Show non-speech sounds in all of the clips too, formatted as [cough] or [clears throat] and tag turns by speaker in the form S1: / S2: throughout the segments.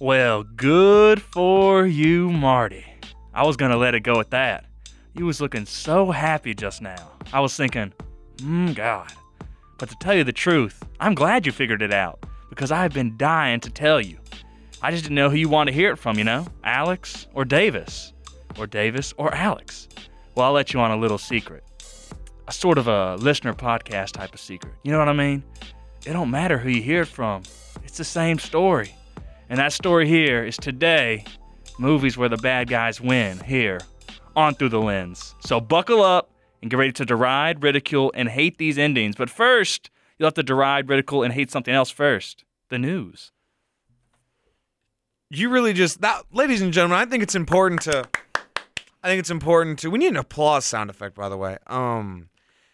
S1: Well, good for you, Marty. I was gonna let it go at that. You was looking so happy just now. I was thinking, mmm, God. But to tell you the truth, I'm glad you figured it out because I've been dying to tell you. I just didn't know who you wanted to hear it from, you know? Alex or Davis? Or Davis or Alex? Well, I'll let you on a little secret. A sort of a listener podcast type of secret. You know what I mean? It don't matter who you hear it from, it's the same story. And that story here is today movies where the bad guys win here on Through the Lens. So buckle up and get ready to deride, ridicule, and hate these endings. But first, you'll have to deride, ridicule, and hate something else first the news.
S2: You really just that, ladies and gentlemen. I think it's important to. I think it's important to. We need an applause sound effect, by the way. Um,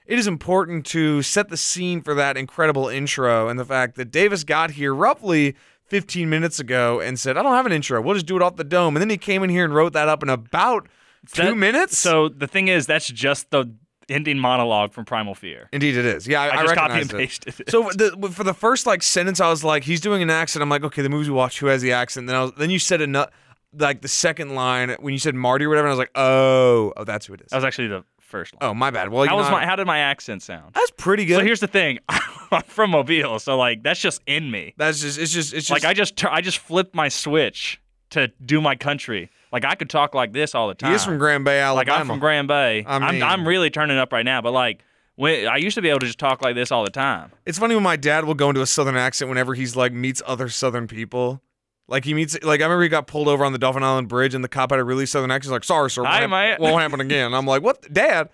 S2: it is important to set the scene for that incredible intro and the fact that Davis got here roughly 15 minutes ago and said, "I don't have an intro. We'll just do it off the dome." And then he came in here and wrote that up in about two
S1: That-
S2: minutes.
S1: So the thing is, that's just the ending monologue from Primal Fear.
S2: Indeed, it is. Yeah, I,
S1: I just copied
S2: recognized
S1: and
S2: it.
S1: pasted it.
S2: So the, for the first like sentence, I was like, "He's doing an accent." I'm like, "Okay, the movie we watched, who has the accent?" Then I was, then you said another, like the second line when you said Marty or whatever, and I was like, "Oh, oh, that's who it is."
S1: That was actually the first line.
S2: oh, my bad. Well, you
S1: how
S2: know,
S1: was
S2: I-
S1: my? How did my accent sound?
S2: that's pretty good.
S1: So here's the thing. [laughs] I'm from Mobile, so like that's just in me.
S2: that's just it's just it's just
S1: like I just tur- I just flipped my switch to do my country. Like I could talk like this all the time.
S2: He is from Grand Bay,
S1: like
S2: Alabama.
S1: I'm from Grand Bay.
S2: I mean-
S1: I'm I'm really turning up right now, but like when I used to be able to just talk like this all the time.
S2: It's funny when my dad will go into a southern accent whenever he's like meets other southern people. Like he meets, like I remember he got pulled over on the Dolphin Island Bridge, and the cop had a really southern accent. He's like, "Sorry, sir, won't,
S1: Hi,
S2: hap-
S1: mate."
S2: won't happen again." And I'm like, "What, Dad?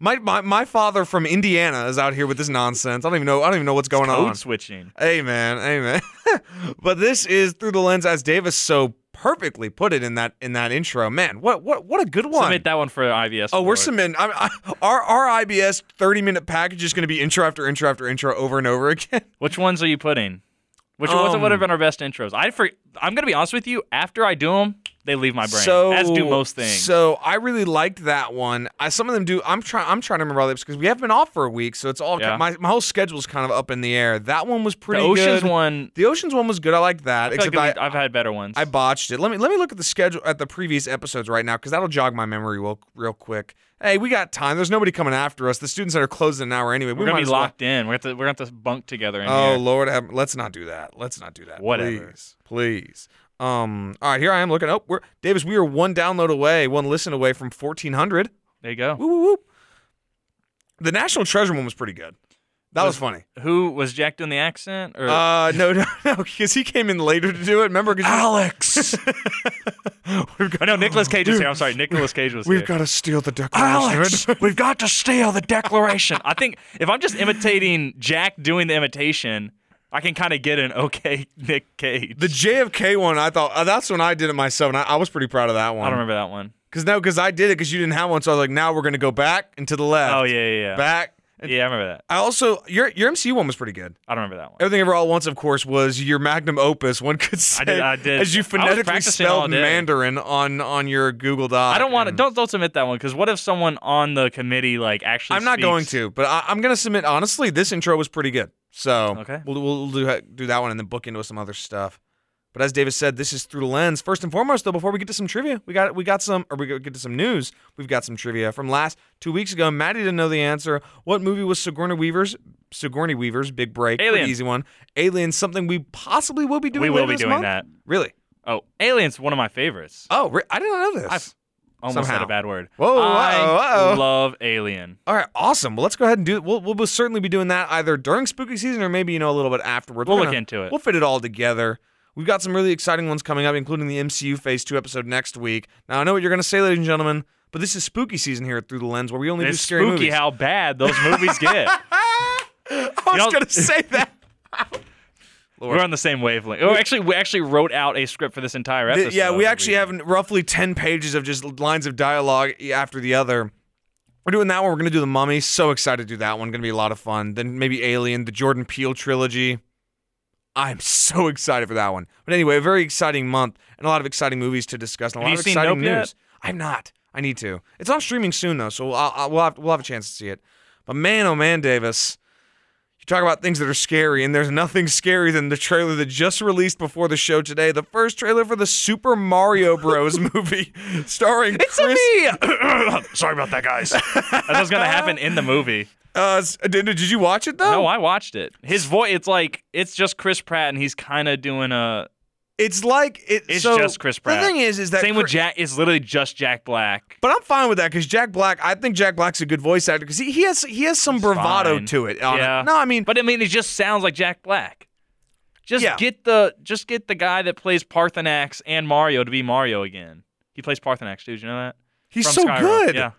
S2: My, my my father from Indiana is out here with this nonsense. I don't even know. I don't even know what's going on."
S1: Code switching.
S2: Amen, amen. [laughs] but this is through the lens as Davis so perfectly put it in that in that intro. Man, what what what a good one.
S1: Submit that one for IBS.
S2: Oh, we're
S1: award.
S2: submitting. I'm, I, our our IBS 30 minute package is going to be intro after intro after intro over and over again. [laughs]
S1: Which ones are you putting? Which ones would have
S2: Um,
S1: been our best intros? I for, I'm gonna be honest with you. After I do them, they leave my brain.
S2: So
S1: as do most things.
S2: So I really liked that one. I, some of them do. I'm trying. I'm trying to remember all these because we have been off for a week, so it's all
S1: Yeah.
S2: my my whole schedule's kind of up in the air. That one was
S1: the
S2: pretty.
S1: oceans
S2: good.
S1: one.
S2: The oceans one was good. I liked that.
S1: I feel
S2: except
S1: like we-
S2: I,
S1: I've had better ones.
S2: I botched it. Let me let me look at the schedule at the previous episodes right now because that'll jog my memory real real quick. Hey, we got time. There's nobody coming after us. The students that are closed in an hour anyway.
S1: we're
S2: we might
S1: gonna be
S2: as well-
S1: locked in. We're gonna, we're gonna have to bunk together in
S2: Oh
S1: here.
S2: Lord, have, let's not do that. Let's not do that.
S1: Whatever.
S2: Please, please. Um. All right, here I am looking. Oh, we're Davis. We are one download away, one listen away from fourteen hundred.
S1: There you go.
S2: Woo woo woo. The National Treasure one was pretty good. That was,
S1: Was-
S2: funny.
S1: Who was Jack doing the accent? Or
S2: Uh, no, [laughs] no, no, because he came in later to do it. Remember, because [laughs]
S1: Alex. oh, no, Nicholas Cage was here. I'm sorry, Nicholas Cage was
S2: we've
S1: here.
S2: got to steal the Declaration.
S1: we've got to steal the Declaration. [laughs] I think if I'm just imitating Jack doing the imitation, I can kind of get an okay [laughs] Nick Cage.
S2: [laughs] the JFK one, I thought uh, that's when I did it myself, and I, I was pretty proud of that
S1: I don't
S2: one.
S1: remember that one.
S2: Because no, because I did it because you didn't have one, so I was like, now we're gonna go back and to the left.
S1: Oh yeah, yeah, yeah.
S2: back. And
S1: Yeah, I remember that.
S2: I also your your MC one was pretty good.
S1: I don't remember that one.
S2: Everything ever all at once, of course, was your magnum opus. One could say,
S1: did- I did.
S2: as
S1: I
S2: you
S1: was
S2: phonetically
S1: practicing all
S2: spelled
S1: day.
S2: Mandarin on on your Google Doc.
S1: I don't want to.
S2: and-
S1: Don't don't submit that one because what if someone on the committee like actually?
S2: I'm not
S1: speaks-
S2: going to, but I, I'm going to submit. Honestly, this intro was pretty good, so
S1: Okay.
S2: we'll we'll do do that one and then book into some other stuff. But as Davis said, this is through the lens. First and foremost, though, before we get to some trivia, we got we got some, or we get to some news. We've got some trivia from last two weeks ago. Maddie didn't know the answer. What movie was Sigourney Weaver's Sigourney Weaver's Big Break? Pretty
S1: Alien.
S2: easy one. Alien. Something we possibly will be doing.
S1: We will
S2: later
S1: be
S2: this
S1: doing
S2: month?
S1: that.
S2: Really?
S1: Oh, Aliens, one of my favorites.
S2: Oh, re- I didn't know this.
S1: I've- Almost said
S2: Somehow.
S1: a bad word.
S2: Whoa,
S1: I
S2: uh-oh, uh-oh.
S1: love Alien.
S2: All right, awesome. Well, let's go ahead and do. We'll we'll certainly be doing that either during spooky season or maybe you know a little bit afterwards.
S1: We'll
S2: We're
S1: look
S2: gonna-
S1: into it.
S2: We'll fit it all together. We've got some really exciting ones coming up, including the MCU Phase Two episode next week. Now I know what you're gonna say, ladies and gentlemen, but this is spooky season here at Through the Lens, where we only
S1: It's
S2: do scary
S1: spooky
S2: movies.
S1: how bad those movies get.
S2: [laughs] I was
S1: You know-
S2: gonna say that.
S1: We're on the same wavelength. Oh, actually, we actually wrote out a script for this entire
S2: Th-
S1: episode.
S2: yeah, we
S1: that [laughs]
S2: actually have roughly 10 pages of just lines of dialogue e, after the other. We're doing that one. We're going to do The Mummy. So excited to do that one. Going to be a lot of fun. Then maybe Alien, the Jordan Peele trilogy. I'm so [laughs] excited for that one. But anyway, a very exciting month and a lot of exciting movies to discuss and a
S1: Have
S2: lot
S1: you
S2: of
S1: seen
S2: exciting
S1: Nope yet?
S2: news. I've not. I need to. It's on streaming soon, though, so I'll, I'll, we'll, have, we'll have a chance to see it. But man, oh man, Davis, You talk about things that are scary, and there's nothing scary than the trailer that just released before the show today. The first trailer for the Super Mario Bros. [laughs] movie, starring Chris.
S1: [coughs] Sorry about that, guys. That was gonna happen in the movie.
S2: [laughs] Uh, s- did, did you watch it though?
S1: No, I watched it. His voice, it's like it's just Chris Pratt, and he's kind of doing a.
S2: It's like it,
S1: It's
S2: so
S1: just Chris Pratt.
S2: The thing is, is that
S1: Same with
S2: Chris-
S1: Jack. It's literally just Jack Black.
S2: But I'm fine with that because Jack Black. I think Jack Black's a good voice actor because he, he has he has some bravado
S1: fine.
S2: to it. on it.
S1: Yeah.
S2: No, I mean,
S1: But I mean, it just sounds like Jack Black. Just
S2: Yeah.
S1: get the just get the guy that plays Parthenax and Mario to be Mario again. He plays Parthenax, dude. You know that?
S2: he's
S1: From
S2: so
S1: Skyrim.
S2: good.
S1: Yeah.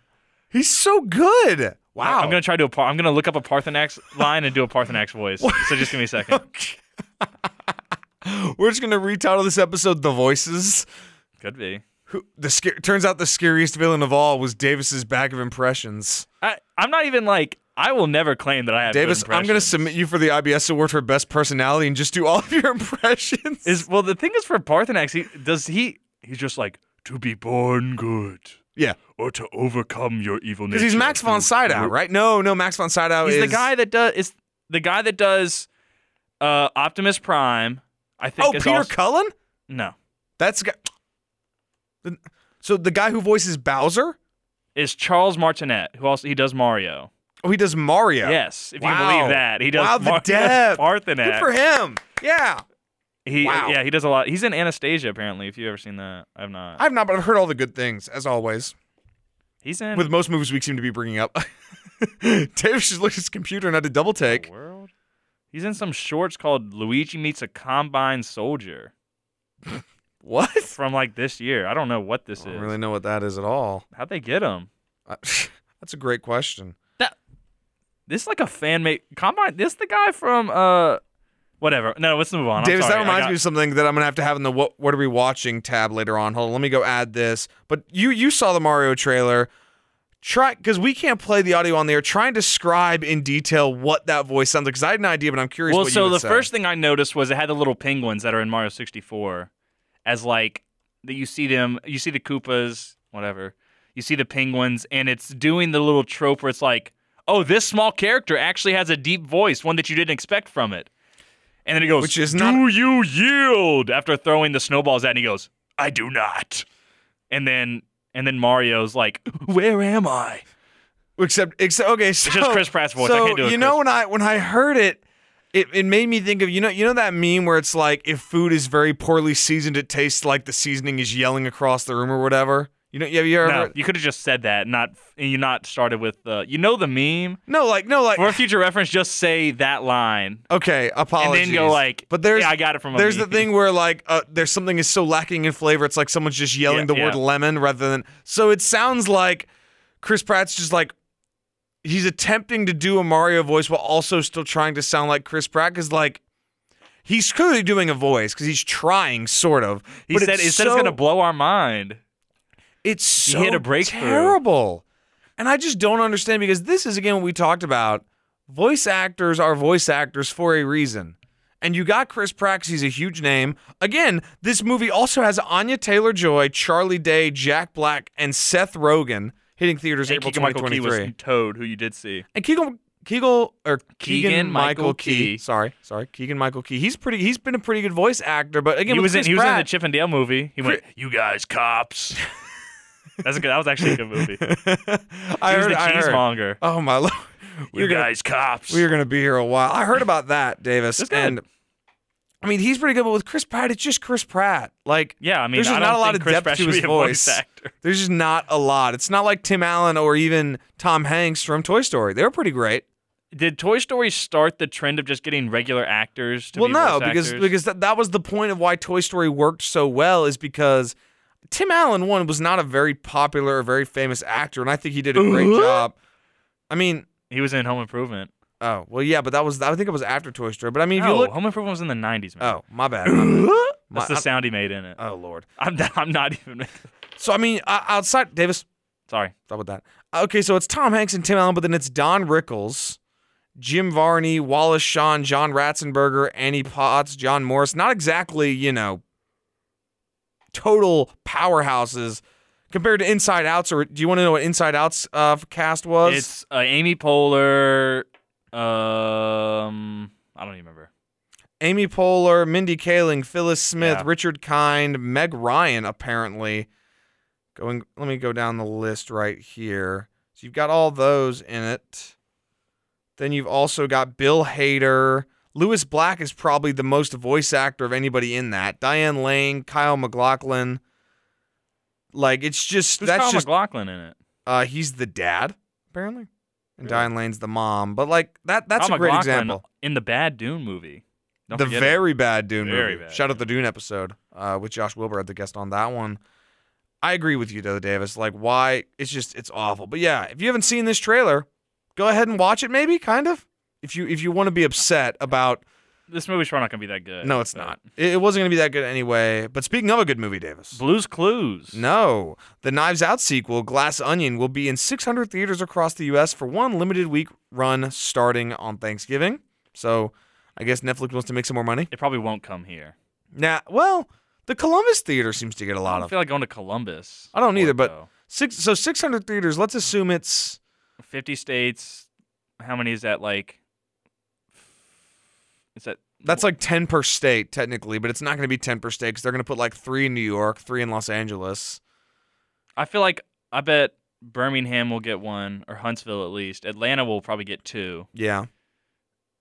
S2: He's so good. Wow.
S1: I'm gonna try to. do a Par- I'm gonna look up a Parthenax line and do a Parthenax voice. so just give me a
S2: [laughs]
S1: second.
S2: We're just gonna retitle this episode "The Voices."
S1: Could be.
S2: Who, the scar- turns out the scariest villain of all was Davis's bag of impressions.
S1: I, I'm not even like. I will never claim that I have. good
S2: Davis, I'm gonna
S1: impressions.
S2: submit you for the IBS award for best personality and just do all of your [laughs] impressions.
S1: Is well, the thing is for Parthenax, he does he. He's just like to be born good
S2: yeah,
S1: or to overcome your evil nature.
S2: because he's Max von Sydow, right? No, no, Max von Sydow
S1: He's
S2: is
S1: the guy that does. Is the guy that does uh, Optimus Prime. I think.
S2: Oh,
S1: is
S2: Peter
S1: also-
S2: Cullen.
S1: no,
S2: That's the guy. The- So the guy who voices Bowser,
S1: is Charles Martinet, who also he does Mario.
S2: oh, he does Mario.
S1: Yes, if you
S2: Wow.
S1: can believe that, he does
S2: Wow, the
S1: Mar-
S2: depth.
S1: Parthenax.
S2: Good for him. Yeah,
S1: He
S2: Wow.
S1: yeah, he does a lot. He's in Anastasia apparently. If you've ever seen that, I've not.
S2: I've not, but I've heard all the good things as always.
S1: He's in
S2: With most movies we seem to be bringing up. [laughs] Davis just looked at his computer and had to double
S1: the
S2: take.
S1: world. He's in some shorts called Luigi meets a Combine Soldier
S2: What?
S1: from like this year. I don't know what this
S2: I don't
S1: is.
S2: Oh, really know what that is at all.
S1: How'd they get him?
S2: I- Uh, [laughs] That's a great question.
S1: This is like a fan made Combine. This the guy from uh, whatever. No, let's move on. I'm
S2: Davis,
S1: sorry.
S2: that
S1: I
S2: reminds
S1: got-
S2: me of something that I'm gonna have to have in the what, what are we watching tab later on. Hold on, let me go add this. But you you saw the Mario trailer. Try because we can't play the audio on there. Try and describe in detail what that voice sounds like. Because I had an idea, but I'm curious.
S1: Well,
S2: what
S1: so
S2: you would
S1: the
S2: say.
S1: first thing I noticed was it had the little penguins that are in Mario 64 as like that you see them, you see the Koopas, whatever. You see the penguins and it's doing the little trope where it's like, "Oh, this small character actually has a deep voice, one that you didn't expect from it." And then he goes,
S2: Which is
S1: "Do
S2: not-
S1: you yield?" after throwing the snowballs at and he goes, "I do not." And then and then Mario's like, "Where am I?"
S2: except except okay, so
S1: just
S2: [laughs]
S1: Chris Pratt's voice. I
S2: Oh, So
S1: can't do it,
S2: you know
S1: Chris.
S2: when I when I heard it, it it made me think of you know you know that meme where it's like if food is very poorly seasoned, it tastes like the seasoning is yelling across the room or whatever. You know, have you ever?
S1: No, you could have just said that, not and you not started with the you know the meme
S2: No, like no, like
S1: For future reference, just say that line.
S2: Okay, apologies.
S1: like,
S2: but there's
S1: "Yeah, I got it from a
S2: there's
S1: meme."
S2: the thing where like uh, there's something is so lacking in flavor, it's like someone's just yelling
S1: Yeah,
S2: the word
S1: yeah.
S2: lemon rather than. So it sounds like Chris Pratt's just like he's attempting to do a Mario voice while also still trying to sound like Chris Pratt because like he's clearly doing a voice because he's trying sort of.
S1: He
S2: but
S1: said
S2: it's
S1: it said it's
S2: so-
S1: gonna blow our mind.
S2: it's so
S1: hit a breakthrough.
S2: terrible. And I just don't understand because this is again what we talked about. Voice actors are voice actors for a reason. And you got Chris Pratt 'cause he's a huge name. Again, this movie also has Anya Taylor Joy, Charlie Day, Jack Black, and Seth Rogen hitting theaters
S1: And
S2: April
S1: Keegan Michael Key
S2: 2023.
S1: was Toad, who you did see.
S2: and Keegan Keegan or Keegan,
S1: Michael
S2: Michael Key.
S1: Key.
S2: Sorry, sorry, Keegan Michael Key. He's pretty. He's been a pretty good voice actor, but again,
S1: he
S2: with
S1: was in
S2: Chris
S1: he was in the
S2: Pratt-
S1: Chip and Dale movie. He went, "You guys, cops."
S2: [laughs]
S1: That's a good. That was actually a good movie. He
S2: I
S1: was
S2: heard.
S1: the
S2: I heard.
S1: cheesemonger.
S2: Oh my lord!
S1: You
S2: You're gonna
S1: guys, cops.
S2: We are going to be here a while. I heard about that, Davis.
S1: That's good.
S2: And I mean, he's pretty good, but with Chris Pratt, it's just Chris Pratt. Like,
S1: yeah, I mean,
S2: there's
S1: I
S2: just
S1: don't
S2: not a lot
S1: think
S2: of
S1: Chris
S2: depth
S1: Pratt
S2: to
S1: should
S2: his
S1: be a voice.
S2: voice.
S1: actor.
S2: there's just not a lot. It's not like Tim Allen or even Tom Hanks from Toy Story. They were pretty great.
S1: Did Toy Story start the trend of just getting regular actors to
S2: well,
S1: be
S2: no,
S1: voice
S2: because
S1: actors?
S2: because that, that was the point of why Toy Story worked so well is because Tim Allen one was not a very popular or very famous actor, and I think he did a great
S1: Uh-huh.
S2: job. I mean,
S1: he was in Home Improvement.
S2: oh well, yeah, but that was I think it was after Toy Story. But I mean, if
S1: no,
S2: you look,
S1: Home Improvement was in the '90s, man.
S2: oh
S1: [laughs]
S2: my bad, [clears throat] my bad.
S1: That's
S2: My-
S1: the sound he made in it. [laughs]
S2: oh lord.
S1: I'm not, I'm not even. making-
S2: So I mean, uh, outside Davis,
S1: Sorry.
S2: stop with that. Okay, so it's Tom Hanks and Tim Allen, but then it's Don Rickles, Jim Varney, Wallace Shawn, John Ratzenberger, Annie Potts, John Morris. Not exactly, you know, total powerhouses compared to Inside Outs. Or do you want to know what Inside Outs uh, cast was?
S1: It's uh, Amy Poehler, Um, I don't even remember.
S2: Amy Poehler, Mindy Kaling, Phyllis Smith,
S1: Yeah.
S2: Richard Kind, Meg Ryan, apparently. Going let me go down the list right here. So you've got all those in it. Then you've also got Bill Hader. Lewis Black is probably the most voice actor of anybody in that. Diane Lane, Kyle McLaughlin. Like it's just
S1: Who's
S2: that's
S1: Kyle
S2: just
S1: McLaughlin in it?
S2: uh he's the dad, apparently.
S1: Really?
S2: And Diane Lane's the mom. But like that that's
S1: Kyle
S2: a great
S1: McLaughlin
S2: example
S1: in the Bad Dune movie. Don't
S2: the
S1: forget it.
S2: very bad Dune
S1: Very
S2: movie.
S1: bad,
S2: Shout out the Dune episode uh, with Josh Wilbur at the guest on that one. I agree with you, though, Davis. Like, why? It's just it's awful. But yeah, if you haven't seen this trailer, go ahead and watch it. Maybe kind of. If you if you want to be upset about
S1: this movie's probably not gonna be that good.
S2: no, it's
S1: but-
S2: not. It, it wasn't gonna be that good anyway. But speaking of a good movie, Davis.
S1: Blue's Clues.
S2: No, the Knives Out sequel, Glass Onion, will be in 600 theaters across the U.S. for one limited week run starting on Thanksgiving. So, I guess Netflix wants to make some more money.
S1: it probably won't come here.
S2: Nah, well, the Columbus Theater seems to get a
S1: I
S2: lot
S1: don't
S2: of
S1: feel like going to Columbus.
S2: I don't
S1: for
S2: either,
S1: it,
S2: but-
S1: though.
S2: six. So six hundred theaters. Let's assume it's
S1: 50 states. How many is that? Like, is that
S2: that's like ten per state technically, but it's not going to be ten per state because they're going to put like three in New York, three in Los Angeles.
S1: I feel like I bet Birmingham will get one, or Huntsville at least. Atlanta will probably get two.
S2: Yeah.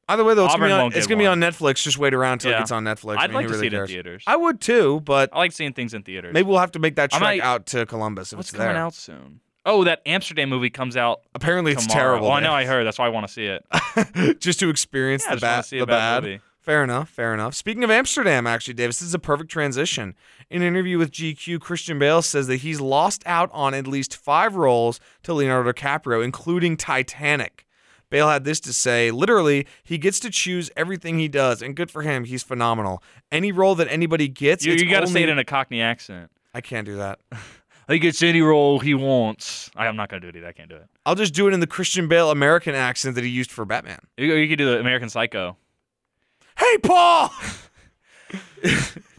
S2: Either way, though, it's
S1: Auburn
S2: going to be on,
S1: won't
S2: it's
S1: get
S2: gonna be on
S1: one.
S2: Netflix. Just wait around till it
S1: Yeah.
S2: gets on Netflix. I
S1: I'd
S2: mean,
S1: like
S2: who
S1: to see
S2: really
S1: it in
S2: cares?
S1: theaters.
S2: I would too, but
S1: I like seeing things in theaters.
S2: maybe we'll have to make that
S1: I
S2: trek
S1: might-
S2: out to Columbus if
S1: What's
S2: it's
S1: coming
S2: there.
S1: out soon? Oh, that Amsterdam movie comes out
S2: Apparently, it's
S1: tomorrow.
S2: terrible.
S1: Well, I know I heard. That's why I want to see
S2: [laughs]
S1: it.
S2: know. just to experience
S1: Yeah, I
S2: the
S1: just wanna
S2: bad,
S1: see a
S2: the
S1: bad
S2: bad.
S1: movie.
S2: Fair enough. Fair enough. Speaking of Amsterdam, actually, Davis, this is a perfect transition. In an interview with GQ, Christian Bale says that he's lost out on at least five roles to Leonardo DiCaprio, including Titanic. Bale had this to say literally, he gets to choose everything he does, and good for him. He's phenomenal. Any role that anybody gets,
S1: You,
S2: it's
S1: you got to
S2: only-
S1: say it in a Cockney accent.
S2: I can't do that.
S1: He gets any role he wants. I, I'm not gonna do it. Either. I can't do it.
S2: I'll just do it in the Christian Bale American accent that he used for Batman.
S1: You, you could do the American Psycho.
S2: Hey,
S1: [laughs]
S2: Paul!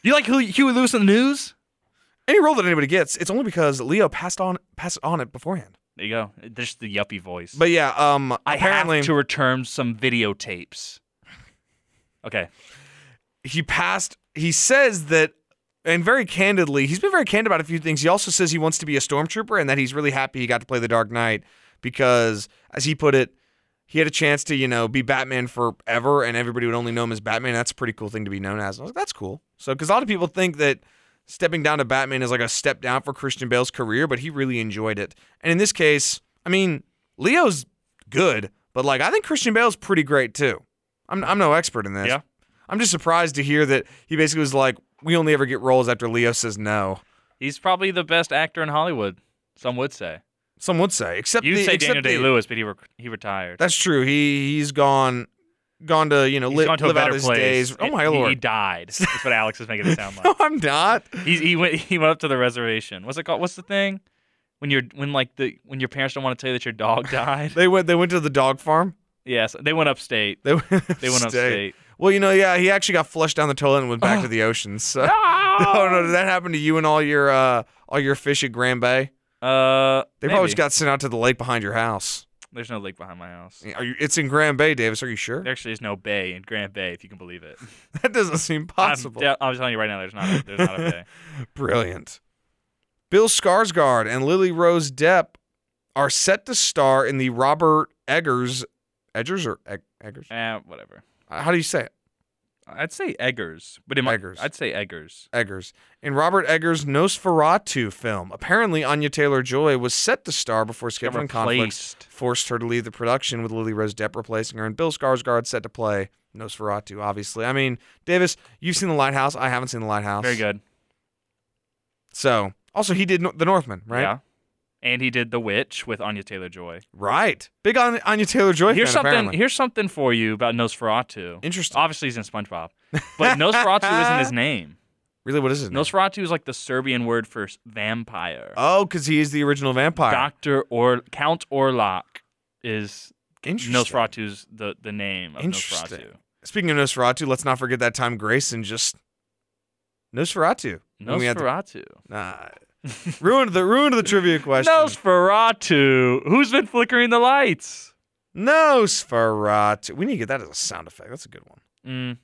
S1: You like Huey, Huey Lewis in the news?
S2: Any role that anybody gets, it's only because Leo passed on passed on it beforehand.
S1: There you go. Just the yuppie voice.
S2: But yeah, um,
S1: I
S2: apparently
S1: have to return some videotapes. [laughs] Okay.
S2: he passed he says that and very candidly he's been very candid about a few things he also says he wants to be a stormtrooper and that he's really happy he got to play the dark knight because as he put it he had a chance to you know be batman forever and everybody would only know him as batman that's a pretty cool thing to be known as I was like, that's cool so because a lot of people think that stepping down to batman is like a step down for christian bale's career but he really enjoyed it and in this case i mean leo's good but like i think christian bale's pretty great too i'm, I'm no expert in this
S1: Yeah.
S2: I'm just surprised to hear that he basically was like, "We only ever get roles after Leo says no."
S1: He's probably the best actor in Hollywood. Some would say.
S2: Some would say, except
S1: You
S2: the,
S1: say
S2: except
S1: Daniel
S2: the-
S1: Day Lewis, but he re- he retired.
S2: That's true. He he's gone, gone to you know
S1: He's
S2: li-
S1: gone to
S2: live
S1: a
S2: out
S1: better
S2: his
S1: place.
S2: days. Oh
S1: It-
S2: my
S1: he,
S2: lord!
S1: He died. That's what Alex is making it sound
S2: [laughs] no, [laughs]
S1: like.
S2: I'm not.
S1: he, he went he went up to the reservation. What's it called? What's the thing? When you're when like the when your parents don't want to tell you that your dog [laughs] died.
S2: They went. They went to the dog farm. [laughs]
S1: yes, they went upstate.
S2: They went.
S1: They went upstate.
S2: [laughs] Well, you know, yeah, he actually got flushed down the toilet and went back to the ocean. So, [laughs] oh no, did that happen to you and all your uh all your fish at Grand Bay?
S1: Uh,
S2: They
S1: maybe.
S2: probably just got sent out to the lake behind your house.
S1: There's no lake behind my house.
S2: Are you, it's in Grand Bay, Davis. Are you sure?
S1: There actually is no bay in Grand Bay, if you can believe it.
S2: [laughs] That doesn't seem
S1: I'm
S2: possible.
S1: de- I'm, telling you right now, there's not a, there's not
S2: [laughs]
S1: a bay.
S2: Brilliant. Bill Skarsgård and Lily Rose Depp are set to star in the Robert Eggers, Edgers or Egg, Eggers?
S1: Eh, whatever.
S2: How do you say it?
S1: I'd say Eggers, but in my,
S2: Eggers.
S1: I'd say Eggers.
S2: Eggers. In Robert Eggers' Nosferatu film, apparently Anya Taylor Joy was set to star before
S1: Got
S2: scheduling conflicts
S1: replaced.
S2: forced her to leave the production, with Lily Rose Depp replacing her, and Bill Skarsgård set to play Nosferatu. Obviously, I mean Davis, you've seen The Lighthouse. I haven't seen The Lighthouse.
S1: Very good.
S2: So, also he did No- The Northman, right?
S1: Yeah. And he did The Witch with Anya Taylor Joy.
S2: Right. Big on Anya Taylor Joy.
S1: Here's
S2: fan,
S1: something.
S2: apparently.
S1: Here's something for you about Nosferatu.
S2: Interesting. Oh,
S1: Obviously, he's in SpongeBob,
S2: [laughs]
S1: but Nosferatu isn't his name.
S2: Really, what is it?
S1: Nosferatu is like the Serbian word for s- vampire.
S2: Oh, because he is the original vampire.
S1: Doctor or Count Orlok is
S2: Interesting.
S1: Nosferatu's the the name of
S2: Interesting.
S1: Nosferatu.
S2: Speaking of Nosferatu, let's not forget that time Grayson just Nosferatu. When we had the-
S1: Nosferatu.
S2: nah.
S1: [laughs]
S2: ruined the ruined the trivia question.
S1: Nosferatu. Who's been flickering the lights?
S2: Nosferatu. We need to get that as a sound effect. That's a good one.
S1: Mm,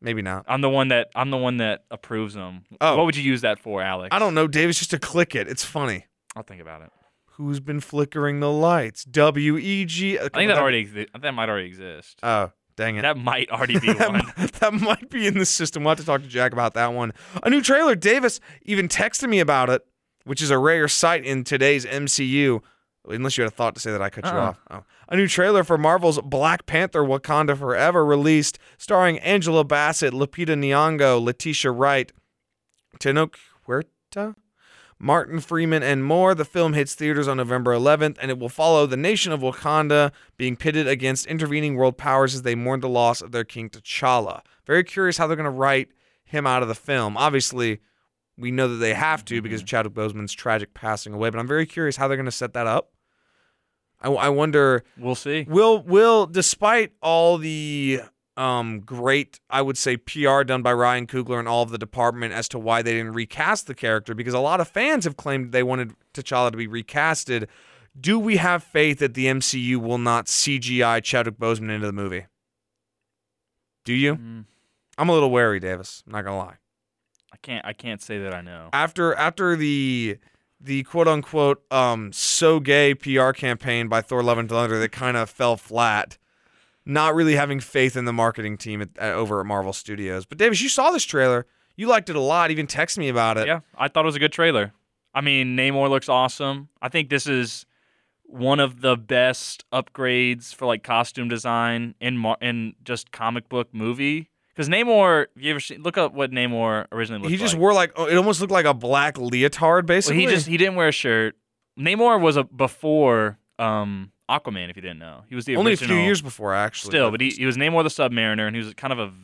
S2: Maybe not.
S1: I'm the one that I'm the one that approves them.
S2: Oh.
S1: What would you use that for, Alex?
S2: I don't know, Dave. It's just to click it. It's funny.
S1: I'll think about it.
S2: Who's been flickering the lights? W E G.
S1: I think that already exi- that might already exist.
S2: Oh, dang it.
S1: That might already
S2: [laughs]
S1: be
S2: that,
S1: one.
S2: mi- that might be in the system. We'll have to talk to Jack about that one. A new trailer. Davis even texted me about it, which is a rare sight in today's MCU. Unless you had a thought to say that I cut you
S1: Uh-uh.
S2: off. Oh. A new trailer for Marvel's Black Panther Wakanda Forever released, starring Angela Bassett, Lupita Nyongo, Letitia Wright, Tenoch Huerta, Martin Freeman, and more. The film hits theaters on November 11th, and it will follow the nation of Wakanda being pitted against intervening world powers as they mourn the loss of their king T'Challa. Very curious how they're going to write him out of the film. Obviously, we know that they have to because of Chadwick Boseman's tragic passing away, but I'm very curious how they're going to set that up. I, I wonder
S1: We'll see.
S2: will will despite all the um great I would say PR done by Ryan Coogler and all of the department as to why they didn't recast the character because a lot of fans have claimed they wanted T'Challa to be recasted. Do we have faith that the MCU will not CGI Chadwick Boseman into the movie? Do you?
S1: Mm,
S2: I'm a little wary, Davis. I'm not gonna lie.
S1: I can't. I can't say that I know.
S2: after after the the quote unquote um so gay PR campaign by Thor Love and Thunder that kind of fell flat. Not really having faith in the marketing team at, at, over at Marvel Studios. But Davis, you saw this trailer. You liked it a lot. Even texted me about it.
S1: yeah, I thought it was a good trailer. I mean, Namor looks awesome. I think this is one of the best upgrades for like costume design in mar- in just comic book movie. Because Namor, if you ever seen, look up what Namor originally looked
S2: he just
S1: like.
S2: wore like oh, it almost looked like a black leotard,
S1: Well,
S2: basically.
S1: he just he didn't wear a shirt. Namor was a before um, Aquaman, if you didn't know. He was the
S2: only a
S1: original,
S2: few years before, actually.
S1: still, but he, he was Namor the Submariner, and he was kind of a v-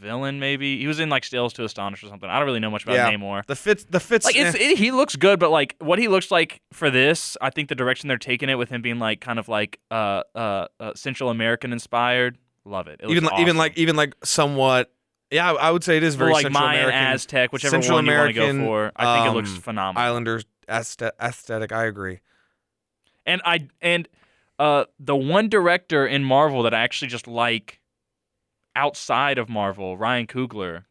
S1: villain, maybe. He was in like Tales to Astonish or something. I don't really know much about
S2: Yeah.
S1: Namor.
S2: the fits the fits.
S1: Like it's
S2: eh.
S1: it, he looks good, but like what he looks like for this, I think the direction they're taking it with him being like kind of like uh uh, uh Central American inspired. Love it. It looks
S2: even like, even
S1: awesome.
S2: like even like somewhat. Yeah, I I would say it is
S1: Or,
S2: very
S1: like
S2: Central
S1: Mayan
S2: American.
S1: Aztec, whichever
S2: Central
S1: one you want to go
S2: American,
S1: for. I think it looks
S2: um,
S1: phenomenal.
S2: Islander aesthet- aesthetic. I agree.
S1: And I and uh the one director in Marvel that I actually just like outside of Marvel, Ryan Coogler.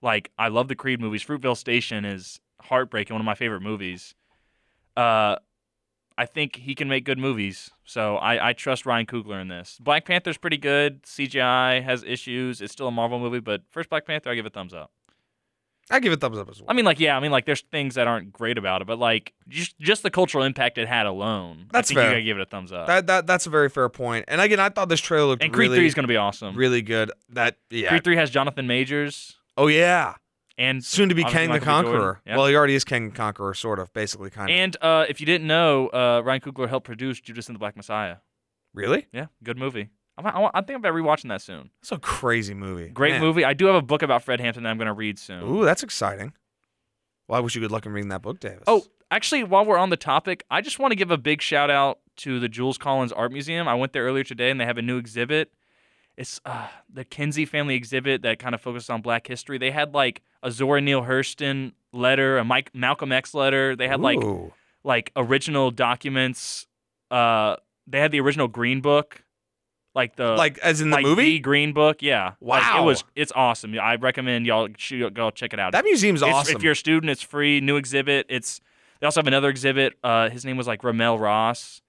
S1: Like I love the Creed movies. Fruitvale Station is heartbreaking, one of my favorite movies. Uh I think he can make good movies. So I, I trust Ryan Coogler in this. Black Panther's pretty good. CGI has issues. It's still a Marvel movie, but first Black Panther I give it thumbs up.
S2: I give it thumbs up as well.
S1: I mean like yeah, I mean like there's things that aren't great about it, but like just just the cultural impact it had alone.
S2: That's
S1: I think
S2: fair.
S1: you gotta give it a thumbs up.
S2: That, that that's a very fair point. And again, I thought this trailer looked
S1: Uh, And Creed
S2: really,
S1: 3 is going to be awesome.
S2: really good. That yeah.
S1: Creed 3 has Jonathan Majors
S2: Oh yeah.
S1: and
S2: Soon to be
S1: Obviously
S2: Kang the
S1: Michael B. Jordan.
S2: Conqueror.
S1: Yeah.
S2: Well, he already is Kang the Conqueror, sort of, basically, kind of.
S1: and uh, if you didn't know, uh, Ryan Coogler helped produce Judas and the Black Messiah.
S2: Really?
S1: Yeah, good movie. I, I, I think I'm about rewatching that soon.
S2: That's a crazy movie.
S1: Great
S2: Man.
S1: movie. I do have a book about Fred Hampton that I'm going to read soon.
S2: Ooh, that's exciting. Well, I wish you good luck in reading that book, Davis.
S1: Oh, actually, while we're on the topic, I just want to give a big shout out to the Jules Collins Art Museum. I went there earlier today, and they have a new exhibit. It's uh, the Kinsey family exhibit that kind of focuses on Black history. They had like a Zora Neale Hurston letter, a Mike Malcolm X letter. They had like
S2: Ooh.
S1: like original documents. Uh, they had the original Green Book, like the
S2: like as in the
S1: like
S2: movie.
S1: the Green Book. Yeah, Like,
S2: Wow.
S1: it was it's awesome. I recommend y'all shoot, go check it out.
S2: that museum's
S1: It's-
S2: awesome.
S1: If you're a student, it's free. New exhibit. It's they also have another exhibit. Uh, his name was like Ramel Ross.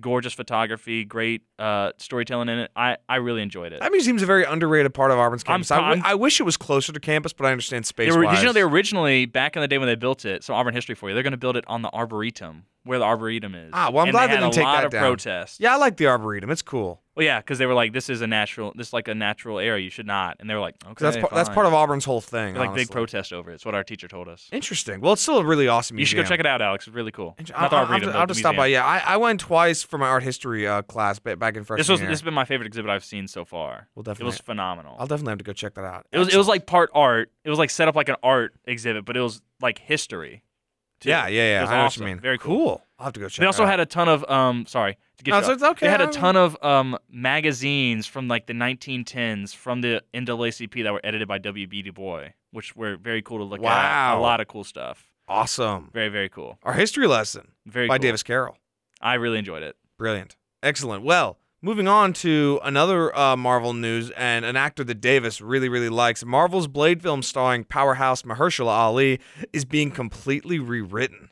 S1: Gorgeous photography, great uh, storytelling in it. I, I really enjoyed it.
S2: that museum's a very underrated part of Auburn's
S1: I'm
S2: campus. I, w-
S1: con-
S2: I wish it was closer to campus, but I understand
S1: They
S2: space.
S1: were- did you know they originally back in the day when they built it? So Auburn history for you. They're going to build it on the Arboretum, where the Arboretum is.
S2: Ah, well, I'm
S1: And
S2: glad they
S1: had
S2: didn't take
S1: a lot
S2: that
S1: of
S2: down.
S1: protests.
S2: Yeah, I like the arboretum. It's cool.
S1: Well, yeah, because they were like, this is a natural, this is like a natural area. You should not. And they were like, okay,
S2: 'Cause that's part, that's part of Auburn's whole thing.
S1: like big
S2: honestly.
S1: protest over it. It's what our teacher told us.
S2: Interesting. Well, it's still a really awesome
S1: You should
S2: museum.
S1: go check it out, Alex. It's really cool.
S2: I'll,
S1: Not the
S2: I'll- I'll
S1: Arboretum,
S2: have to-
S1: but
S2: I'll
S1: the
S2: just stop by.
S1: museum.
S2: Yeah, I, I went twice for my art history uh, class ba- back in freshman
S1: This was
S2: year.
S1: this has been my favorite exhibit I've seen so far.
S2: We'll
S1: It
S2: definitely.
S1: was phenomenal.
S2: I'll definitely have to go check that out.
S1: It was it was like part art. It was like set up like an art exhibit, but it was like history. too.
S2: yeah, yeah, yeah.
S1: It was
S2: I know
S1: awesome.
S2: what you mean.
S1: Very cool.
S2: cool. I'll have to go check.
S1: They also
S2: that out.
S1: had a ton of um sorry to get
S2: No,
S1: you
S2: it's-
S1: off.
S2: it's okay.
S1: They had a
S2: I-
S1: ton of um magazines from like the 1910s from the NAACP that were edited by W.B. Du Bois, which were very cool to look at.
S2: Wow.
S1: A lot of cool stuff.
S2: awesome.
S1: Very very cool.
S2: Our history lesson
S1: Very
S2: by
S1: cool.
S2: Davis Carroll.
S1: I really enjoyed it.
S2: Brilliant. Excellent. Well, Moving on to another uh, Marvel news and an actor that Davis really, really likes. Marvel's Blade film starring powerhouse Mahershala Ali is being completely rewritten.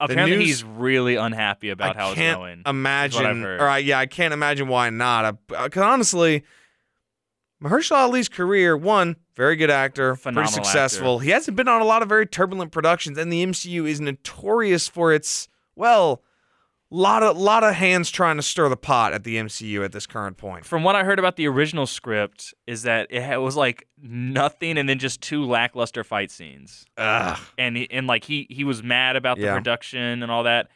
S1: Apparently,
S2: news-
S1: he's really unhappy about
S2: I
S1: how it's
S2: can't um,
S1: going.
S2: Imagine,
S1: heard.
S2: or I, yeah, I can't imagine why not. Because honestly, Mahershala Ali's career, one, very good actor,
S1: Phenomenal
S2: pretty successful. He hasn't been on a lot of very turbulent productions, and the MCU is notorious for its well, lot of lot of hands trying to stir the pot at the MCU at this current point.
S1: From what I heard about the original script, is that it ha- was like nothing, and then just two lackluster fight scenes,
S2: Ugh.
S1: and he, and like he he was mad about the
S2: Yeah.
S1: production and all that.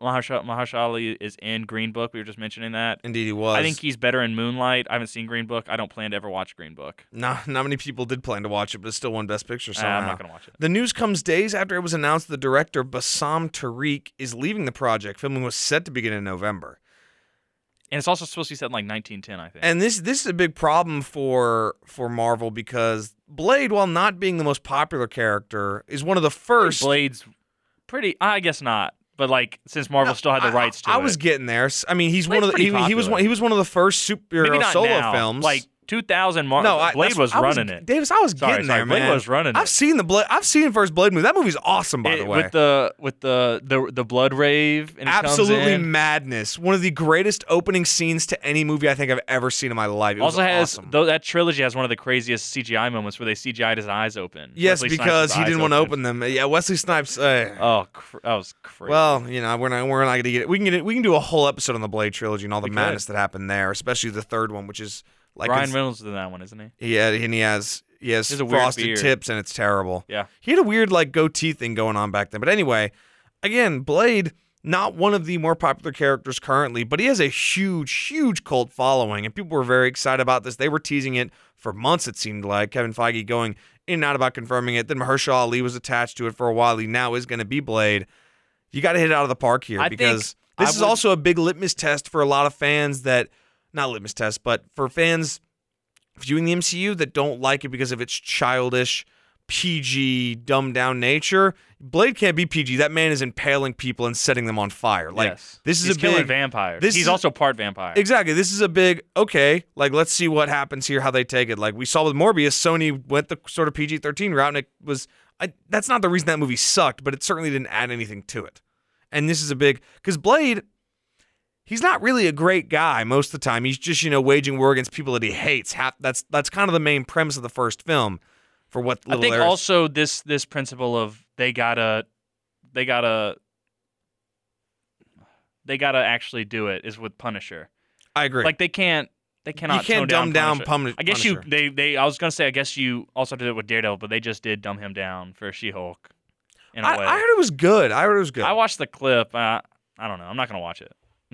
S1: Mahershala, Mahershala Ali is in Green Book. We were just mentioning that.
S2: Indeed, he was.
S1: I think he's better in Moonlight. I haven't seen Green Book. I don't plan to ever watch Green Book.
S2: not not many people did plan to watch it, but it's still won Best Picture.
S1: Uh,
S2: Somehow.
S1: I'm not gonna watch it.
S2: The news comes days after it was announced the director Bassam Tariq is leaving the project. Filming was set to begin in November.
S1: And it's also supposed to be set in like 1910, I think.
S2: And this this is a big problem for for Marvel because Blade, while not being the most popular character, is one of the first.
S1: Blade's pretty. I guess not. But like, since Marvel still had the
S2: I-
S1: rights to it,
S2: I, I was getting there. S- I mean, he's
S1: Blade's
S2: one of the,
S1: pretty
S2: he, he was
S1: popular.
S2: one, he was one of the first
S1: maybe
S2: superhero
S1: not
S2: solo
S1: now.
S2: films.
S1: Like 2000, Mar-
S2: no, I,
S1: Blade
S2: that's-
S1: was
S2: I
S1: running it.
S2: Davis, I was
S1: Sorry,
S2: getting
S1: sorry,
S2: there,
S1: Blade
S2: man.
S1: was running
S2: I've
S1: it.
S2: seen the Blade. I've seen first Blade movie. That movie's awesome, [laughs] by
S1: It-
S2: the way.
S1: with the with the the the blood rave and it comes
S2: Absolutely
S1: in.
S2: madness. One of the greatest opening scenes to any movie I think I've ever seen in my life. It
S1: Also
S2: was
S1: has
S2: awesome.
S1: though that trilogy has one of the craziest CGI moments where they CGI'd his eyes open.
S2: yes,
S1: Wesley Snipes'
S2: because he
S1: eyes
S2: didn't want to open them. Yeah, Wesley Snipes. Uh,
S1: Oh, cr- that was crazy.
S2: well, you know, we're not we're not gonna get it. We can get it. We can do a whole episode on the Blade trilogy and all the
S1: We could.
S2: madness that happened there, especially the third one, which is like
S1: Ryan
S2: it's-
S1: Reynolds did that one, isn't he?
S2: he had, and he has he has
S1: He has a weird
S2: frosted
S1: beard.
S2: tips and it's terrible.
S1: Yeah.
S2: he had a weird like goatee thing going on back then. But anyway, again, Blade not one of the more popular characters currently, but he has a huge, huge cult following, and people were very excited about this. They were teasing it for months. It seemed like Kevin Feige going in and out about confirming it. Then Mahershala Ali was attached to it for a while. He now is going to be Blade. You got to hit it out of the park here
S1: I think
S2: because
S1: I
S2: this is
S1: would-
S2: also a big litmus test for a lot of fans that not litmus test, but for fans viewing the MCU that don't like it because of its childish, PG, dumbed down nature. Blade can't be PG. That man is impaling people and setting them on fire. Like
S1: yes.
S2: this is
S1: He's
S2: a
S1: killing
S2: big
S1: vampire.
S2: this
S1: He's
S2: is-
S1: also part vampire.
S2: exactly. This is a big okay. Like let's see what happens here, how they take it. Like we saw with Morbius, Sony went the sort of PG thirteen route, and it was I, that's not the reason that movie sucked, but it certainly didn't add anything to it. And this is a big because Blade. He's not really a great guy most of the time. He's just, you know, waging war against people that he hates. Half, that's that's kind of the main premise of the first film, for what
S1: I
S2: little
S1: think
S2: there is.
S1: also this this principle of they gotta they gotta they gotta actually do it is with Punisher.
S2: I agree.
S1: Like they can't they cannot
S2: you can't
S1: tone
S2: dumb down,
S1: Punisher.
S2: Punisher.
S1: I guess you they they I was gonna say I guess you also did it with Daredevil, but they just did dumb him down for She Hulk. In a
S2: I,
S1: way,
S2: I heard it was good. I heard it was good.
S1: I
S2: I,
S1: watched the clip. Uh, I don't know. I'm not gonna watch it.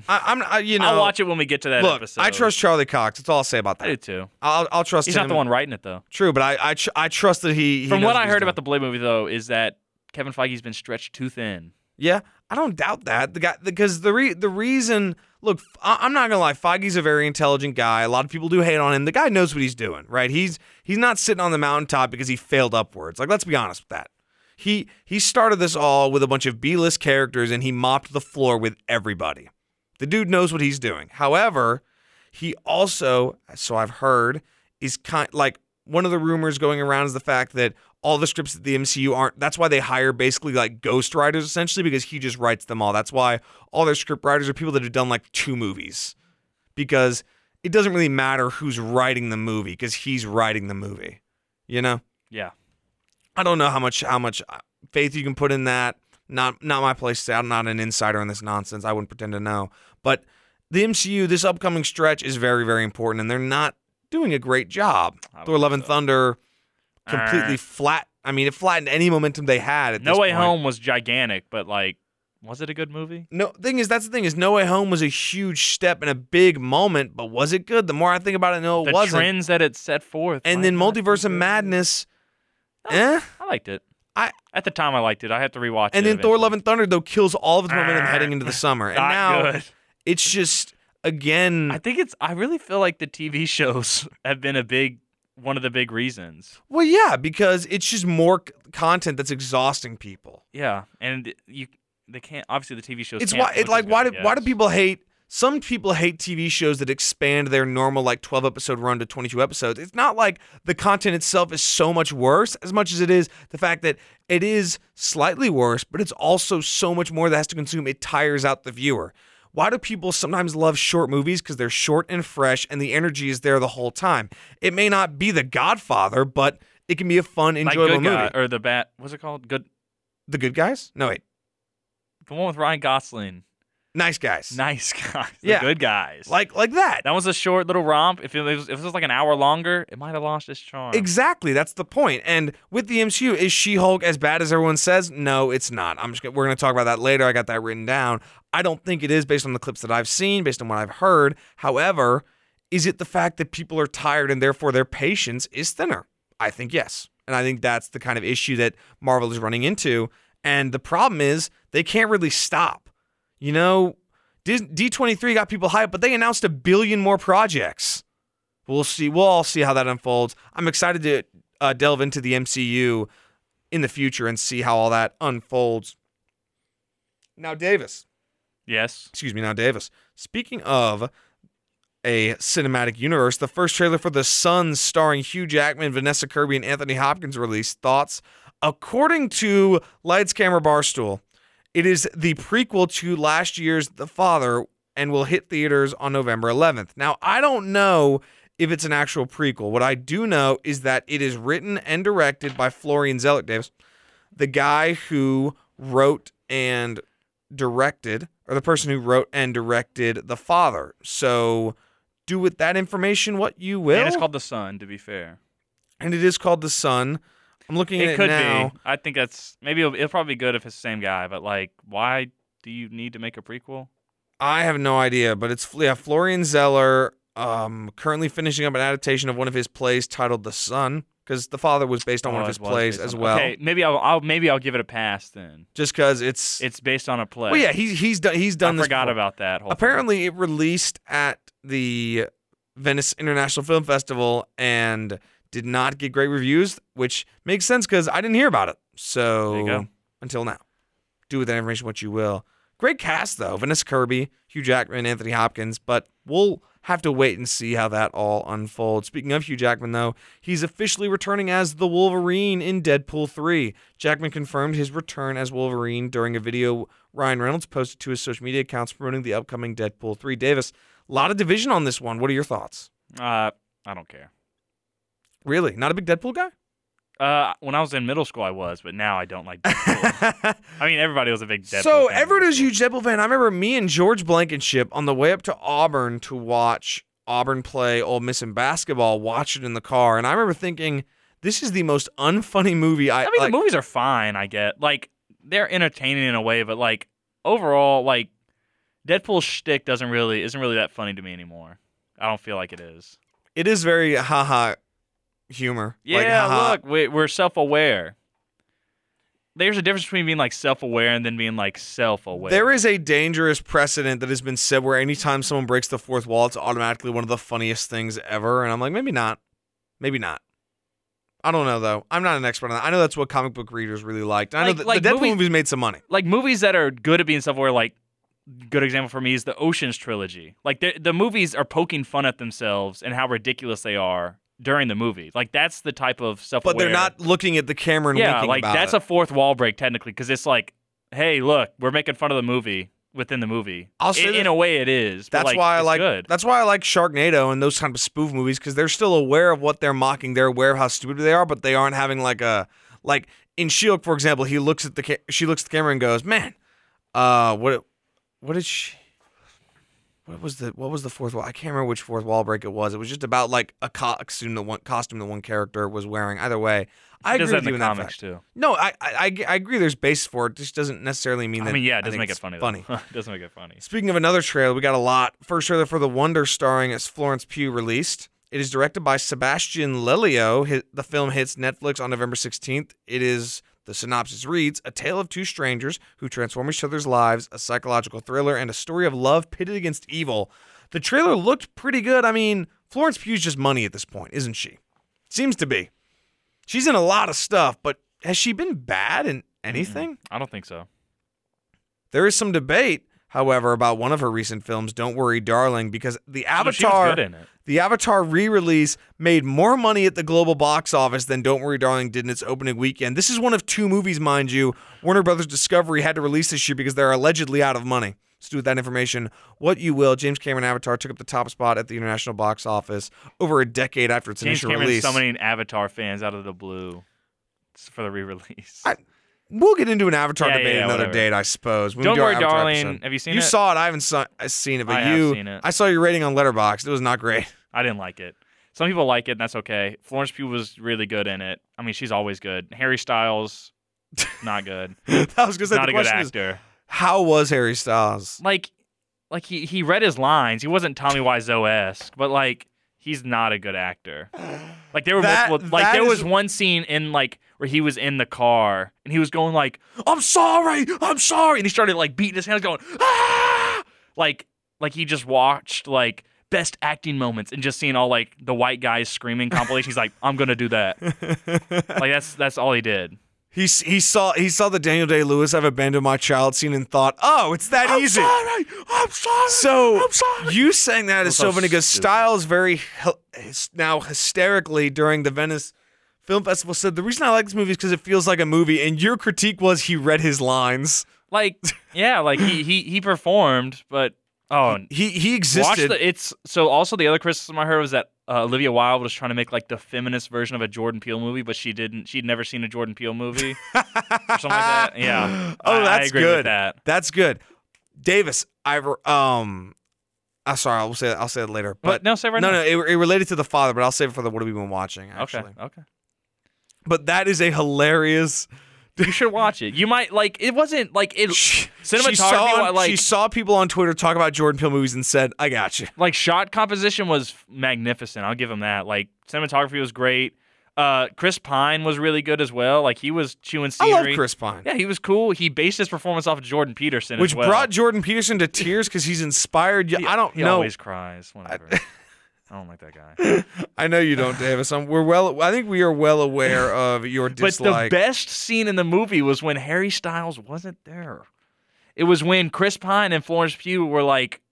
S2: I'm I, you know.
S1: I'll watch it when we get to that
S2: look,
S1: episode.
S2: I trust Charlie Cox. That's all I'll say about
S1: I do
S2: that.
S1: too.
S2: I'll, I'll trust
S1: He's
S2: him.
S1: not the one writing it though.
S2: True, but I I, tr- I trust that he. he
S1: From
S2: knows
S1: what
S2: what
S1: I
S2: he's
S1: heard
S2: doing.
S1: about the Blade movie though, is that Kevin Feige's been stretched too thin.
S2: Yeah, I don't doubt that. The guy because the re, the reason look, I, I'm not gonna lie. Feige's a very intelligent guy. A lot of people do hate on him. The guy knows what he's doing, right? He's he's not sitting on the mountaintop because he failed upwards. Like let's be honest with that. He he started this all with a bunch of B-list characters and he mopped the floor with everybody. The dude knows what he's doing. However, he also, so I've heard, is kind like one of the rumors going around is the fact that all the scripts at the MCU aren't. That's why they hire basically like ghostwriters essentially because he just writes them all. That's why all their script writers are people that have done like two movies because it doesn't really matter who's writing the movie because he's writing the movie. You know,
S1: Yeah.
S2: I don't know how much how much uh, faith you can put in that. Not not my place. to say. I'm not an insider in this nonsense. I wouldn't pretend to know. But the MCU this upcoming stretch is very very important, and they're not doing a great job.
S1: I
S2: Thor:
S1: would
S2: Love and
S1: say.
S2: Thunder completely
S1: Uh.
S2: flat. I mean, it flattened any momentum they had. At
S1: No
S2: this
S1: Way
S2: point.
S1: Home was gigantic, but like, was it a good movie?
S2: No thing is that's the thing is No Way Home was a huge step and a big moment, but was it good? The more I think about it, no, it
S1: the
S2: wasn't.
S1: trends that it set forth,
S2: and
S1: might
S2: then
S1: not be
S2: Multiverse of
S1: good.
S2: Madness,
S1: Oh,
S2: eh?
S1: I liked it.
S2: I-
S1: at the time I liked it. I have to rewatch it.
S2: And then Thor:
S1: eventually.
S2: Love and Thunder though kills all of its momentum
S1: Ah,
S2: heading into the summer, and
S1: Not
S2: now
S1: good.
S2: it's just again.
S1: I think it's. I really feel like the TV [laughs] shows have been a big one of the big reasons.
S2: well, yeah, because it's just more c- content that's exhausting people.
S1: Yeah, and you they can't obviously the TV shows.
S2: it's
S1: can't
S2: why it
S1: look as
S2: like why do
S1: good, I
S2: why do
S1: guess.
S2: people hate some people hate TV shows that expand their normal like 12 episode run to 22 episodes. It's not like the content itself is so much worse as much as it is the fact that it is slightly worse, but it's also so much more that has to consume it tires out the viewer. Why do people sometimes love short movies? Because they're short and fresh and the energy is there the whole time. It may not be The Godfather, but it can be a fun,
S1: like
S2: enjoyable
S1: good
S2: movie.
S1: guy or the bat. What's it called? Good.
S2: The Good Guys? No, wait.
S1: The one with Ryan Gosling. [laughs]
S2: Nice Guys.
S1: Nice guys. The
S2: Yeah.
S1: good guys.
S2: Like, like that.
S1: that was a short little romp. If it was, if it was like an hour longer, it might have lost its charm.
S2: Exactly, that's the point. And with the MCU, is She-Hulk as bad as everyone says? No, it's not. I'm just gonna, we're going to talk about that later. I got that written down. I don't think it is based on the clips that I've seen, based on what I've heard. However, is it the fact that people are tired and therefore their patience is thinner? I think yes. And I think that's the kind of issue that Marvel is running into. And the problem is they can't really stop. You know, Dis- D23 got people hyped, but they announced a billion more projects we'll see. We'll all see how that unfolds. I'm excited to uh, delve into the MCU in the future and see how all that unfolds. Now, Davis.
S1: Yes.
S2: Excuse me. Now, Davis. Speaking of a cinematic universe, the first trailer for The Sun, starring Hugh Jackman, Vanessa Kirby, and Anthony Hopkins, released. Thoughts? According to Lights Camera Barstool, it is the prequel to last year's The Father and will hit theaters on November 11th. Now, I don't know if it's an actual prequel. What I do know is that it is written and directed by Florian Zeller Davis, the guy who wrote and directed, or the person who wrote and directed The Father. So do with that information what you will.
S1: And it's called The Sun, to be fair.
S2: And it is called The Sun. I'm looking at
S1: it could
S2: it now.
S1: be. I think that's maybe it'll, it'll probably be good if it's the same guy, but like, why do you need to make a prequel?
S2: I have no idea, but it's yeah, Florian Zeller, um, currently finishing up an adaptation of one of his plays titled "The Sun," because the father was based on one
S1: Oh,
S2: of
S1: it
S2: his
S1: was
S2: plays
S1: based
S2: as
S1: on-
S2: well.
S1: Okay, maybe I'll, I'll maybe I'll give it a pass then.
S2: Just because it's,
S1: It's based on a play.
S2: well, yeah, he's he's done he's done
S1: I
S2: this.
S1: forgot
S2: before.
S1: about that. Whole thing.
S2: Apparently, it released at the Venice International Film Festival and did not get great reviews, which makes sense because I didn't hear about it. So
S1: There you go.
S2: until now, do with that information what you will. Great cast though, Vanessa Kirby, Hugh Jackman, Anthony Hopkins, but we'll have to wait and see how that all unfolds. Speaking of Hugh Jackman though, he's officially returning as the Wolverine in Deadpool 3. Jackman confirmed his return as Wolverine during a video Ryan Reynolds posted to his social media accounts promoting the upcoming Deadpool 3. Davis, a lot of division on this one. What are your thoughts?
S1: uh, I don't care.
S2: Really? Not a big Deadpool guy?
S1: Uh, when I was in middle school, I was, but now I don't like.
S2: [laughs]
S1: Deadpool. [laughs] I mean, everybody was a big Deadpool.
S2: so
S1: fan in
S2: Everett
S1: middle
S2: is a
S1: school.
S2: huge Deadpool fan. I remember me and George Blankenship on the way up to Auburn to watch Auburn play Ole Miss in basketball. Watch it in the car, and I remember thinking, "This is the most unfunny movie." I,
S1: I mean,
S2: like,
S1: the movies are fine. I get like they're entertaining in a way, but like overall, like Deadpool's shtick doesn't really isn't really that funny to me anymore. I don't feel like it is.
S2: It is very haha humor. Like,
S1: Yeah,
S2: haha.
S1: look, we, we're self aware. There's a difference between being like self aware and then being like self aware.
S2: There is a dangerous precedent that has been set where anytime someone breaks the fourth wall, it's automatically one of the funniest things ever. And I'm like, maybe not. Maybe not. I don't know though. I'm not an expert on that. I know that's what comic book readers really liked. And I know
S1: Like-
S2: that
S1: like
S2: the Deadpool
S1: movies-
S2: movies made some money.
S1: like movies that are good at being self aware. Like good example for me is the Ocean's trilogy. Like the the movies are poking fun at themselves and how ridiculous they are during the movie. Like that's the type of self aware.
S2: But they're not looking at the camera and
S1: yeah,
S2: winking
S1: like
S2: about
S1: that's
S2: it.
S1: a fourth wall break technically because it's like, hey, look, we're making fun of the movie within the movie.
S2: I'll say
S1: in,
S2: this-
S1: in a way it is. but,
S2: that's why I
S1: it's
S2: like
S1: good.
S2: that's why I like Sharknado and those kind of spoof movies because they're still aware of what they're mocking. They're aware of how stupid they are, but they aren't having like a like in Shield, for example. He looks at the ca- she looks at the camera and goes, "Man, uh, what what did she?" What was the what was the fourth wall? I can't remember which fourth wall break it was. It was just about like a costume that one costume that one character was wearing. Either way, I
S1: It
S2: agree
S1: does
S2: with
S1: that in
S2: you in
S1: the
S2: that
S1: comics
S2: fact.
S1: too.
S2: No, I, I I agree. There's basis for it. This doesn't necessarily mean that.
S1: I mean, yeah, it
S2: think
S1: doesn't make it
S2: it's
S1: funny. though.
S2: Funny.
S1: [laughs] it doesn't make it funny.
S2: Speaking of another trailer, we got a lot. First trailer for The Wonder, starring as Florence Pugh, released. It is directed by Sebastian Lelio. Hi- The film hits Netflix on November 16th. It is, the synopsis reads, A tale of two strangers who transform each other's lives, a psychological thriller, and a story of love pitted against evil. The trailer looked pretty good. I mean, Florence Pugh's just money at this point, isn't she? Seems to be. She's in a lot of stuff, but has she been bad in anything?
S1: I don't think so.
S2: There is some debate. however, about one of her recent films, Don't Worry, Darling, because the
S1: No, Oh, she was
S2: Avatar
S1: good in it.
S2: the Avatar re-release made more money at the global box office than Don't Worry Darling did in its opening weekend. This is one of two movies, mind you, Warner Brothers Discovery had to release this year because they're allegedly out of money. Let's do with that information what you will. James Cameron Avatar took up the top spot at the international box office over a decade after its
S1: James
S2: initial
S1: Cameron
S2: release.
S1: summoning Avatar fans out of the blue for the re-release.
S2: I- We'll get into an Avatar
S1: Yeah, yeah,
S2: debate
S1: yeah,
S2: another
S1: whatever.
S2: date, I suppose.
S1: [laughs]
S2: when we
S1: Don't
S2: do our
S1: worry,
S2: Avatar
S1: darling.
S2: episode.
S1: Have you seen
S2: you
S1: it?
S2: saw it. I haven't saw, I seen it, but
S1: I have
S2: you,
S1: seen it.
S2: I saw your rating on Letterboxd. It was not great. [laughs]
S1: I didn't like it. Some people like it, and that's okay. Florence Pugh was really good in it. I mean, she's always good. Harry Styles, not good.
S2: I was gonna say
S1: not
S2: the
S1: a good
S2: question [laughs] is,
S1: actor.
S2: how was Harry Styles?
S1: [laughs] Like, like he he read his lines. He wasn't Tommy Wiseau esque, but like he's not a good actor. Like there were
S2: That-
S1: multiple, like
S2: that
S1: there
S2: is-
S1: was one scene in like where he was in the car and he was going like I'm sorry, I'm sorry, and he started like beating his hands, going ah, like like he just watched like best acting moments and just seeing all like the white guys screaming compilation. He's like I'm gonna do that. Like that's that's all he did.
S2: he s- he saw he saw the Daniel Day Lewis "I've Abandoned My Child" scene and thought, "Oh, it's [laughs] that easy."
S1: sorry, I'm sorry.
S2: So
S1: I'm sorry.
S2: you sang that is
S1: so
S2: so funny because
S1: stupid.
S2: Styles very hy- hys- now hysterically during the Venice Film Festival said the reason I like this movie is because it feels like a movie. And your critique was he read his lines.
S1: Like yeah, like he he he performed, but oh
S2: He he
S1: Watch
S2: existed.
S1: the it's so also the other criticism I heard was that uh, Olivia Wilde was trying to make like the feminist version of a Jordan Peele movie, but she didn't. She'd never seen a Jordan Peele movie or something like
S2: [laughs]
S1: that. Yeah.
S2: Oh,
S1: I- I
S2: that's
S1: agree
S2: good.
S1: With that
S2: That's good, Davis. I re- um, I'm sorry. I'll say I'll say it later.
S1: but
S2: But
S1: no, say right
S2: no,
S1: now.
S2: no, it, it related to the father, but I'll save it for the what have we been watching. Actually.
S1: okay, okay.
S2: but that is a hilarious.
S1: You should watch it. You might like. It wasn't like it.
S2: She,
S1: Cinematography,
S2: she saw,
S1: like-
S2: she saw people on Twitter talk about Jordan Peele movies and said, "I got you."
S1: Like shot composition was magnificent. I'll give him that. Like cinematography was great. Uh, Chris Pine was really good as well. Like he was chewing
S2: I
S1: scenery.
S2: love Chris Pine,
S1: Yeah, he was cool. He based his performance off of Jordan Peterson,
S2: which
S1: as well.
S2: brought Jordan Peterson to tears because he's inspired. You. I don't
S1: He
S2: know.
S1: always cries. Whatever.
S2: [laughs]
S1: I don't like that guy.
S2: I know you don't, Davis. I'm, we're well. I think we are well aware of your
S1: But the
S2: dislike.
S1: best scene in the movie was when Harry Styles wasn't there. It was when Chris Pine and Florence Pugh were like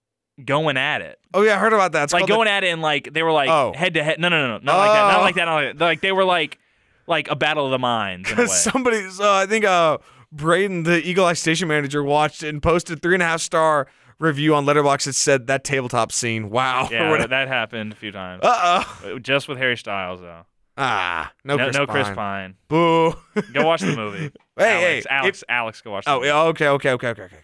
S1: going at it,
S2: oh yeah, I heard about that. It's
S1: like
S2: called the-
S1: going at it, and like they were like
S2: Oh.
S1: head to head. No, no, no, no, not like that. Not
S2: Oh.
S1: like that. Not like, that. like they were like like a battle of the minds.
S2: [laughs]
S1: In a way.
S2: Because somebody, so I think uh, Braden, the Eagle Eye station manager, watched it and posted three and a half star review on Letterboxd that said that tabletop scene. Wow. [laughs]
S1: yeah, that- that happened a few times.
S2: Uh oh.
S1: Just with Harry Styles though.
S2: Ah. No,
S1: no,
S2: Chris,
S1: no
S2: Pine.
S1: Chris Pine.
S2: Boo. [laughs]
S1: Go watch the movie.
S2: hey,
S1: Alex,
S2: hey.
S1: Alex,
S2: If-
S1: Alex, go watch. The
S2: oh,
S1: movie.
S2: yeah, okay, okay, okay, okay, okay.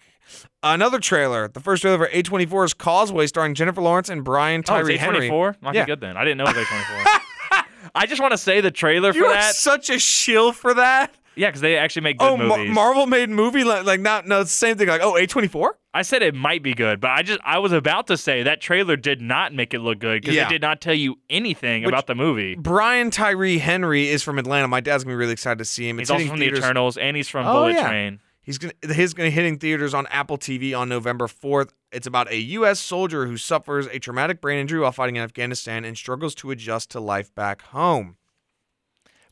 S2: Another trailer. The first trailer for A24 is Causeway, starring Jennifer Lawrence and Brian
S1: Oh,
S2: Tyree
S1: it's
S2: Henry.
S1: A24? Might
S2: Yeah.
S1: be good then. I didn't know it was A24. [laughs] I just want to say the trailer for
S2: You are
S1: that.
S2: such a shill for that.
S1: yeah, because they actually make good
S2: Oh, Mar-
S1: movies.
S2: Marvel made movie li- like not no it's the same thing like oh A24.
S1: I said it might be good, but I just I was about to say that trailer did not make it look good because
S2: Yeah.
S1: it did not tell you anything
S2: Which-
S1: about the movie.
S2: Brian Tyree Henry is from Atlanta. My dad's gonna be really excited to see him.
S1: He's
S2: It's
S1: also
S2: hitting
S1: from
S2: theaters.
S1: the Eternals and he's from
S2: Oh,
S1: Bullet
S2: yeah.
S1: Train.
S2: He's gonna his gonna hitting theaters on Apple TV on November 4th. It's about a U.S. soldier who suffers a traumatic brain injury while fighting in Afghanistan and struggles to adjust to life back home.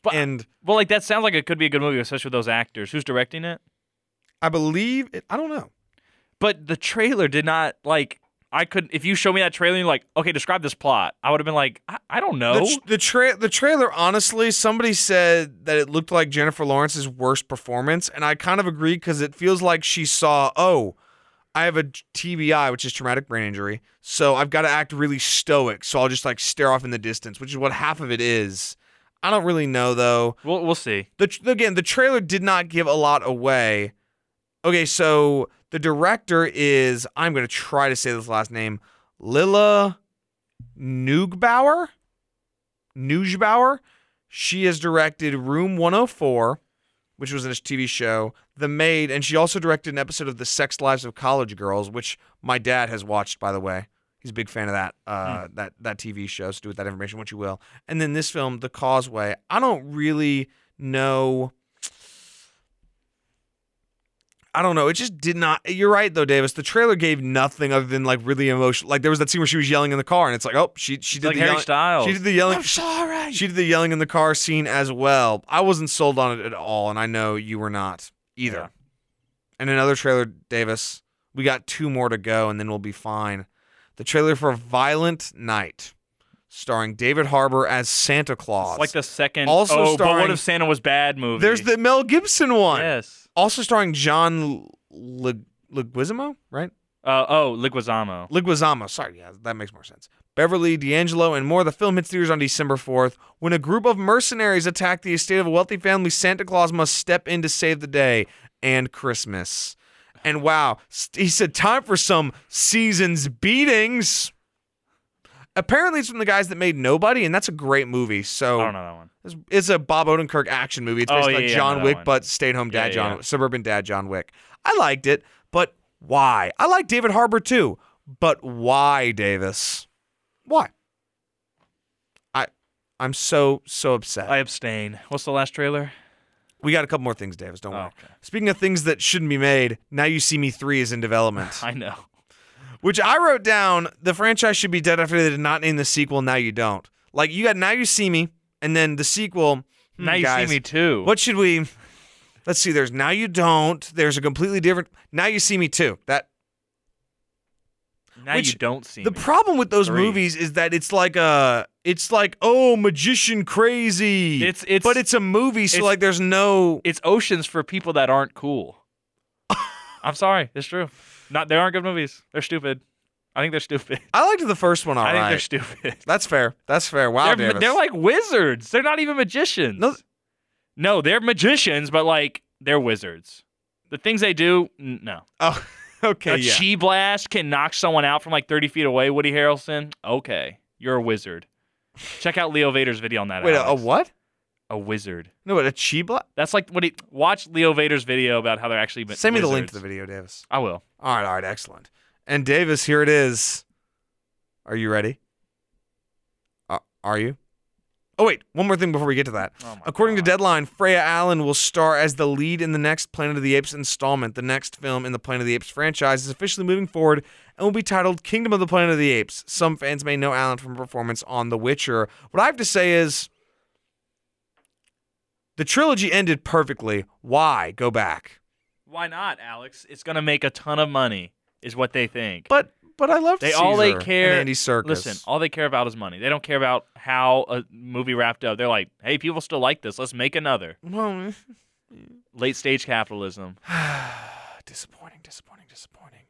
S1: But-
S2: and
S1: Well, like that sounds like it could be a good movie, especially with those actors. Who's directing it?
S2: I believe it, I don't know.
S1: But the trailer did not like. I could if you show me that trailer, and you're like, okay, describe this plot. I would have been like, I, I don't know.
S2: The, tr- the, tra- the trailer, honestly, somebody said that it looked like Jennifer Lawrence's worst performance, and I kind of agree because it feels like she saw, oh, I have a t- TBI, which is traumatic brain injury, so I've got to act really stoic, so I'll just like stare off in the distance, which is what half of it is. I don't really know though.
S1: we'll we'll see.
S2: The tr- again, the trailer did not give a lot away. Okay, so the director is I'm going to try to say this last name, Lila Neugbauer. Neugbauer. She has directed Room 104, which was a TV show, The Maid, and she also directed an episode of The Sex Lives of College Girls, which my dad has watched, by the way. He's a big fan of that
S1: Hmm.
S2: uh, that that TV show. So do with that information what you will. And then this film, The Causeway. I don't really know. I don't know. It just did not. You're right though, Davis. The trailer gave nothing other than like really emotional. Like there was that scene where she was yelling in the car, and it's like, oh, she she did
S1: like
S2: the
S1: Harry
S2: yelling-
S1: Styles.
S2: she did the yelling.
S1: Oh. sorry.
S2: She did the yelling in the car scene as well. I wasn't sold on it at all, and I know you were not either.
S1: Yeah.
S2: And another trailer, Davis. We got two more to go, and then we'll be fine. The trailer for Violent Night, starring David Harbour as Santa Claus.
S1: It's like the second.
S2: Also
S1: oh, but
S2: starring-
S1: what if Santa was bad movie?
S2: There's the Mel Gibson one.
S1: yes.
S2: Also starring John L- Lig- Liguizamo, right?
S1: Uh, oh, Liguizamo.
S2: Liguizamo. Sorry, yeah, that makes more sense. Beverly, D'Angelo, and more. The film hits theaters on December 4th when a group of mercenaries attack the estate of a wealthy family. Santa Claus must step in to save the day and Christmas. And wow, s- he said, time for some season's beatings. Apparently, it's from the guys that made Nobody, and that's a great movie. So
S1: I don't know that one.
S2: it's, it's a Bob Odenkirk action movie. It's
S1: Oh,
S2: basically
S1: yeah,
S2: like
S1: yeah, I know
S2: John
S1: that
S2: Wick,
S1: one.
S2: but stay at home
S1: Yeah,
S2: dad John,
S1: yeah.
S2: suburban dad John Wick. I liked it, but why? I like David Harbour too, but why, Davis? Why? I, I'm so so upset.
S1: I abstain. What's the last trailer?
S2: we got a couple more things, Davis. Don't
S1: Oh,
S2: worry.
S1: okay.
S2: Speaking of things that shouldn't be made, now you see me three is in
S1: [laughs] [laughs]
S2: development,
S1: I know.
S2: which I wrote down. The franchise should be dead after they did not name the sequel. Now you don't. Like you got now you see me, and then the sequel. hmm,
S1: now you
S2: guys,
S1: see me too.
S2: What should we? Let's see. There's now you don't. There's a completely different. Now you see me too. That
S1: Now
S2: which-
S1: you don't see
S2: the
S1: me.
S2: problem with those
S1: Three.
S2: movies is that it's like a. It's like oh magician crazy.
S1: It's- it's-
S2: but it's a movie, so
S1: it's-
S2: like there's no.
S1: it's oceans for people that aren't
S2: [laughs]
S1: cool. I'm sorry, it's true. Not they aren't good movies. They're stupid. I think they're stupid. [laughs]
S2: I liked the first one. All
S1: I
S2: right,
S1: think they're stupid.
S2: that's fair. That's fair. Wow,
S1: they're,
S2: Davis.
S1: they're like wizards. They're not even magicians.
S2: No-
S1: No, they're magicians, but like they're wizards. The things they do, n- no.
S2: oh, [laughs] okay,
S1: a
S2: yeah.
S1: chi blast can knock someone out from like 30 feet away. Woody Harrelson, okay, you're a wizard. Check out Leo Vader's video on that.
S2: Wait, a, a
S1: Alex.
S2: what?
S1: A wizard.
S2: No, what a chi block.
S1: That's like what he watch Leo Vader's video about how they're actually. ma-
S2: Send me the link to the
S1: wizards.
S2: video, Davis.
S1: I will.
S2: All right, all right, excellent. And Davis, here it is. Are you ready? Uh, are you? Oh wait, one more thing before we get to that.
S1: Oh my
S2: According
S1: God.
S2: to Deadline, Freya Allen will star as the lead in the next Planet of the Apes installment. The next film in the Planet of the Apes franchise is officially moving forward and will be titled Kingdom of the Planet of the Apes. Some fans may know Allen from her performance on The Witcher. What I have to say is the trilogy ended perfectly. Why go back?
S1: Why not, Alex? It's gonna make a ton of money, is what they think.
S2: But but I love
S1: They- all they care-
S2: and Andy Serkis.
S1: Listen, all they care about is money. They don't care about how a movie wrapped up. They're like, hey, people still like this. Let's make another.
S2: Well,
S1: Late stage capitalism.
S2: disappointing, disappointing, disappointing.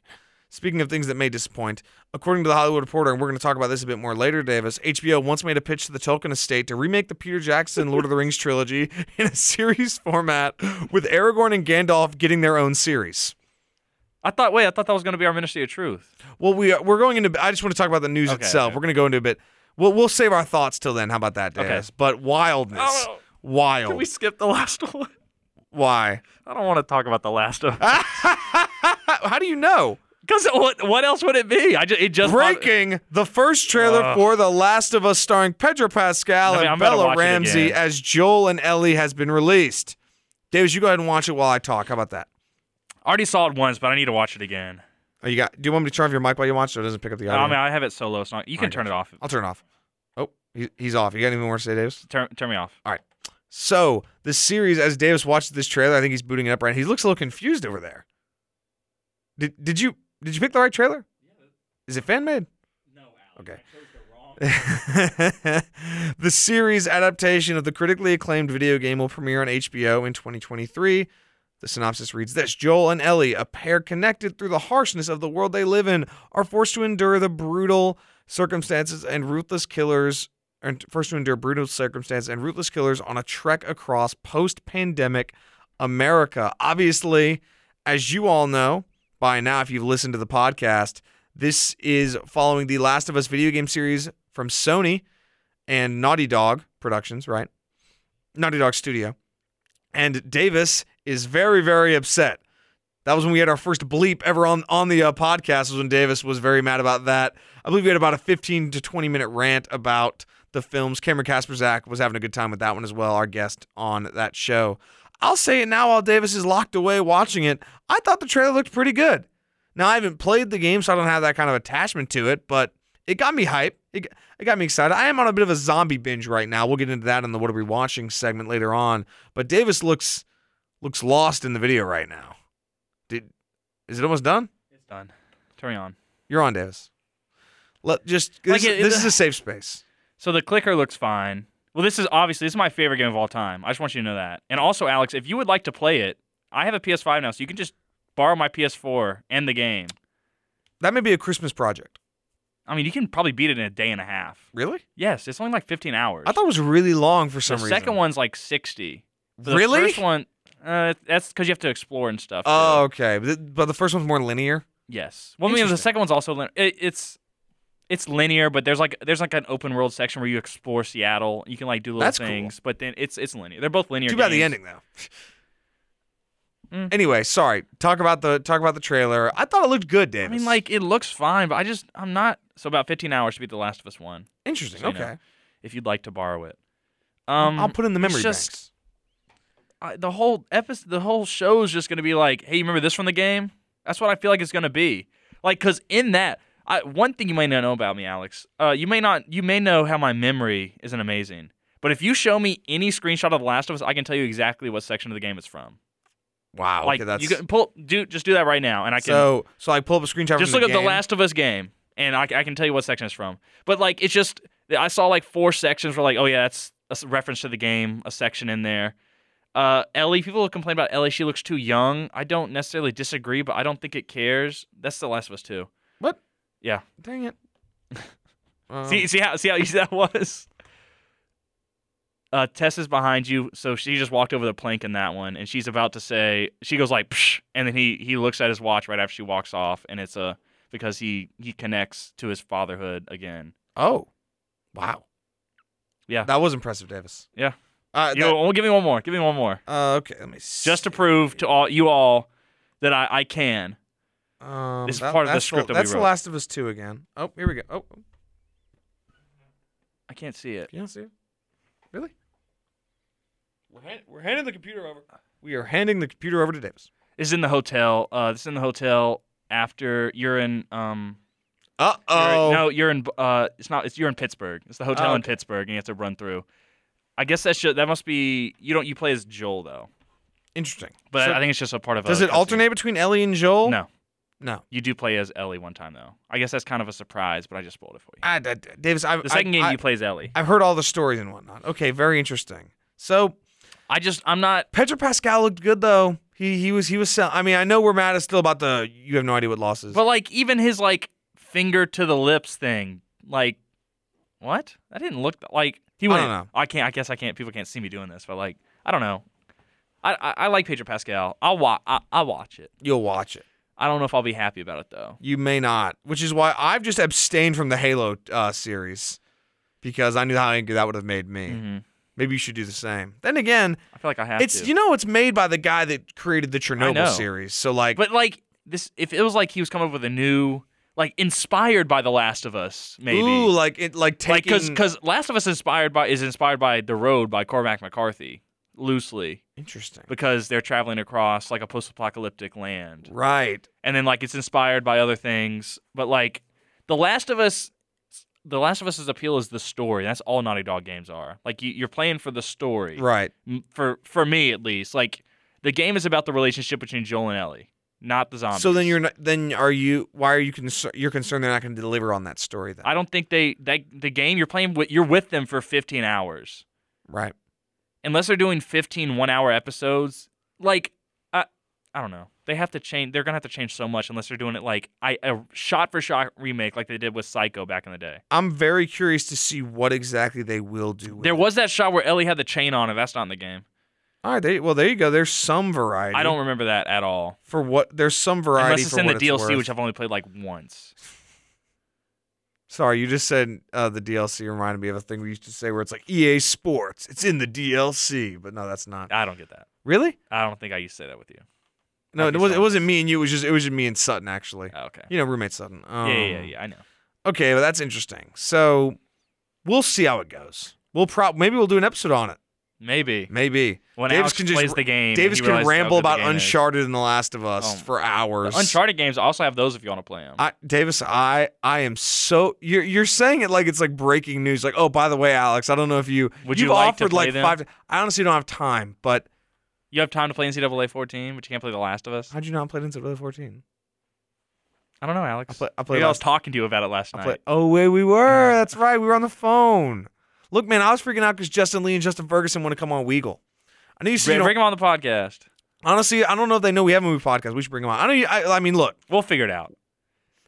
S2: Speaking of things that may disappoint, according to the Hollywood Reporter, and we're going to talk about this a bit more later, Davis, HBO once made a pitch to the Tolkien estate to remake the Peter Jackson Lord of the Rings trilogy [laughs] in a series format with Aragorn and Gandalf getting their own series.
S1: I thought, wait, I thought that was gonna be our Ministry of Truth.
S2: Well, we are, we're going into. I just want to talk about the news
S1: Okay,
S2: itself.
S1: okay.
S2: We're going to go into a bit. We'll we'll save our thoughts till then. How about that,
S1: Okay.
S2: Davis? But wildness,
S1: Oh,
S2: wild.
S1: Can [laughs] we skip the last [laughs] one?
S2: Why? [laughs]
S1: I don't want to talk about the last one. [laughs]
S2: How do you know?
S1: Because what, what else would it be? I just, it just popped-
S2: Breaking the first trailer
S1: Ugh.
S2: for The Last of Us starring Pedro Pascal
S1: I mean,
S2: and
S1: I'm gonna
S2: Bella
S1: watch it
S2: Ramsey
S1: again.
S2: as Joel and Ellie has been released. Davis, you go ahead and watch it while I talk. How about that?
S1: I already saw it once, but I need to watch it again.
S2: Oh, you got? Do you want me to turn off your mic while you watch it? Or it doesn't pick up the
S1: I,
S2: audio.
S1: mean, I have it solo. It's not, you can
S2: Okay.
S1: turn it off.
S2: I'll turn it off. Oh, he, he's off. You got anything more to say, Davis?
S1: Turn, turn me off.
S2: So the series, as Davis watches this trailer, I think he's booting it up right. He looks a little confused over there. Did did you did you pick the right trailer? Is it fan made?
S1: No, Alex.
S2: Okay. [laughs] the series adaptation of the critically acclaimed video game will premiere on HBO in 2023. The synopsis reads this Joel and Ellie, a pair connected through the harshness of the world they live in, are forced to endure the brutal circumstances and ruthless killers. And forced to endure brutal circumstances and ruthless killers on a trek across post pandemic America. Obviously, as you all know by now, if you've listened to the podcast, this is following the Last of Us video game series from Sony and Naughty Dog Productions, right? Naughty Dog Studio. And Davis is very, very upset. That was when we had our first bleep ever on, on the uh, podcast, was when Davis was very mad about that. I believe we had about a 15 to 20 minute rant about the films. Cameron Kasperzak was having a good time with that one as well, our guest on that show. I'll say it now while Davis is locked away watching it. I thought the trailer looked pretty good. Now I haven't played the game, so I don't have that kind of attachment to it, but it got me hype. It, g- it got me excited. I am on a bit of a zombie binge right now. We'll get into that in the what are we watching segment later on. But Davis looks looks lost in the video right now. Did is it almost done?
S1: It's Done. Turn on.
S2: You're on, Davis. Let just this,
S1: Like it-
S2: this
S1: it-
S2: is a safe space.
S1: So the clicker looks fine. Well, this is obviously this is my favorite game of all time. I just want you to know that. And also, Alex, if you would like to play it, I have a PS5 now, so you can just borrow my PS4 and the game.
S2: That may be a Christmas project.
S1: I mean, you can probably beat it in a day and a half.
S2: Really?
S1: Yes, it's only like 15 hours.
S2: I thought it was really long for some
S1: the
S2: reason.
S1: second one's like 60. The
S2: really?
S1: first one, uh, that's because you have to explore and stuff.
S2: Oh,
S1: too.
S2: okay. But the, but the first one's more linear.
S1: yes. Well, I mean, the
S2: Interesting.
S1: second one's also lin- it, it's it's linear, but there's like there's like an open world section where you explore Seattle. You can like do little
S2: That's cool.
S1: things, but then it's it's linear. They're both linear.
S2: Too bad the
S1: games.
S2: ending though.
S1: Mm.
S2: Anyway, sorry. Talk about the talk about the trailer. I thought it looked good,
S1: I
S2: Davis.
S1: mean, like it looks fine, but I just I'm not so about 15 hours to beat The Last of Us one.
S2: interesting.
S1: so you
S2: Okay,
S1: know, If you'd like to borrow it, um,
S2: I'll put it in the
S1: it's
S2: memory
S1: just-
S2: banks.
S1: I, the whole episode, the whole show is just gonna be like, hey, you remember this from the game? That's what I feel like it's gonna be. Like, cause in that, I, one thing you may not know about me, Alex, uh, you may not, you may know how my memory isn't amazing, but if you show me any screenshot of The Last of Us, I can tell you exactly what section of the game it's from.
S2: Wow.
S1: like,
S2: okay, that's
S1: you can pull, do just do that right now, and I can
S2: so. So I pull up a screenshot.
S1: just look
S2: from the
S1: up
S2: game.
S1: the Last of Us game, and I, I can tell you what section it's from. But like, it's just I saw like four sections where like, oh yeah, that's a s- reference to the game, a section in there. Uh, Ellie, people complain about Ellie. She looks too young. I don't necessarily disagree, but I don't think it cares. That's the Last of Us too.
S2: What?
S1: Yeah. [laughs]
S2: Dang it. Um,
S1: See, see how see how easy [laughs] that was. Uh, Tess is behind you, so she just walked over the plank in that one, and she's about to say she goes like, Psh, and then he he looks at his watch right after she walks off, and it's uh, because he he connects to his fatherhood again.
S2: oh, wow.
S1: Yeah.
S2: that was impressive, Davis.
S1: Yeah.
S2: Uh,
S1: You
S2: that-
S1: know, well, give me one more, give me one more,
S2: uh, okay. Let me see.
S1: just to prove to all you all that I I can.
S2: Um,
S1: This is part of the
S2: that's
S1: script that we
S2: That's The
S1: wrote.
S2: Last of Us Two again. Oh, here we go. Oh, oh,
S1: I can't see it.
S2: can you not see it? Really? We're, hand- we're handing the computer over. We are handing the computer over to Davis.
S1: This is in the hotel. Uh, this is in the hotel after you're in um
S2: Uh
S1: You're-
S2: oh.
S1: no, you're in. Uh, it's not. It's you're in Pittsburgh. It's the hotel
S2: Oh,
S1: in
S2: okay.
S1: Pittsburgh, and you have to run through. I guess that should. That must be. You don't. You play as Joel though,
S2: Interesting.
S1: but
S2: So
S1: I think it's just a part of.
S2: does
S1: a
S2: it
S1: cutscene.
S2: alternate between Ellie and Joel?
S1: No,
S2: No.
S1: you do play as Ellie one time though. I guess that's kind of a surprise, but I just spoiled it for you.
S2: I, I, Davis, I've,
S1: The second
S2: I,
S1: game
S2: I,
S1: you play as Ellie.
S2: I've heard all the stories and whatnot. Okay, very interesting. So
S1: I just. I'm not.
S2: Pedro Pascal looked good though. He he was he was. Sell- I mean, I know we're mad at still about the. You have no idea what losses.
S1: But like even his like finger to the lips thing. Like, what? That didn't look th- like he
S2: I
S1: went.
S2: don't know.
S1: I can't. I guess I can't. People can't see me doing this, but like I don't know. I I, I like Pedro Pascal. I'll watch. I, I'll watch it.
S2: You'll watch it.
S1: I don't know if I'll be happy about it though.
S2: You may not, which is why I've just abstained from the Halo uh, series because I knew how angry that would have made me.
S1: hmm
S2: Maybe you should do the same. Then again,
S1: I feel like I have
S2: it's
S1: to.
S2: you know it's made by the guy that created the
S1: know.
S2: Chernobyl series. So like,
S1: but like this, if it was like he was coming up with a new, like inspired by The Last of Us, maybe.
S2: ooh, like it like
S1: like
S2: taking
S1: because Last of Us inspired by is inspired by The Road by Cormac McCarthy loosely
S2: interesting.
S1: because they're traveling across like a post-apocalyptic land,
S2: Right.
S1: and then like it's inspired by other things. But like The Last of Us. The Last of Us's appeal is the story. That's all Naughty Dog games are. Like you, you're playing for the story.
S2: Right.
S1: m- for for me at least, like the game is about the relationship between Joel and Ellie, not the zombies.
S2: So then you're not, then are you why are you concerned you're concerned they're not going to deliver on that story then?
S1: I don't think they that the game you're playing with you're with them for 15 hours,
S2: right.
S1: unless they're doing 15 one hour episodes. Like I I don't know. They have to change. They're gonna have to change so much unless they're doing it like I a shot for shot remake like they did with Psycho back in the day.
S2: I'm very curious to see what exactly they will do. With
S1: There
S2: it.
S1: was that shot where Ellie had the chain on, and that's not in the game.
S2: All right, there, well there you go. There's some variety.
S1: I don't remember that at all.
S2: for what there's some variety
S1: unless it's
S2: for
S1: in the
S2: what
S1: DLC,
S2: worth.
S1: which I've only played like once.
S2: Sorry, you just said uh, the DLC reminded me of a thing we used to say where it's like EA Sports. It's in the DLC, but no, that's not.
S1: I don't get that.
S2: Really?
S1: I don't think I used to say that with you.
S2: No,
S1: Like
S2: it
S1: it's
S2: was it
S1: not.
S2: wasn't me and you. It was just it was just me and Sutton actually.
S1: Oh, okay.
S2: You know, roommate Sutton. Um,
S1: Yeah, yeah, yeah, yeah. I know.
S2: Okay, well that's interesting. So we'll see how it goes. We'll prob maybe we'll do an episode on it.
S1: Maybe
S2: Maybe.
S1: when
S2: Davis
S1: Alex
S2: can just-
S1: plays the game,
S2: Davis
S1: he
S2: can
S1: realizes how
S2: ramble
S1: good the
S2: about
S1: game is.
S2: Uncharted and The Last of Us
S1: Oh.
S2: for hours.
S1: The Uncharted games also have those if you want to play them.
S2: I, Davis, I I am so you're you're saying it like it's like breaking news. Like, oh, by the way, Alex, I don't know if you
S1: Would you
S2: you've
S1: like to
S2: offered
S1: play
S2: like
S1: them?
S2: five. I honestly don't have time, but
S1: you have time to play NCAA 14, but you can't play The Last of Us.
S2: how'd you not play Nintendo 14?
S1: I don't know, Alex.
S2: play- I play
S1: Maybe I was
S2: last-
S1: talking to you about it last night.
S2: But- oh, wait, we were. That's right. We were on the phone. Look, man, I was freaking out because Justin Lee and Justin Ferguson want to come on Weagle. I know you see.
S1: Bring,
S2: you
S1: bring
S2: don't-
S1: him on the podcast.
S2: honestly, I don't know if they know we have a movie podcast. We should bring them on. I know. You, I, I mean, look,
S1: We'll figure it out.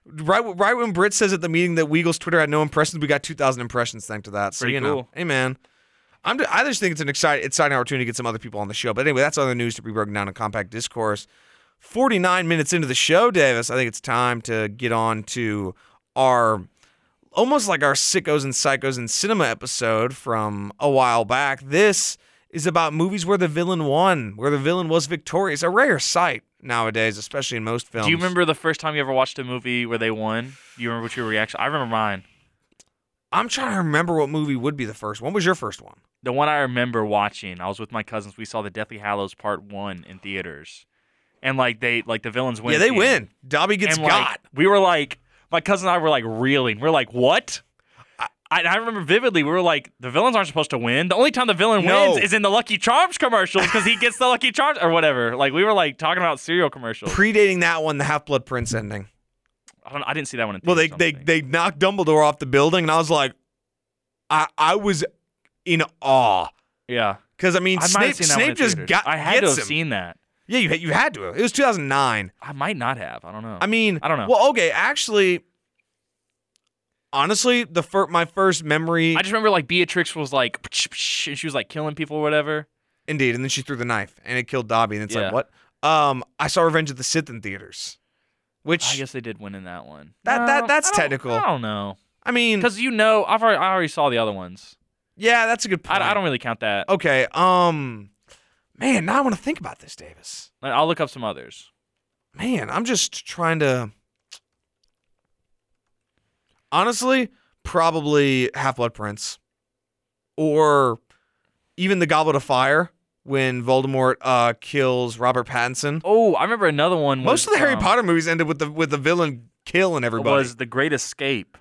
S2: right, right when Britt says at the meeting that Weagle's Twitter had no impressions, we got two thousand impressions thanks to that. So
S1: Pretty
S2: you know,
S1: cool.
S2: hey, man. I'm just, I just think it's an exciting, exciting opportunity to get some other people on the show. But anyway, that's other news to be broken down in compact discourse. 49 minutes into the show, Davis, I think it's time to get on to our almost like our sickos and psychos in cinema episode from a while back. This is about movies where the villain won, where the villain was victorious. A rare sight nowadays, especially in most films.
S1: Do you remember the first time you ever watched a movie where they won? Do you remember what your reaction? I remember mine.
S2: I'm trying to remember what movie would be the first one. What was your first one?
S1: The one I remember watching, I was with my cousins. We saw The Deathly Hallows Part One in theaters, and like they, like the villains win.
S2: yeah,
S1: at
S2: they
S1: the end.
S2: win. Dobby gets
S1: and like,
S2: got.
S1: we were like, my cousin and I were like reeling. We are like, what? I, I remember vividly. We were like, the villains aren't supposed to win. The only time the villain
S2: No.
S1: wins is in the Lucky Charms commercials because he gets the Lucky Charms or whatever. Like we were like talking about cereal commercials.
S2: Predating that one, the Half Blood Prince ending.
S1: I don't. I didn't see that one. In
S2: Well, they,
S1: theaters, I
S2: they
S1: don't think.
S2: they knocked Dumbledore off the building, and I was like, I I was in awe
S1: yeah.
S2: because I mean
S1: I might have
S2: Snape
S1: seen that one
S2: Snape
S1: in
S2: just
S1: theaters.
S2: got
S1: I had to
S2: gets
S1: have
S2: him.
S1: seen that.
S2: Yeah, you you had to. have. It was 2009.
S1: I might not have. I don't know.
S2: I mean,
S1: I don't know.
S2: Well, okay, actually, honestly, the fir- my first memory,
S1: I just remember like Beatrix was like, psh, psh, and she was like killing people or whatever.
S2: indeed, and then she threw the knife and it killed Dobby, and it's
S1: Yeah.
S2: like what? Um, I saw Revenge of the Sith in theaters, which
S1: I guess they did win in that one.
S2: That- that-
S1: No,
S2: that's
S1: I don't-
S2: technical.
S1: I don't know
S2: I mean,
S1: because you know I've already, I already saw the other ones.
S2: yeah, that's a good
S1: I,
S2: point.
S1: I don't really count that.
S2: Okay. Um, man, now I want to think about this, Davis.
S1: Like, I'll look up some others.
S2: Man, I'm just trying to. Honestly, probably Half Blood Prince, or even the Goblet of Fire when Voldemort uh, kills Robert Pattinson.
S1: Oh, I remember another one. Was,
S2: Most of the Harry
S1: um,
S2: Potter movies ended with the with the villain killing everybody.
S1: was The Great Escape.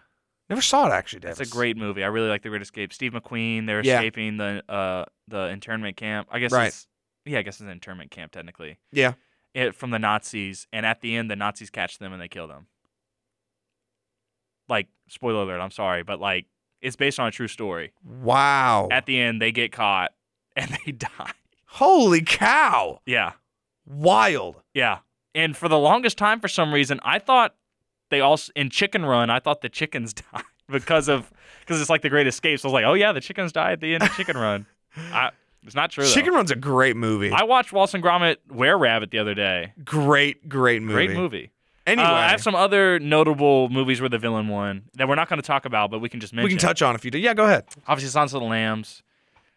S2: Never saw it actually, Davis.
S1: That's a great movie. I really like The Great Escape. Steve McQueen. They're
S2: Yeah.
S1: escaping the uh the internment camp. I guess.
S2: Right.
S1: It's, yeah, I guess it's an internment camp technically.
S2: Yeah.
S1: It from the Nazis, and at the end, the Nazis catch them and they kill them. Like spoiler alert. I'm sorry, but like it's based on a true story.
S2: Wow.
S1: At the end, they get caught [laughs] and they die.
S2: Holy cow!
S1: Yeah.
S2: Wild.
S1: Yeah. And for the longest time, for some reason, I thought they all in Chicken Run. I thought the chickens [laughs] died because of because it's like the Great Escape. So I was like, oh yeah, the chickens died at the end of Chicken
S2: [laughs]
S1: Run. I, it's not true. though.
S2: Chicken Run's a great movie.
S1: I watched Walson Gromit Were Rabbit the other day.
S2: Great, great movie.
S1: Great movie.
S2: Anyway,
S1: Uh, I have some other notable movies where the villain won that we're not going to talk about, but we can just mention.
S2: we can touch on if you do. Yeah, go ahead.
S1: Obviously, Silence of the Lambs.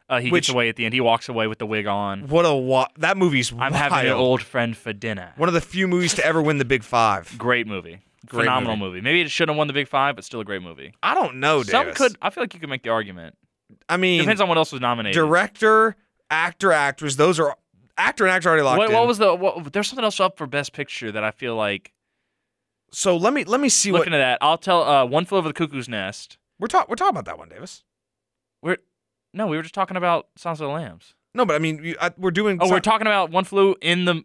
S1: Uh, he
S2: Which-
S1: gets away at the end. He walks away with the wig on.
S2: What a wa- that movie's
S1: Mm. I'm
S2: wild.
S1: having an old friend for dinner.
S2: one of the few movies to ever win the Big Five.
S1: Great movie.
S2: Great
S1: Phenomenal movie. Maybe it should have won the Big Five, but still a great movie.
S2: I don't know, Davis.
S1: Some could. I feel like you could make the argument.
S2: Oh, I mean,
S1: Depends on what else was nominated.
S2: director, actor, actress. Those are actor and actor already locked
S1: what,
S2: in.
S1: what was the? What, there's something else up for Best Picture that I feel like
S2: so let me let me see
S1: looking
S2: what
S1: at that. I'll tell. Uh, One flew over the cuckoo's nest.
S2: we're talking. We're talking about that one, Davis.
S1: We're no, we were just talking about Silence of the Lambs.
S2: No, but I mean, you, I, we're doing.
S1: Oh,
S2: so-
S1: we're talking about One Flew in the.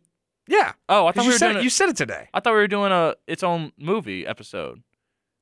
S2: yeah.
S1: Oh, I thought
S2: 'cause you
S1: we were
S2: said
S1: doing.
S2: it,
S1: a-
S2: you said it today.
S1: I thought we were doing a its own movie episode.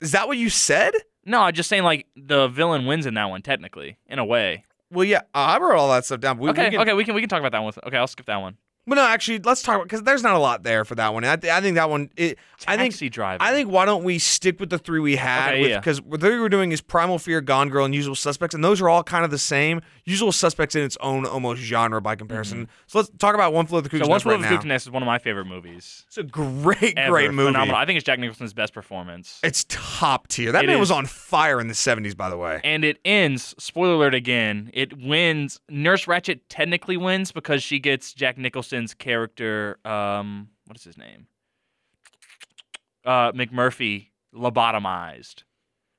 S2: Is that what you said?
S1: No, I'm just saying like the villain wins in that one technically, in a way.
S2: Well, yeah, I wrote all that stuff down. but We,
S1: okay,
S2: we can,
S1: okay, we can we can talk about that one. Okay, I'll skip that one.
S2: Well, no, actually, let's talk about because there's not a lot there for that one. I, th- I think that one. It, I think
S1: Taxi Driver.
S2: I think why don't we stick with the three we had
S1: Okay, yeah.
S2: because what they were doing is Primal Fear, Gone Girl, and Usual Suspects, and those are all kind of the same. Usual Suspects in its own almost genre by comparison. So let's talk about One Flew Over the
S1: Mm-hmm.
S2: Cuckoo's
S1: So One
S2: Nest
S1: Flew
S2: right
S1: Over the
S2: now.
S1: Cuckoo's Nest is one of my favorite movies.
S2: It's a great,
S1: Ever.
S2: great movie.
S1: Phenomenal. I think it's Jack Nicholson's best performance.
S2: It's top tier. That
S1: It
S2: man
S1: is.
S2: was on fire in the '70s, by the way.
S1: and it ends spoiler alert again it wins nurse ratchet technically wins because she gets jack nicholson's character um what is his name uh mcmurphy lobotomized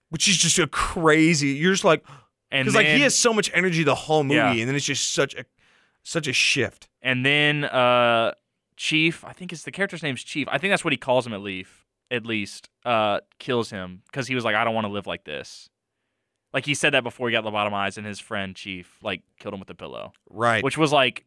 S2: Which is just a crazy. You're just like
S1: and
S2: because
S1: then,
S2: like he has so much energy the whole movie,
S1: Yeah.
S2: and then it's just such a such a shift.
S1: and then uh chief i think it's the character's name's chief i think that's what he calls him at leaf at least uh kills him because he was like i don't want to live like this like he said that before he got lobotomized and his friend chief like killed him with a pillow
S2: Right.
S1: which was like,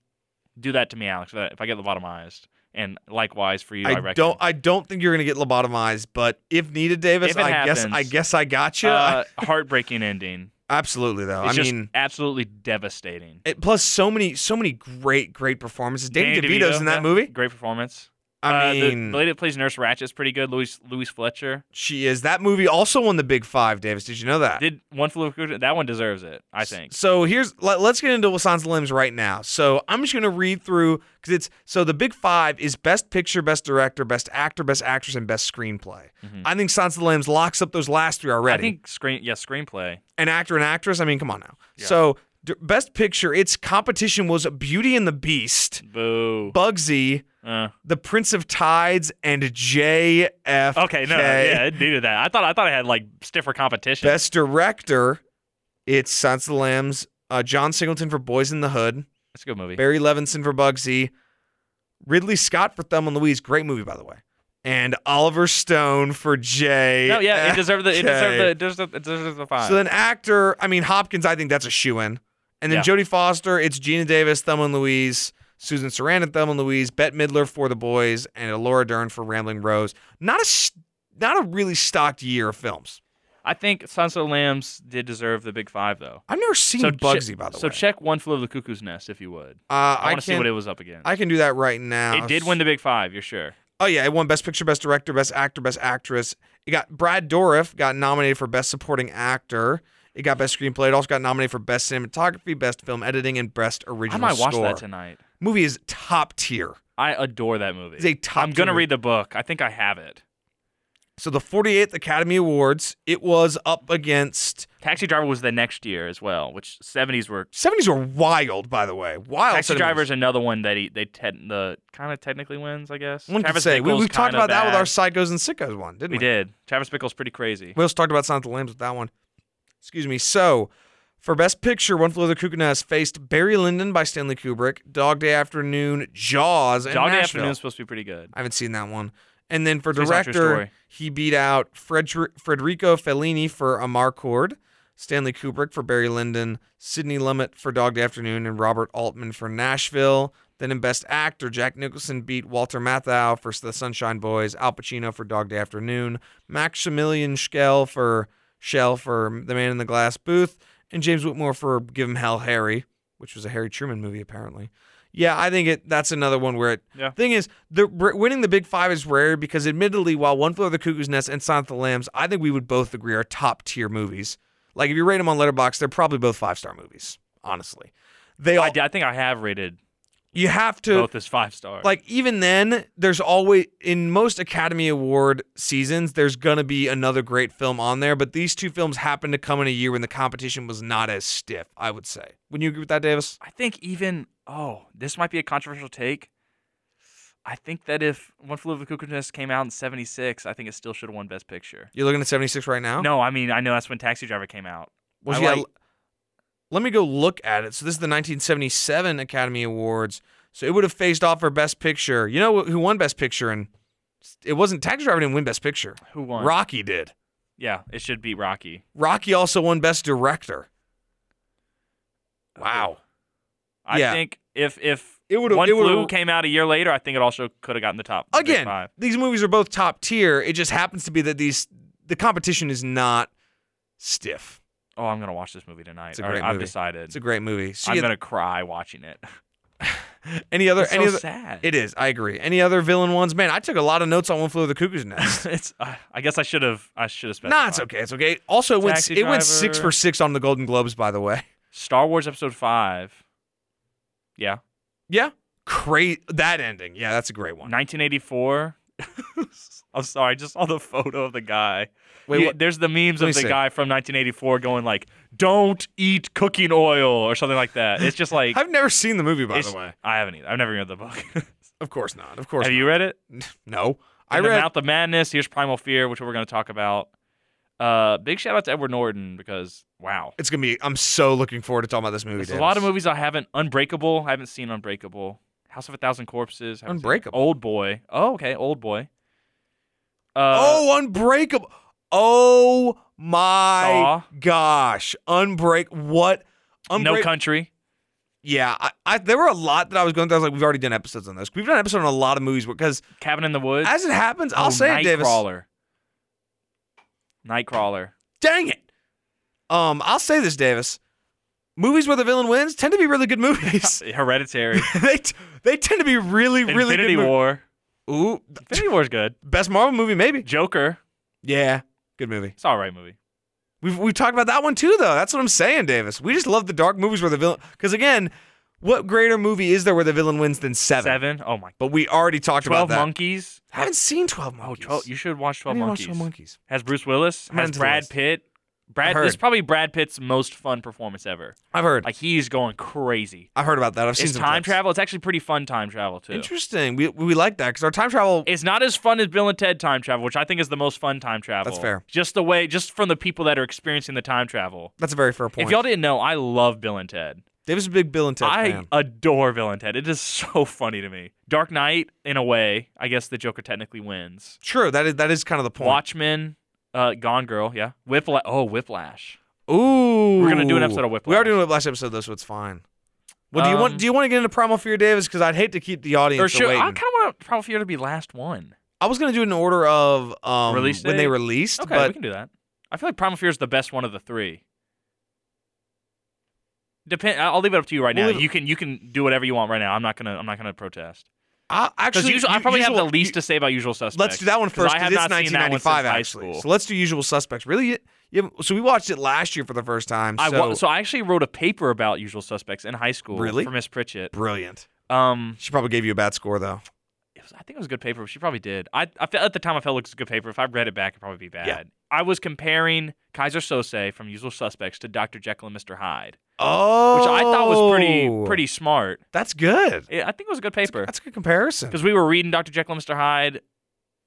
S1: do that to me, Alex. If I get lobotomized, And likewise for you, I,
S2: I
S1: reckon.
S2: don't. I don't think you're gonna get lobotomized, but if needed, Davis,
S1: If it
S2: I guess. I
S1: happens.
S2: guess I got you.
S1: uh, heartbreaking
S2: [laughs]
S1: ending.
S2: Absolutely, though.
S1: It's
S2: I
S1: just
S2: mean,
S1: absolutely devastating.
S2: it, plus so many, so many great, great performances. Danny,
S1: Danny
S2: DeVito's
S1: DeVito,
S2: in that
S1: yeah,
S2: movie.
S1: Great performance.
S2: I
S1: Uh, the-
S2: mean,
S1: the, lady that plays Nurse Ratchet's pretty good. Louise Louise Fletcher
S2: she is. That movie also won the Big Five. Davis, did you know that?
S1: did one flew over that one deserves it. I think.
S2: So here's let, us get into Wasan's limbs right now. So I'm just gonna read through because it's so the big five is best picture, best director, best actor, best actress, and best screenplay.
S1: Mhm.
S2: I think Sansa Limbs locks up those last three already.
S1: I think screen yeah screenplay.
S2: an actor and actress. I mean, come on now.
S1: Yeah.
S2: So d- best picture, its competition was Beauty and the Beast,
S1: Boo.
S2: Bugsy,
S1: Uh,
S2: The Prince of Tides, and JFK.
S1: okay, no, yeah, it needed that. I thought I thought I had like stiffer competition.
S2: Best director, it's Sansa Lamb's uh, John Singleton for Boys in the Hood.
S1: That's a good movie.
S2: Barry Levinson for Bugsy, Ridley Scott for Thumb and Louise, great movie by the way, and Oliver Stone for Jay.
S1: No, yeah, it deserved the it deserved the
S2: Okay.
S1: it deserved, it deserved the five.
S2: So then actor, I mean Hopkins, I think that's a shoe in, and then
S1: Yeah.
S2: Jodie Foster, it's Gina Davis, Thumb and Louise, Susan Sarandon, Thumb and Louise, Bette Midler for The Boys, and Laura Dern for Rambling Rose. Not a s- not a really stocked year of films.
S1: I think Sansa Lambs did deserve the big five though.
S2: I've never seen
S1: So
S2: Bugsy
S1: che-
S2: by the
S1: so
S2: way.
S1: check one flew of the cuckoo's nest if you would.
S2: uh,
S1: I,
S2: I,
S1: want to see
S2: can
S1: what it was up against.
S2: I can do that right now.
S1: it did win the big five. You're sure?
S2: Oh yeah, it won Best Picture, Best Director, Best Actor, Best Actress. It got Brad Dourif got nominated for Best Supporting Actor. It got Best Screenplay. It also got nominated for Best Cinematography, Best Film Editing, and Best
S1: I
S2: Original
S1: might watch
S2: Score.
S1: that tonight.
S2: Movie is top tier.
S1: I adore that movie.
S2: It's a top.
S1: I'm gonna
S2: tier movie.
S1: read the book. I think I have it.
S2: So the 48th Academy Awards. It was up against
S1: Taxi Driver was the next year as well, which 70s were.
S2: 70s were wild, by Oh, the way. Wild.
S1: Taxi
S2: cinemas.
S1: Driver is another one that he they te- the kind of technically wins, I guess.
S2: One could
S1: Travis
S2: say we,
S1: Bickle's
S2: we've talked
S1: kinda
S2: about that with
S1: bad.
S2: our psychos and sickos one, didn't we?
S1: We did. Travis Bickle's pretty crazy.
S2: We also talked about Silence of the Lambs with that one. Excuse me. So, for Best Picture, One Flew Over the Cuckoo Nest faced Barry Lyndon by Stanley Kubrick, Dog Day Afternoon, Jaws, and
S1: Dog Day
S2: Nashville.
S1: Afternoon's supposed to be pretty good.
S2: I haven't seen that one. And then for
S1: Based on a true
S2: director,
S1: story.
S2: he beat out Fredri- Federico Fellini for Amarcord, Stanley Kubrick for Barry Lyndon, Sidney Lumet for Dog Day Afternoon, and Robert Altman for Nashville. Then in Best Actor, Jack Nicholson beat Walter Matthau for The Sunshine Boys, Al Pacino for Dog Day Afternoon, Maximilian Schell for Shell for The Man in the Glass Booth, and James Whitmore for Give Him Hell, Harry, which was a Harry Truman movie apparently. Yeah, I think it. That's another one where it.
S1: Yeah.
S2: Thing is, the r- winning the Big Five is rare because, admittedly, while One Flew Over the Cuckoo's Nest and Silence of the Lambs, I think we would both agree are top tier movies. Like if you rate them on Letterbox, they're probably both five star movies. Honestly, they all.
S1: I, did- I think I have rated
S2: You have to
S1: both as five stars.
S2: like even then there's always in most academy award seasons there's gonna be another great film on there but these two films happened to come in a year when the competition was not as stiff i would say wouldn't you agree with that davis
S1: I think even oh, this might be a controversial take. I think that if One Flew Over the Cuckoo's Nest came out in '76, I think it still should have won Best Picture.
S2: you're looking at 76 right now
S1: No, I mean I know that's when Taxi Driver came out.
S2: Was
S1: I
S2: yeah,
S1: like-
S2: let me go look at it so this is the 1977 academy awards so it would have faced off for best picture you know who won best picture and it wasn't taxi driver didn't win best picture
S1: Who won?
S2: rocky did
S1: Yeah, it should beat Rocky.
S2: rocky also won best director wow
S1: I
S2: Yeah.
S1: think if if
S2: It would've-
S1: one
S2: it would've-
S1: flu came out a year later, I think it also could have gotten the top the big
S2: again,
S1: Five.
S2: these movies are both top tier. It just happens to be that these the competition is not stiff.
S1: Oh, I'm gonna watch this movie tonight.
S2: It's a
S1: All right,
S2: great
S1: I've
S2: movie.
S1: decided.
S2: It's a great movie. So
S1: I'm
S2: you-
S1: gonna cry watching it.
S2: any other
S1: It's so
S2: any other
S1: sad.
S2: it is. I agree. Any other villain ones? Man, I took a lot of notes on One Flew Over the Cuckoo's
S1: [laughs]
S2: Nest.
S1: it's. Uh, I guess I should have. I should have spent.
S2: nah, it's okay. It's okay. Also, it went
S1: Taxi
S2: it went six
S1: Driver.
S2: for six on the Golden Globes. By the way,
S1: Star Wars Episode Five. Yeah,
S2: [laughs] yeah, great that ending. Yeah, that's a great one. [laughs]
S1: 1984. I'm sorry, I just saw the photo of the guy.
S2: Wait,
S1: He-
S2: what?
S1: there's the memes
S2: Let
S1: of
S2: me
S1: the
S2: see.
S1: guy from 1984 going like, "Don't eat cooking oil" or something like that. It's
S2: [laughs]
S1: just like
S2: I've never seen the movie, by
S1: it's-
S2: the way.
S1: I haven't either. I've never read the book. [laughs]
S2: Of course not. Of course.
S1: Have you read it?
S2: not. [laughs] No, I
S1: In the
S2: read.
S1: Mouth of Madness. Here's Primal Fear, which we're going to talk about. Uh, big shout out to Edward Norton because wow,
S2: It's gonna be. I'm so looking forward to talking about this movie.
S1: there's a lot of
S2: Davis.
S1: movies I haven't. Unbreakable. I haven't seen Unbreakable. House of a Thousand Corpses. haven't seen-
S2: Unbreakable.
S1: Old Boy. Oh, okay. Old Boy. Uh,
S2: Oh, Unbreakable. Oh my
S1: Saw.
S2: gosh. Unbreak what? Unbreak
S1: No Country.
S2: yeah, I, I, there were a lot that I was going through. I was like, we've already done episodes on this. We've done episodes on a lot of movies because
S1: Cabin in the Woods.
S2: as it happens, I'll
S1: Oh,
S2: say it, Davis.
S1: Nightcrawler. Nightcrawler.
S2: Dang it. Um, I'll say this, Davis. Movies where the villain wins tend to be really good movies.
S1: [laughs]
S2: [laughs]
S1: Hereditary.
S2: they t- they tend to be really really
S1: Infinity
S2: good.
S1: War.
S2: Mo- Ooh, th-
S1: Infinity War's good.
S2: best Marvel movie maybe.
S1: Joker.
S2: Yeah, good movie.
S1: It's an alright movie.
S2: We've we've talked about that one too though. That's what I'm saying, Davis. We just love the dark movies where the villain. Because again, what greater movie is there where the villain wins than Seven?
S1: Seven. Oh my.
S2: But we already talked
S1: Twelve
S2: about that.
S1: Monkeys.
S2: I haven't seen Twelve
S1: Oh,
S2: Monkeys.
S1: 12, you should watch
S2: I
S1: Twelve
S2: didn't watch
S1: Monkeys.
S2: 12 Monkeys.
S1: Has Bruce Willis.
S2: I'm
S1: Has
S2: into
S1: Brad
S2: this.
S1: Pitt. Brad.
S2: I've
S1: This is
S2: heard.
S1: probably Brad Pitt's most fun performance ever.
S2: I've heard.
S1: Like he's going crazy.
S2: I've heard about that. I've seen
S1: It's
S2: some
S1: time
S2: clips.
S1: travel. It's actually pretty fun time travel too.
S2: Interesting. We we like that because our time travel.
S1: It's not as fun as Bill and Ted time travel, which I think is the most fun time travel.
S2: fair.
S1: Just the way, just from the people that are experiencing the time travel.
S2: that's a very fair point.
S1: If y'all didn't know, I love Bill and Ted.
S2: Davis is a big Bill and Ted
S1: I
S2: fan.
S1: adore Bill and Ted. It is [laughs] so funny to me. Dark Knight, in a way, I guess the Joker technically wins.
S2: True. That is that is kind of the point.
S1: Watchmen, uh, Gone Girl, yeah. Whiplash. Oh, Whiplash.
S2: Ooh.
S1: We're gonna do an episode of
S2: We are doing
S1: Whiplash.
S2: a Whiplash episode though, so it's fine. Well, do you want
S1: Um,
S2: do you want to get into Primal Fear, Davis? Because I'd hate to keep the audience
S1: Or should, I
S2: waiting.
S1: kind of want Primal Fear to be last one.
S2: I was gonna do it in order of um
S1: Release
S2: when they
S1: date?
S2: released,
S1: Okay, we
S2: but
S1: can do that. I feel like Primal Fear is the best one of the three. Depend. I'll leave it up to you right
S2: We'll
S1: now.
S2: leave it-
S1: You can you can do whatever you want right now. I'm not gonna I'm not gonna protest.
S2: I
S1: Because
S2: actually
S1: usual, I
S2: u-
S1: probably
S2: usual-
S1: have the least to say about Usual Suspects.
S2: Let's do that one
S1: 'cause
S2: first.
S1: I
S2: 'cause
S1: have
S2: it's
S1: not seen that one since
S2: 1995
S1: high
S2: actually.
S1: school.
S2: So let's do Usual Suspects. Really? You, you haven't- so we watched it last year for the first time. So,
S1: I wa- so I actually wrote a paper about Usual Suspects in high school
S2: Really?
S1: for Miss Pritchett.
S2: brilliant.
S1: Um,
S2: She probably gave you a bad score though.
S1: it was, I think it was a good paper. She probably did. I, I felt at the time I felt it was a good paper. If I read it back, it'd probably be bad. I was comparing Kaiser Sose from Usual Suspects to Dr. Jekyll and Mr. Hyde,
S2: Oh,
S1: which I thought was pretty pretty smart.
S2: That's good.
S1: Yeah, I think it was a good paper
S2: Oh. That's a good comparison.
S1: because we were reading Dr. Jekyll and Mr. Hyde.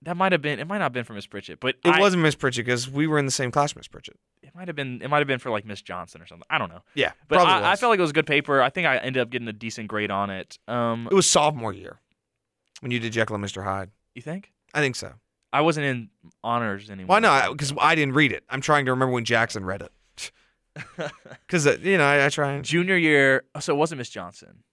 S1: That might have been it. Might not have been for Miss Pritchett, but
S2: It
S1: I-
S2: wasn't Miss Pritchett because we were in the same class, Miss Pritchett.
S1: It might have been. It might have been for like Miss Johnson or something. I don't know.
S2: Yeah,
S1: But
S2: probably
S1: I, I
S2: was.
S1: felt like it was a good paper. I think I ended up getting a decent grade on it. Um,
S2: it was sophomore year when you did Jekyll and Mr. Hyde.
S1: you think?
S2: I think so.
S1: I wasn't in honors anymore.
S2: Why not? Because I didn't read it. I'm trying to remember when Jackson read it.
S1: [laughs]
S2: Because uh, you know, I, I try. And,
S1: Junior year. So it wasn't Miss Johnson.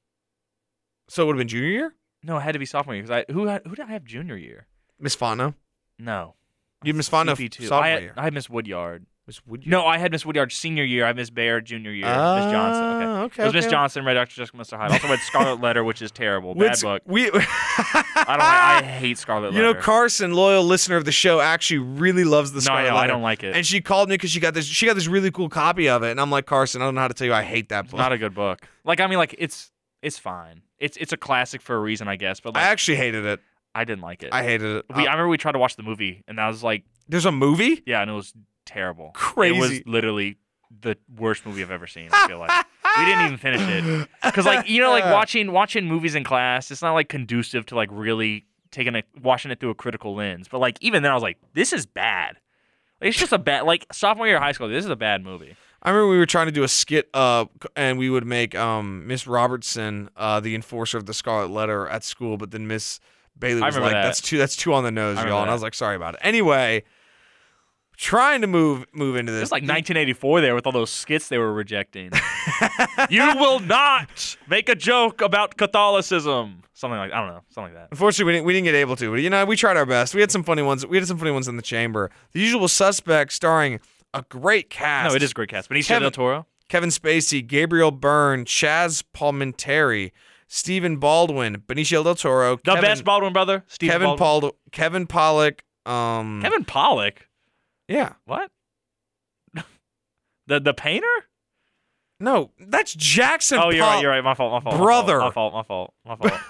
S2: so it would have been junior year.
S1: No, it had to be sophomore year because I who had- who did I have junior year?
S2: Miss Fano.
S1: No.
S2: You had Miss Fonda
S1: CP2.
S2: sophomore
S1: I had,
S2: year.
S1: I had Miss Woodyard.
S2: Miss Wood.
S1: No, I had Miss Woodyard senior year. I had Miss Bayer junior year. Miss Johnson. Okay.
S2: Ah, okay.
S1: It was Miss
S2: okay.
S1: Johnson read Dr. Jessica Mr. Hyde. I also read
S2: [laughs]
S1: Scarlet Letter, which is terrible. Bad
S2: Which-
S1: book. [laughs]
S2: We.
S1: I don't. like, I hate Scarlet
S2: You
S1: Letter.
S2: know, Carson, loyal listener of the show, actually really loves the
S1: no, I
S2: Scarlet
S1: know. I
S2: Letter.
S1: don't like it.
S2: And she called me because she got this. She got this really cool copy of it, and I'm like, Carson, I don't know how to tell you, I hate that
S1: It's
S2: book.
S1: not a good book. Like I mean, like it's it's fine. It's it's a classic for a reason, I guess. But
S2: I
S1: like I,
S2: actually hated it.
S1: didn't like it.
S2: I hated it.
S1: we,
S2: Uh,
S1: I remember we tried to watch the movie, and I was like,
S2: there's a movie.
S1: yeah, and it was terrible. It was
S2: Crazy.
S1: literally the worst movie I've ever seen. I feel like we didn't even finish it
S2: [laughs]
S1: because like you know like watching watching movies in class, it's not like conducive to like really taking a watching it through a critical lens. But like even then, I was like, this is bad. Like, it's just a bad like sophomore year of high school. This is a bad movie.
S2: I remember we were trying to do a skit, uh, c- and we would make um Miss Robertson, uh, the enforcer of the Scarlet Letter, at school, but then Miss Bailey
S1: I
S2: was like,
S1: remember that.
S2: "That's too, that's too on the nose,
S1: I remember
S2: y'all," and I
S1: that.
S2: was like, "Sorry about it." Anyway, trying to move move into
S1: It
S2: this.
S1: was like 1984 there with all those skits they were
S2: [laughs]
S1: rejecting. you will not make a joke about Catholicism. Something like I don't know, something like that.
S2: Unfortunately, we didn't, we didn't get able to, but you know, we tried our best. We had some funny ones. We had some funny ones in the chamber. The Usual Suspect, starring a great cast.
S1: No, it is a great cast. Benicio
S2: Kevin-
S1: del Toro.
S2: Kevin Spacey, Gabriel Byrne, Chaz Palminteri, Stephen Baldwin, Benicio del Toro,
S1: The
S2: Kevin,
S1: best Baldwin brother, Steve
S2: Kevin
S1: Baldwin.
S2: Paul, Kevin Pollock. Um,
S1: Kevin Pollock.
S2: Yeah.
S1: What? [laughs] the the painter?
S2: No, that's Jackson.
S1: oh, you're
S2: Pollock.
S1: right, you're right. My fault, my fault. my fault,
S2: Brother.
S1: My fault, my fault, my
S2: [laughs]
S1: fault.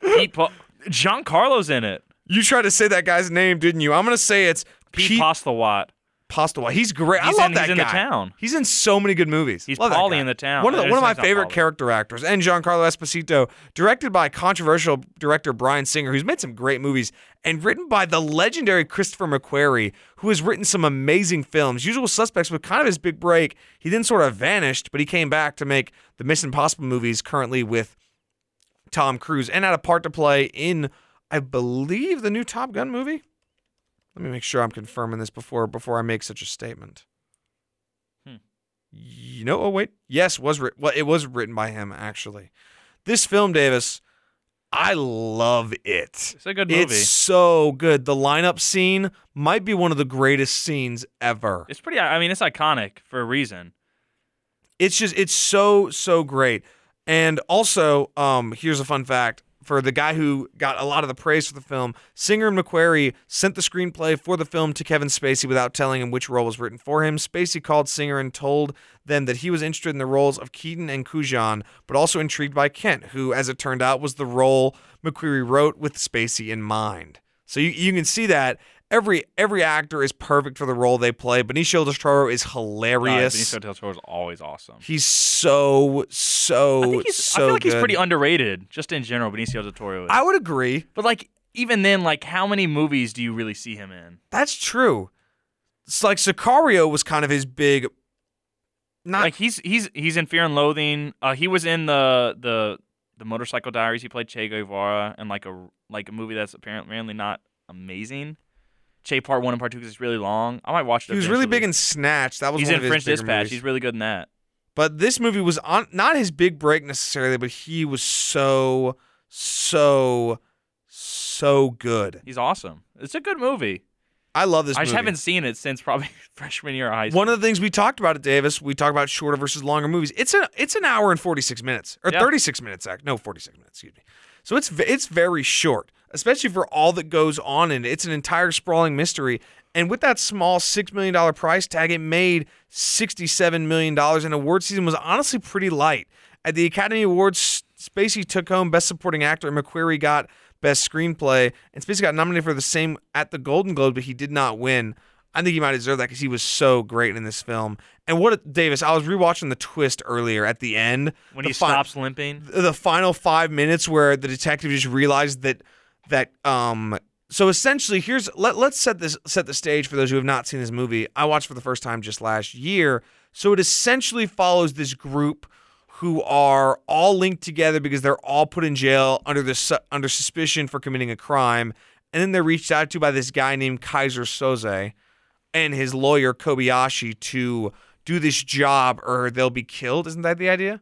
S1: Pete Paul John Carlos in it.
S2: You tried to say that guy's name, didn't you? I'm gonna say it's
S1: Pete,
S2: Pete
S1: Postlewaite.
S2: Postlewaite. He's great.
S1: He's
S2: I love
S1: in,
S2: that
S1: he's in
S2: guy.
S1: the town.
S2: He's in so many good movies.
S1: He's
S2: Love that
S1: Paulie
S2: guy.
S1: in the town.
S2: One of, the,
S1: His
S2: one of my
S1: name's not
S2: favorite
S1: Paulie.
S2: character actors, and Giancarlo Esposito, directed by controversial director Brian Singer, who's made some great movies, and written by the legendary Christopher McQuarrie, who has written some amazing films. Usual Suspects was kind of his big break. He then sort of vanished, but he came back to make the Mission Impossible movies currently with Tom Cruise, and had a part to play in, I believe, the new Top Gun movie. Let me make sure I'm confirming this before before I make such a statement.
S1: Hmm.
S2: you know, oh wait, yes, was writ- well, it was written by him actually. This film, Davis, I love it.
S1: It's a good movie.
S2: It's
S1: It's,
S2: so good. The lineup scene might be one of the greatest scenes ever.
S1: pretty. I mean, it's iconic for a reason.
S2: It's just it's so so great. And also, um, here's a fun fact for the guy who got a lot of the praise for the film. Singer and McQuarrie sent the screenplay for the film to Kevin Spacey without telling him which role was written for him. Spacey called Singer and told them that he was interested in the roles of Keaton and Kujan, but also intrigued by Kent, who, as it turned out, was the role McQuarrie wrote with Spacey in mind. So you, you can see that every every actor is perfect for the role they play. Benicio del Toro is hilarious.
S1: Uh, Benicio del Toro is always awesome.
S2: He's so so
S1: I think he's.
S2: so
S1: I feel like he's
S2: good.
S1: pretty underrated, just in general. Benicio del Toro. Is.
S2: I would agree.
S1: but like, even then, like, how many movies do you really see him in?
S2: That's true. It's like Sicario was kind of his big. Not
S1: like he's he's he's in Fear and Loathing. Uh, he was in the the the Motorcycle Diaries. He played Che Guevara in like a like a movie that's apparently not amazing. Che Part One and Part Two 'cause it's really long. I might watch it.
S2: he was really
S1: eventually.
S2: big in Snatch. That was
S1: He's
S2: one
S1: in
S2: of his
S1: French
S2: bigger
S1: Dispatch.
S2: movies.
S1: He's really good in that.
S2: But this movie was on not his big break necessarily, but he was so so so good.
S1: He's awesome. It's a good movie.
S2: I love this.
S1: I just
S2: movie.
S1: haven't seen it since probably [laughs] freshman year of high school.
S2: One of the things we talked about at Davis, we talked about shorter versus longer movies. It's an it's an hour and forty six minutes or
S1: Yeah.
S2: thirty six minutes, act no forty six minutes, excuse me. So it's ve- it's very short, especially for all that goes on in it. It's an entire sprawling mystery, and with that small six million dollar price tag, it made sixty seven million dollars. And award season was honestly pretty light. At the Academy Awards, Spacey took home Best Supporting Actor, and McQuarrie got Best Screenplay, and Spacey got nominated for the same at the Golden Globe, but he did not win. I think he might deserve that because he was so great in this film. And what a, Davis, I was rewatching the twist earlier at the end
S1: when
S2: the
S1: he
S2: fin-
S1: stops limping.
S2: the final five minutes where the detective just realized that that um so essentially here's let, let's set this set the stage for those who have not seen this movie i watched for the first time just last year so it essentially follows this group who are all linked together because they're all put in jail under the su- under suspicion for committing a crime and then they're reached out to by this guy named kaiser soze and his lawyer kobayashi to do this job or they'll be killed isn't that the idea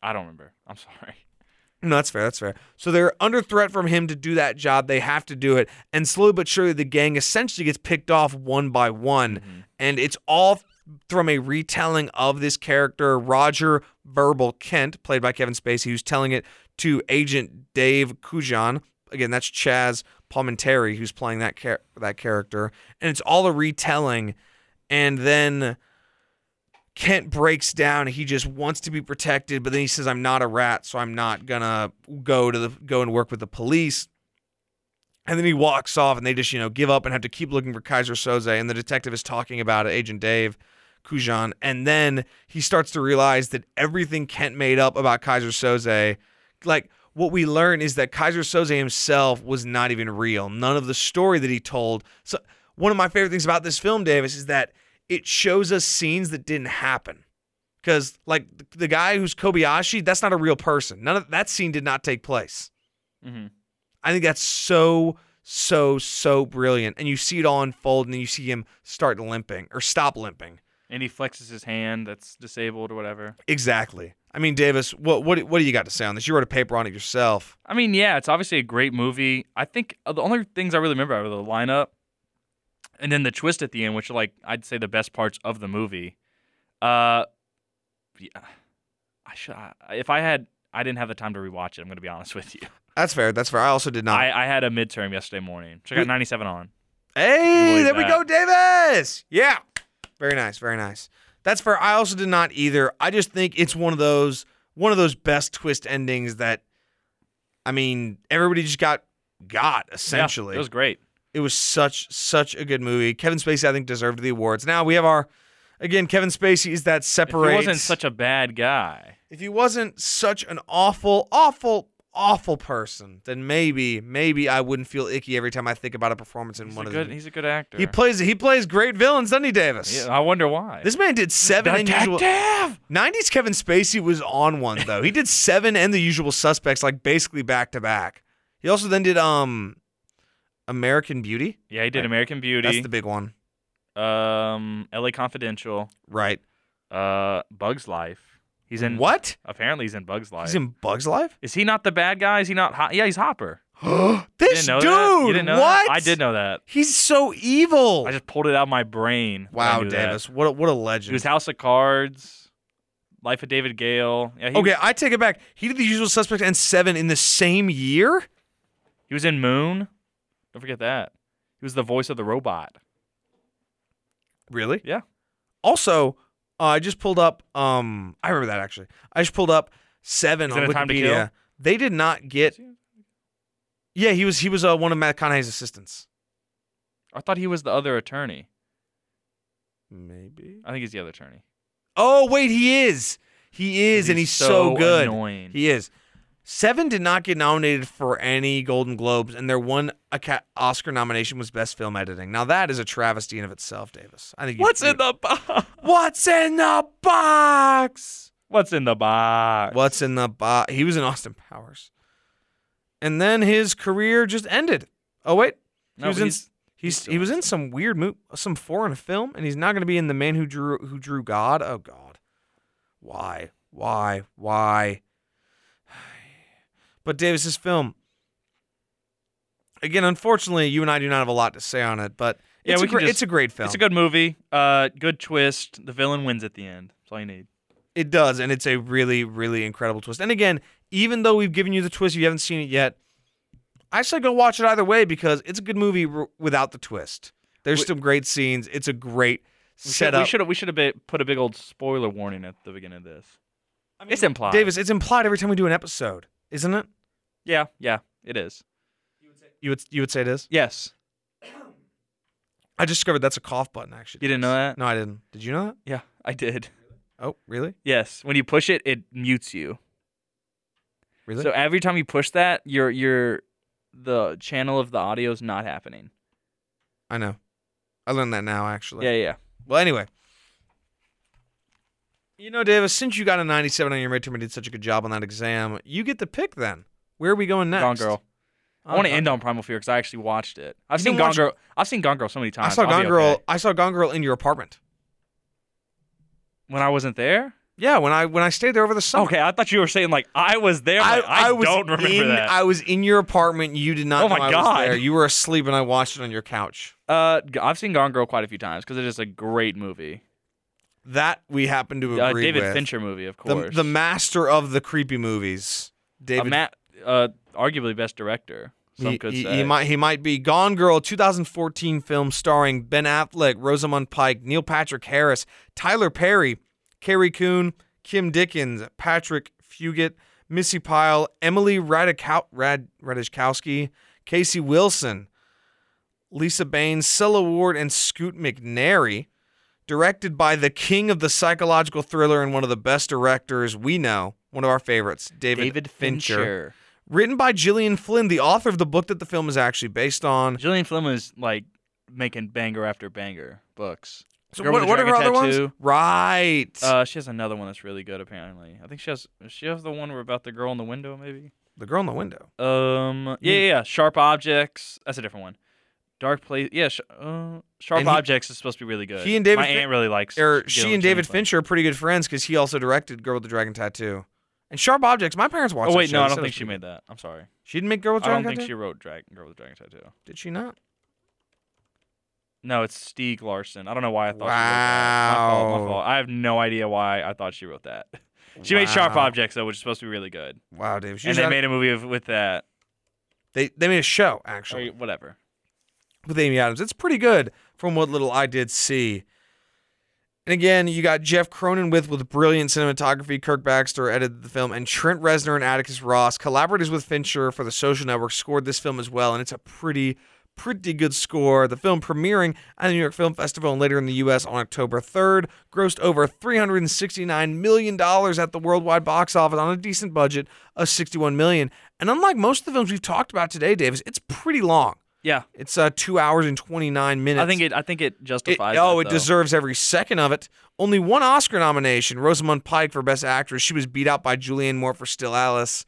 S1: I don't remember. I'm sorry. [laughs]
S2: no, that's fair. That's fair. So they're under threat from him to do that job. They have to do it. And slowly but surely, the gang essentially gets picked off one by one. And it's all from a retelling of this character, Roger Verbal Kent, played by Kevin Spacey, who's telling it to Agent Dave Kujan. Again, that's Chaz Palminteri, who's playing that, char- that character. And it's all a retelling. And then. Kent breaks down. He just wants to be protected, but then he says, "I'm not a rat, so I'm not gonna go to the go and work with the police." And then he walks off, and they just you know give up and have to keep looking for Kaiser Soze. And the detective is talking about it, Agent Dave Kujan, and then he starts to realize that everything Kent made up about Kaiser Soze, like what we learn is that Kaiser Soze himself was not even real. None of the story that he told. So one of my favorite things about this film, Davis, is that it shows us scenes that didn't happen. Because like th- the guy who's Kobayashi, that's not a real person. None of that scene did not take place.
S1: hmm
S2: I think that's so so so brilliant, and you see it all unfold, and then you see him start limping or stop limping.
S1: And he flexes his hand that's disabled or whatever.
S2: Exactly. I mean, Davis, what what what do you got to say on this? You wrote a paper on it yourself.
S1: I mean, yeah, it's obviously a great movie. I think uh, the only things I really remember are the lineup and then the twist at the end, which are like I'd say the best parts of the movie. Uh, yeah, I should. I, if I had, I didn't have the time to rewatch it. I'm gonna be honest
S2: [laughs]
S1: with you.
S2: That's fair. That's fair. I also did not.
S1: I, I had a midterm yesterday morning, so I
S2: We-
S1: got 97 on.
S2: Hey,
S1: believe
S2: there we
S1: that.
S2: go, Davis. Yeah. Very nice, very nice. That's fair. I also did not either. I just think it's one of those one of those best twist endings that I mean, everybody just got got
S1: Yeah,
S2: essentially.
S1: it was great.
S2: It was such such a good movie. Kevin Spacey I think deserved the awards. Now we have our again Kevin Spacey is that
S1: If he
S2: separate
S1: wasn't such a bad guy.
S2: if he wasn't such an awful, awful, awful person, then maybe, maybe I wouldn't feel icky every time I think about a performance in
S1: He's a
S2: one of
S1: good.
S2: the.
S1: He's a good actor.
S2: He plays. He plays great villains, doesn't he, Davis?
S1: Yeah, I wonder why.
S2: This man did seven unusual.
S1: Detective!
S2: '90s Kevin Spacey was on one though. He did seven and The Usual Suspects, like basically back to back. He also then did um, American Beauty.
S1: Yeah, he did
S2: Right.
S1: American Beauty.
S2: That's the big one,
S1: um, L.A. Confidential.
S2: right?
S1: Uh, Bugs Life. He's in
S2: What?
S1: Apparently, he's in Bugs Life.
S2: He's in Bugs Life?
S1: Is he not the bad guy? Is he not? Ho- yeah, he's Hopper. [gasps] You
S2: [gasps] this
S1: didn't know
S2: dude.
S1: that? You didn't know that?
S2: what?
S1: I did know that.
S2: He's so evil.
S1: I just pulled it out of my brain. when I
S2: wow,
S1: knew that.
S2: Davis. What a, what a
S1: He was
S2: legend.
S1: House of Cards, Life of David Gale. Yeah, he,
S2: okay, I take it back. He did The Usual Suspects and Seven in the same year?
S1: he was in Moon. Don't forget that. He was the voice of the robot.
S2: Really?
S1: Yeah.
S2: Also, uh, I just pulled up. Um, I remember that actually. I just pulled up Seven
S1: Is
S2: on
S1: that a Time to
S2: Wikipedia. They did not get. Yeah, he was he was uh, one of Matt McConaughey's assistants.
S1: I thought he was the other attorney.
S2: Maybe.
S1: I think he's the other attorney.
S2: Oh wait, he is. He is, and he's so, good.
S1: Annoying.
S2: He is. Seven did not get nominated for any Golden Globes, and their one Aca- Oscar nomination was Best Film Editing. Now that is a travesty in of itself, Davis. I think. you-
S1: What's
S2: you-
S1: in the box? [laughs]
S2: What's in the box?
S1: What's in the box?
S2: What's in the box? He was in Austin Powers, and then his career just ended. Oh wait, he
S1: No,
S2: was
S1: but
S2: in.
S1: he's-
S2: He's,
S1: still
S2: he was in some weird mo- some foreign film, and he's not going to be in the man who drew who drew God. Oh God, why, why, why? [sighs] But Davis's film, again, unfortunately, you and I do not have a lot to say on it. But
S1: Yeah,
S2: it's,
S1: we
S2: a
S1: can
S2: great,
S1: just-
S2: it's a great film.
S1: It's a good movie. Uh, good twist. The villain wins at the end. That's all you need.
S2: It does, and it's a really, really incredible twist. And again, even though we've given you the twist, if you haven't seen it yet. I say go watch it either way because it's a good movie r- without the twist. There's
S1: We-
S2: some great scenes. It's a great
S1: We
S2: setup.
S1: should have we should have put a big old spoiler warning at the beginning of this.
S2: I
S1: it's implied.
S2: Davis, it's implied every time we do an episode, isn't it?
S1: Yeah, yeah, it is.
S2: You would you would say it is.
S1: Yes.
S2: I just discovered that's a cough button actually.
S1: You didn't know that?
S2: No, I didn't. Did you know that?
S1: Yeah, I did.
S2: Oh, really?
S1: Yes. When you push it, it mutes you.
S2: Really?
S1: So every time you push that, your your the channel of the audio is not happening.
S2: I know. I learned that now actually.
S1: Yeah, yeah.
S2: Well, anyway. You know, Davis, since you got a 97 on your midterm and did such a good job on that exam, you get the pick then. Where are we going next? Uh,
S1: Gone
S2: Oh,
S1: Girl. I want to end on Primal Fear because I actually watched it. I've
S2: You
S1: seen
S2: didn't
S1: Gone
S2: watch-
S1: Girl. I've seen Gone Girl so many
S2: I
S1: times.
S2: saw
S1: I'll be
S2: Gone Girl.
S1: okay.
S2: I saw Gone Girl in your apartment.
S1: when I wasn't there.
S2: Yeah, when I when I stayed there over the summer.
S1: Okay, I thought you were saying like I was there.
S2: I,
S1: but I,
S2: I was
S1: don't remember
S2: in,
S1: that.
S2: I was in your apartment. You did not
S1: Oh
S2: know
S1: my
S2: I
S1: God.
S2: was there. You were asleep and I watched it on your couch.
S1: Uh, g- I've seen Gone Girl quite a few times because it is a great movie.
S2: That we happen to agree
S1: Uh, David
S2: with.
S1: Fincher movie, of
S2: the,
S1: course.
S2: the master of the creepy movies.
S1: uh,
S2: David
S1: Matt, uh, arguably best director. Some
S2: he,
S1: could
S2: he-
S1: say.
S2: he might he might be Gone Girl 2014 film starring Ben Affleck, Rosamund Pike, Neil Patrick Harris, Tyler Perry, Carrie Coon, Kim Dickens, Patrick Fugit, Missy Pyle, Emily Radikow- Rad- Radishkowski, Casey Wilson, Lisa Baines, Scylla Ward, and Scoot McNairy. Directed by the king of the psychological thriller and one of the best directors we know, one of our favorites, David,
S1: David Fincher.
S2: written by Gillian Flynn, the author of the book that the film is actually based on.
S1: Gillian Flynn was like making banger after banger books.
S2: So
S1: Girl
S2: what,
S1: with the
S2: what are her
S1: Dragon
S2: other ones?
S1: Tattoo.
S2: Right.
S1: Uh, she has another one that's really good. Apparently, I think she has. does She has the one where about the girl in the window, maybe.
S2: the girl in the window.
S1: Um. Yeah, yeah. yeah. Sharp objects. That's a different one. Dark place. Yeah. Sh- uh, sharp
S2: And he-
S1: objects is supposed to be really good.
S2: he and David
S1: My
S2: Fin-
S1: aunt really likes.
S2: Or
S1: Gillian-
S2: she
S1: Gillian
S2: and David
S1: Flynn.
S2: Fincher are pretty good friends because he also directed Girl with the Dragon Tattoo. And Sharp Objects. My parents watched.
S1: Oh
S2: that
S1: wait,
S2: show.
S1: no, I
S2: They
S1: don't
S2: said it
S1: think
S2: was
S1: she
S2: pretty
S1: made that. I'm sorry.
S2: good. She didn't make Girl with
S1: I
S2: the
S1: don't
S2: Dragon
S1: think
S2: Tattoo.
S1: she wrote Dragon Girl with Dragon Tattoo.
S2: Did she not?
S1: No, it's Stieg Larsson. I don't know why I thought she wrote that. My fault, my
S2: Wow.
S1: fault. I have no idea why I thought she wrote that. [laughs] She made Sharp
S2: Wow.
S1: Objects though, which is supposed to be really good.
S2: Wow, David. She
S1: and
S2: was
S1: they
S2: on-
S1: made a movie of, with that.
S2: they they made a show
S1: Or
S2: actually
S1: whatever.
S2: with Amy Adams. It's pretty good from what little I did see. And again, you got Jeff Cronin with with brilliant cinematography. Kirk Baxter edited the film, and Trent Reznor and Atticus Ross, collaborators with Fincher for The Social Network, scored this film as well. And it's a pretty, pretty good score. The film premiering at the New York Film Festival and later in the U.S. on October 3rd grossed over 369 million dollars at the worldwide box office on a decent budget of 61 million. And unlike most of the films we've talked about today, Davis, it's pretty long.
S1: Yeah.
S2: It's uh, two hours and 29 minutes.
S1: I think it I think it
S2: It-
S1: justifies
S2: oh,
S1: that,
S2: it
S1: though.
S2: deserves every second of it. Only one Oscar nomination, Rosamund Pike for Best Actress. She was beat out by Julianne Moore for Still Alice.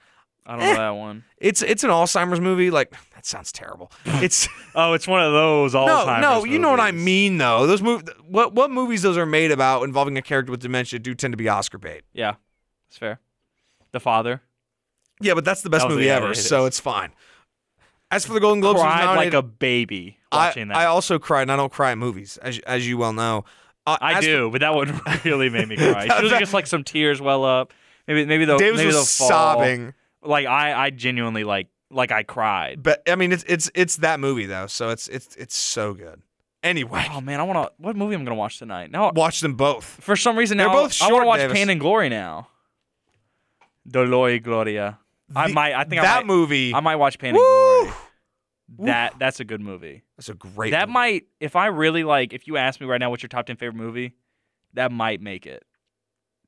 S1: I don't know
S2: [laughs]
S1: that one.
S2: It's it's an Alzheimer's movie. Like that
S1: [laughs]
S2: sounds terrible. It's [laughs]
S1: Oh, it's one of those
S2: no
S1: Alzheimer's.
S2: no. You know what I
S1: movies.
S2: mean though. Those mov What what movies those are made about involving a character with dementia do tend to be Oscar bait.
S1: Yeah, it's fair. The father
S2: Yeah, but that's the best
S1: That was-
S2: movie
S1: yeah,
S2: ever,
S1: it is.
S2: so it's fine. As for the Golden Globes, it was
S1: cried like
S2: nominated-
S1: a baby
S2: I-
S1: watching
S2: I
S1: that.
S2: also cry, and I don't cry at movies, as as you well know. Uh,
S1: I,
S2: as for-
S1: do, but that one [laughs] really made me
S2: [laughs]
S1: cry.
S2: That-
S1: She was
S2: that-
S1: just like some tears well up. Maybe maybe the
S2: Davis
S1: maybe
S2: was
S1: the fall.
S2: sobbing,
S1: Like I I genuinely like like I cried.
S2: but I mean, it's it's it's that movie though, so it's it's it's so good. Anyway,
S1: Oh man, I want to. What movie I'm gonna watch tonight? Now
S2: watch them both.
S1: for some reason
S2: They're
S1: now
S2: both
S1: I want
S2: short,
S1: to watch
S2: Davis.
S1: Pain and Glory now. Dolor y Gloria. I
S2: The-
S1: might. I think
S2: that
S1: I might,
S2: movie.
S1: I might watch Pain and
S2: woo,
S1: Glory. That that's a good movie.
S2: that's a great.
S1: That
S2: movie.
S1: might, if I really like, if you ask me right now what's your top 10 favorite movie, that might make it.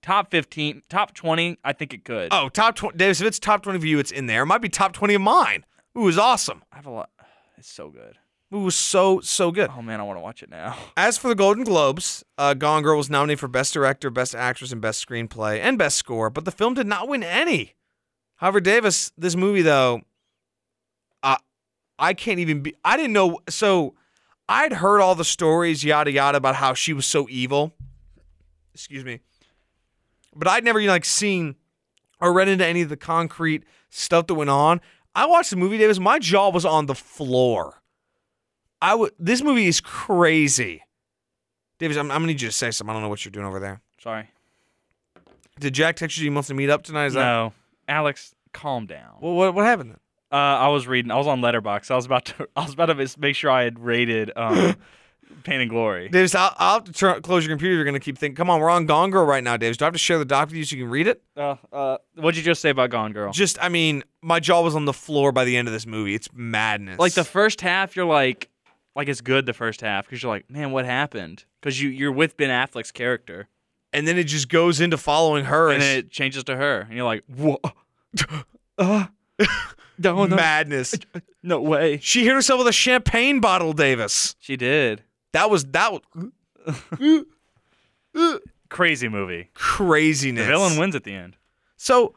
S1: Top 15, top 20, I think it could.
S2: Oh, top twenty, Davis. If it's top twenty of you, it's in there. It might be top twenty of mine. Ooh, it was awesome.
S1: I have a lot. [sighs] It's so good.
S2: It was so so good.
S1: Oh man, I want to watch it now. [laughs]
S2: As for the Golden Globes, uh, Gone Girl was nominated for Best Director, Best Actress, and Best Screenplay, and Best Score, but the film did not win any. However, Davis, this movie though, uh, I can't even be. I didn't know. So I'd heard all the stories, yada yada, about how she was so evil. Excuse me, but I'd never like seen or read into any of the concrete stuff that went on. I watched the movie, Davis. My jaw was on the floor. I would. This movie is crazy. Davis, I'm, I'm gonna need you to say something. I don't know what you're doing over there.
S1: Sorry.
S2: Did Jack text you? He wants to meet up tonight. Is that?
S1: no, Alex, calm down.
S2: Well, what what happened? Then?
S1: Uh, I was reading. I was on Letterbox. I was about to. [laughs] I was about to mis- make sure I had rated [laughs] um, Pain and Glory.
S2: Davis, I'll, I'll have to turn, close your computer. You're gonna keep thinking. Come on, we're on Gone Girl right now, Davis. Do I have to share the doc with you so you can read it?
S1: Uh, uh, what'd you just say about Gone Girl?
S2: Just, I mean, my jaw was on the floor by the end of this movie. It's madness.
S1: like the first half you're like like it's good the first half because you're like man what happened because you you're with ben affleck's character
S2: and then it just goes into following her.
S1: and
S2: it's
S1: then it changes to her and you're like [laughs] what uh, [laughs] don't know.
S2: madness.
S1: no way
S2: She hit herself with a champagne bottle, Davis.
S1: she did
S2: That was that was
S1: crazy movie the
S2: craziness.
S1: villain wins at the end
S2: So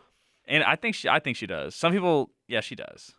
S1: and i think she i think she does some people yeah she does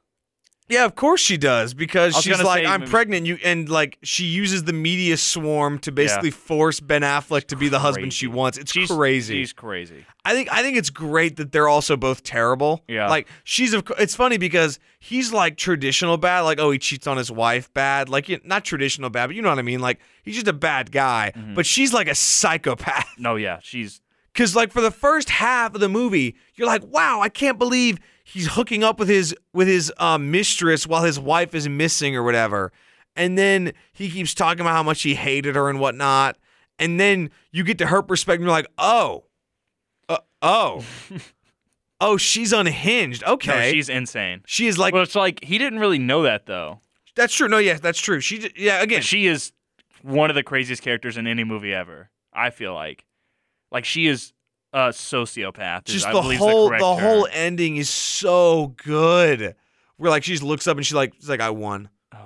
S2: Yeah, of course she does because
S1: I was
S2: she's
S1: gonna
S2: like,
S1: say
S2: I'm
S1: maybe-
S2: pregnant. You and like she uses the media swarm to basically force Ben Affleck to be the husband she
S1: Crazy.
S2: wants. It's
S1: she's
S2: crazy.
S1: she's crazy
S2: I think I think it's great that they're also both terrible.
S1: Yeah.
S2: like she's of. co- It's funny because he's like traditional bad, like oh he cheats on his wife bad, like you- not traditional bad, but you know what I mean. Like he's just a bad guy,
S1: Mm-hmm.
S2: but she's like a psychopath.
S1: no yeah she's
S2: Because like for the first half of the movie, you're like, wow, I can't believe he's hooking up with his with his um, mistress while his wife is missing or whatever. And then he keeps talking about how much he hated her and whatnot. And then you get to her perspective, and you're like, oh, uh,
S1: [laughs]
S2: oh, oh, she's unhinged.
S1: no,
S2: Okay,
S1: she's insane
S2: she is like
S1: well it's like he didn't really know that though
S2: that's true. No, yes, that's true. She, j- yeah, again,
S1: she is one of the craziest characters in any movie ever. I feel like, like she is a sociopath. is-
S2: just
S1: I
S2: the
S1: believe
S2: whole
S1: the, correct
S2: the,
S1: term.
S2: whole ending is so good. Where like she just looks up and she like she's like I won.
S1: Ugh,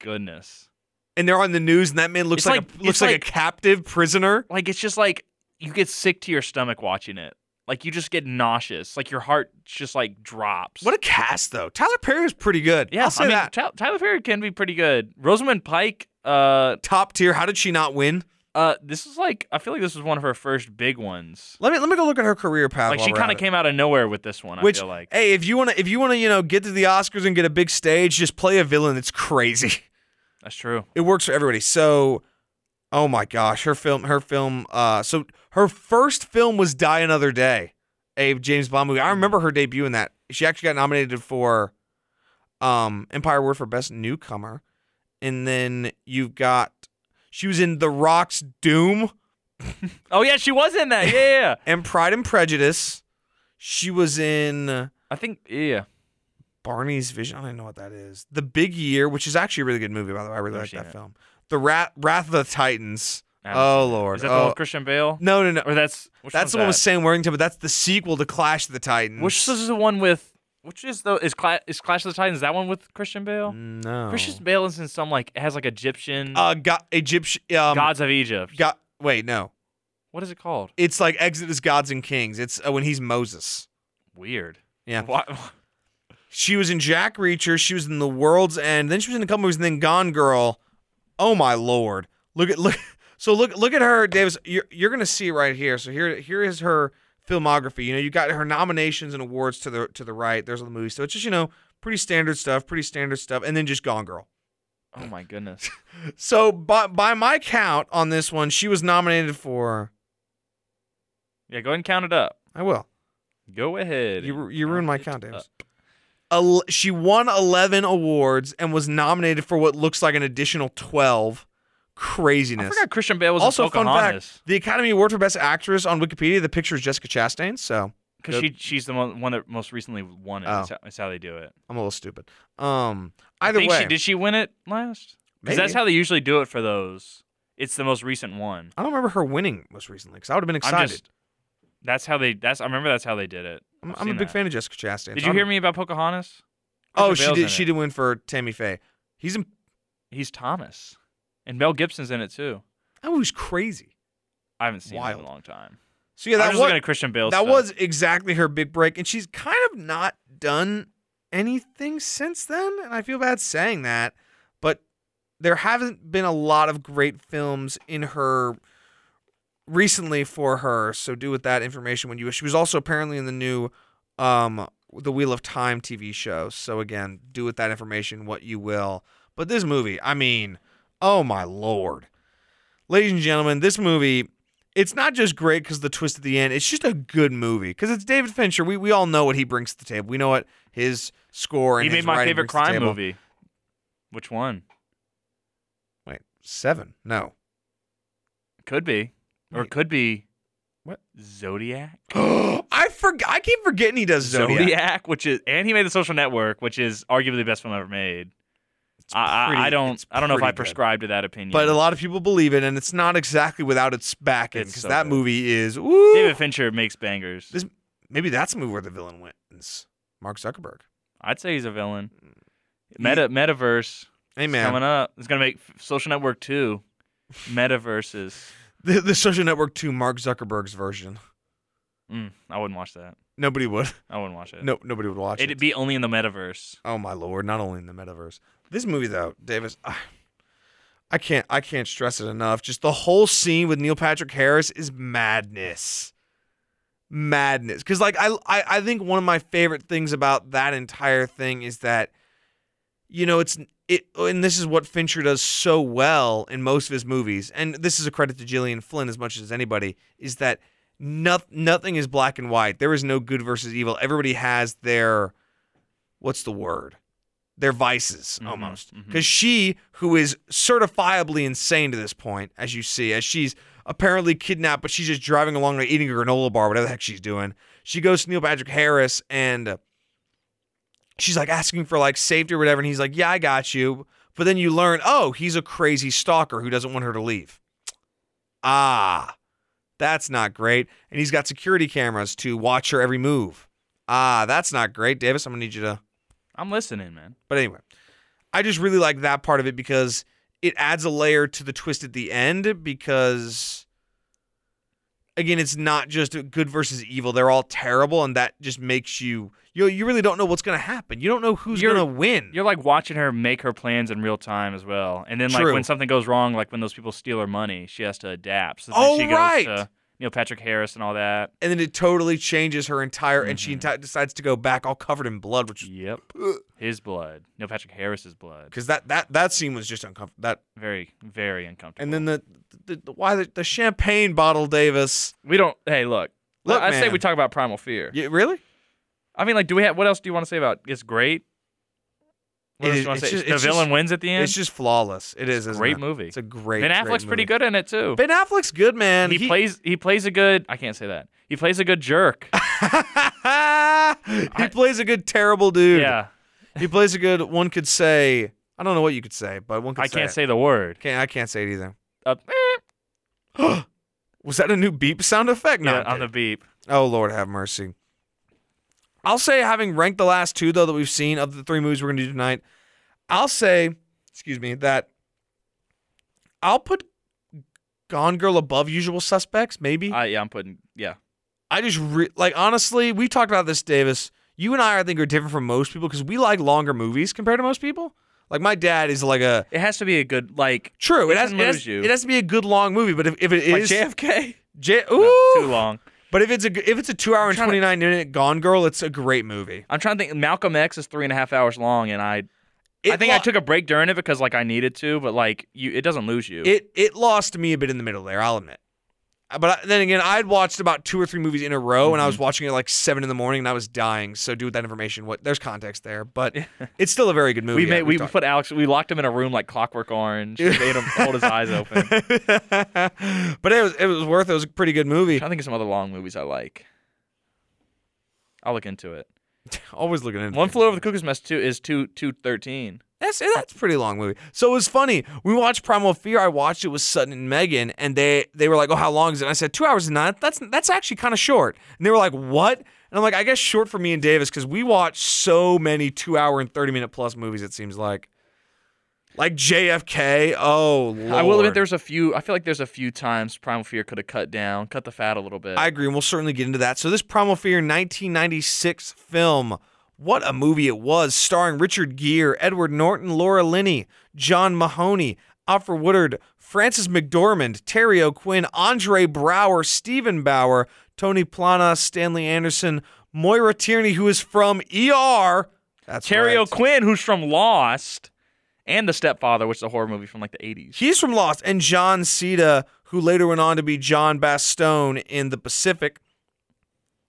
S1: goodness.
S2: and they're on the news, and that man looks
S1: It's
S2: like,
S1: like-
S2: a, looks
S1: it's
S2: like,
S1: like-
S2: a captive prisoner.
S1: Like it's just like you get sick to your stomach watching it. Like you just get nauseous. Like your heart just like drops.
S2: What a cast, though. Tyler Perry is pretty good.
S1: yeah,
S2: I'll say
S1: I mean,
S2: that.
S1: Ty- Tyler Perry can be pretty good. Rosamund Pike. Uh,
S2: Top tier. How did she not win?
S1: uh, this is like I feel like this was one of her first big ones.
S2: Let me let me go look at her career path.
S1: Like
S2: while
S1: she
S2: we're
S1: kind
S2: at
S1: of
S2: it.
S1: came out of nowhere with this one.
S2: Which, eh
S1: I feel like.
S2: hey, if you wanna if you wanna you know get to the Oscars and get a big stage, just play a villain that's crazy. [laughs]
S1: That's true.
S2: It works for everybody. So, oh my gosh, her film, her film. Uh, so her first film was Die Another Day, a James Bond movie. I remember her debut in that. She actually got nominated for um Empire Award for Best Newcomer, and then you've got she was in The Rock's Doom
S1: Oh yeah, she was in
S2: [laughs]
S1: that. Yeah, yeah. yeah.
S2: and Pride and Prejudice. She was in
S1: I think yeah.
S2: Barney's Vision. I don't even know what that is. The Big Year, which is actually a really good movie by the way. I really
S1: Never
S2: like
S1: seen
S2: that
S1: it.
S2: film. The Wrath, Wrath of the Titans.
S1: I haven't
S2: Oh lord.
S1: Is that
S2: Oh,
S1: the one with Christian Bale?
S2: No, no, no.
S1: Or that's which
S2: that's
S1: one's
S2: the one with
S1: that?
S2: Sam Worthington, but that's the sequel to Clash of the Titans.
S1: Which is the one with which is the is Cla- is Clash of the Titans that one with Christian Bale?
S2: no
S1: Christian Bale is in some like has like Egyptian
S2: uh go- Egyptian um,
S1: gods of Egypt.
S2: go- wait no
S1: what is it called?
S2: it's like Exodus Gods and Kings. It's uh, when he's Moses.
S1: Weird.
S2: Yeah.
S1: Why?
S2: She was in Jack Reacher. She was in The World's End. Then she was in a couple movies, and then Gone Girl. Oh my lord! Look at look. [laughs] So look look at her, Davis. You're you're gonna see right here. So here here is her filmography. You know, you got her nominations and awards to the to the right. There's all the movies. So it's just you know pretty standard stuff, pretty standard stuff, and then just Gone Girl.
S1: Oh my goodness.
S2: [laughs] So by by my count on this one, she was nominated for.
S1: Yeah, go ahead and count it up.
S2: I will.
S1: Go ahead.
S2: You
S1: and
S2: ru- you ruined my
S1: it
S2: count, Davis.
S1: up. uh,
S2: El- she won 11 awards and was nominated for what looks like an additional 12.
S1: I
S2: Craziness.
S1: forgot Christian Bale was
S2: also,
S1: in
S2: fun fact:
S1: Pocahontas
S2: the Academy Award for Best Actress on Wikipedia. The picture is Jessica Chastain, so
S1: because she she's the one, one that most recently won it.
S2: Oh.
S1: That's how- That's how they do it.
S2: I'm a little stupid. Um,
S1: I
S2: either
S1: think
S2: way,
S1: she, did she win it last? Because
S2: maybe.
S1: that's how they usually do it for those. It's the most recent one.
S2: I don't remember her winning most recently because I would have been excited.
S1: I'm just. That's how they. That's I remember. That's how they did it.
S2: I'm,
S1: I've
S2: I'm a
S1: seen
S2: big
S1: that.
S2: fan of Jessica Chastain.
S1: Did
S2: so
S1: you
S2: I'm-
S1: hear me about Pocahontas?
S2: Oh,
S1: Christian
S2: she
S1: Bale's in
S2: did. She
S1: it.
S2: did win for Tammy Faye. He's in.
S1: He's Thomas, and Mel Gibson's in it too.
S2: That was oh, crazy.
S1: I haven't seen it
S2: Wild.
S1: in a long time.
S2: So yeah,
S1: I was
S2: that
S1: just
S2: was
S1: looking at Christian Bale.
S2: that
S1: stuff.
S2: was exactly her big break, and she's kind of not done anything since then. And I feel bad saying that, but there haven't been a lot of great films in her recently for her. So do with that information when you wish. She was also apparently in the new um the Wheel of Time TV show. So again, do with that information what you will. But this movie, I mean, oh my lord. Ladies and gentlemen, this movie it's not just great because the twist at the end. It's just a good movie because it's David Fincher. We we all know what he brings to the table. We know what his score and
S1: He
S2: his
S1: made my
S2: writing
S1: favorite
S2: brings to the
S1: crime
S2: table.
S1: movie. Which one?
S2: Wait, seven? No. [gasps]
S1: Could be, or
S2: Wait.
S1: could be.
S2: What?
S1: Zodiac.
S2: I forgot. I keep forgetting he does Zodiac.
S1: which is, and he made The Social Network, which is arguably the best film ever made.
S2: It's
S1: I, I,
S2: pretty-
S1: I don't,
S2: it's
S1: I don't know if
S2: pretty
S1: I
S2: good.
S1: prescribe to that opinion.
S2: But a lot of people believe it, and it's not exactly without its backing
S1: It's
S2: because
S1: so
S2: that
S1: good.
S2: movie is. Ooh,
S1: David Fincher makes bangers.
S2: This- maybe that's the movie where the villain wins. Mark Zuckerberg.
S1: I'd say he's a villain. Meta Metaverse
S2: Hey
S1: is
S2: man,
S1: coming up. It's gonna make F- Social Network two. Metaverses.
S2: [laughs] the, the Social Network Two, Mark Zuckerberg's version.
S1: Mm, I wouldn't watch that.
S2: Nobody would.
S1: I wouldn't watch it.
S2: No, nobody would watch
S1: it'd
S2: it.
S1: be only in the metaverse.
S2: Oh my lord! Not only in the metaverse. This movie though, Davis, I, I can't I can't stress it enough. Just the whole scene with Neil Patrick Harris is madness, madness. Because like I, I I think one of my favorite things about that entire thing is that, you know, it's it, and this is what Fincher does so well in most of his movies, and this is a credit to Gillian Flynn as much as anybody, is that noth- nothing is black and white. There is no good versus evil. Everybody has their what's the word? Their vices
S1: Mhm,
S2: almost.
S1: mhm.
S2: Because she, who is certifiably insane to this point, as you see, as she's apparently kidnapped, but she's just driving along like eating a granola bar, whatever the heck she's doing. She goes to Neil Patrick Harris and uh, she's like asking for like safety or whatever, and he's like, Yeah, I got you. But then you learn, oh, he's a crazy stalker who doesn't want her to leave. Ah, that's not great. And he's got security cameras to watch her every move. Ah, that's not great, Davis. I'm gonna need you to.
S1: I'm listening, man.
S2: But anyway, I just really like that part of it because it adds a layer to the twist at the end because again, it's not just good versus evil. They're all terrible and that just makes you you you really don't know what's going to happen. You don't know who's
S1: You're-
S2: going to win.
S1: You're like watching her make her plans in real time as well. And then like
S2: True.
S1: when something goes wrong, like when those people steal her money, she has to adapt. So then
S2: Oh,
S1: she goes
S2: right.
S1: to Neil Patrick Harris and all that.
S2: And then it totally changes her entire and she
S1: Mhm.
S2: enti- decides to go back all covered in blood, which
S1: Yep. His blood. Neil Patrick Harris's blood.
S2: cuz that that that scene was just uncomfortable. That
S1: Very, very uncomfortable.
S2: and then the, the, the why the, the champagne bottle Davis.
S1: we don't hey look.
S2: Look,
S1: I say
S2: man.
S1: we talk about primal fear.
S2: Yeah, really?
S1: I mean, like, do we have what else do you want to say about it's great? What
S2: It
S1: else do
S2: is-
S1: you want to
S2: it's
S1: say?
S2: just-
S1: the
S2: it's
S1: villain wins at the end.
S2: It's just flawless. It is.
S1: It's a
S2: isn't
S1: great
S2: it?
S1: movie.
S2: It's a great.
S1: ben
S2: great
S1: Affleck's pretty
S2: movie.
S1: good in it too.
S2: Ben Affleck's good, man.
S1: he,
S2: [laughs]
S1: plays he plays a good I can't say that. He plays a good jerk.
S2: he
S1: I-
S2: plays a good terrible dude.
S1: yeah.
S2: He plays a good. One could say. I don't know what you could say, but one could.
S1: I can't
S2: it.
S1: say the word.
S2: Can't, I can't say it either.
S1: Uh, eh.
S2: Was that a new beep sound effect? No.
S1: yeah,
S2: I'm
S1: on the beep.
S2: Oh Lord, have mercy. I'll say, having ranked the last two though that we've seen of the three movies we're gonna do tonight, I'll say, excuse me, that I'll put Gone Girl above Usual Suspects. Maybe
S1: I, yeah, I'm putting. Yeah,
S2: I just re- like honestly, we talked about this, Davis. you and I, I think, are different from most people because we like longer movies compared to most people. Like my dad is like a
S1: It has to be a good like
S2: true. It
S1: It
S2: has, it,
S1: can
S2: has,
S1: lose you.
S2: it has to be a good long movie, but if, if it
S1: like
S2: is
S1: JFK.
S2: J-
S1: No,
S2: ooh,
S1: too long.
S2: but if it's a g- if it's a two hour and
S1: trying to-
S2: twenty nine minute Gone Girl, it's a great movie.
S1: I'm trying to think. Malcolm X is three and a half hours long, and I I
S2: It
S1: think I
S2: lo-
S1: took a break during it because like I needed to, but like you, it doesn't lose you.
S2: It it lost me a bit in the middle there. I'll admit. Uh, But I- then again, I'd watched about two or three movies in a row, and I
S1: Mm-hmm.
S2: was watching it like seven in the morning, and I was dying. So do with that information what there's context there, but it's still a very good movie.
S1: we made
S2: yeah,
S1: we
S2: we've
S1: put Alex we locked him in a room like Clockwork Orange. We made him hold his eyes
S2: [laughs]
S1: open.
S2: talked- [laughs] but it was it was worth it. It was a pretty good movie.
S1: I think of some other long movies I like. I'll look into it.
S2: Always looking into
S1: One
S2: things.
S1: flew over the cuckoo's nest two is two two thirteen.
S2: That's that's a pretty long movie. So it was funny. We watched Primal Fear. I watched it with Sutton and Megan, and they they were like, "Oh, how long is it?" And I said, two hours and nine. That's that's actually kind of short." And they were like, "What?" And I'm like, "I guess short for me and Davis because we watch so many two hour and thirty minute plus movies. It seems like, like JFK. Oh, Lord.
S1: I will admit there's a few. I feel like there's a few times Primal Fear could have cut down, cut the fat a little bit.
S2: I agree, and we'll certainly get into that. So this Primal Fear 1996 film, what a movie it was, starring Richard Gere, Edward Norton, Laura Linney, John Mahoney, Alfred Woodard, Francis McDormand, Terry O'Quinn, Andre Brower, Stephen Bauer, Tony Plana, Stanley Anderson, Moira Tierney, who is from ER. That's
S1: Terry
S2: right.
S1: O'Quinn, who's from Lost, and The Stepfather, which is a horror movie from like the '80s.
S2: He's from Lost, and John Cena, who later went on to be John Bastone in The Pacific.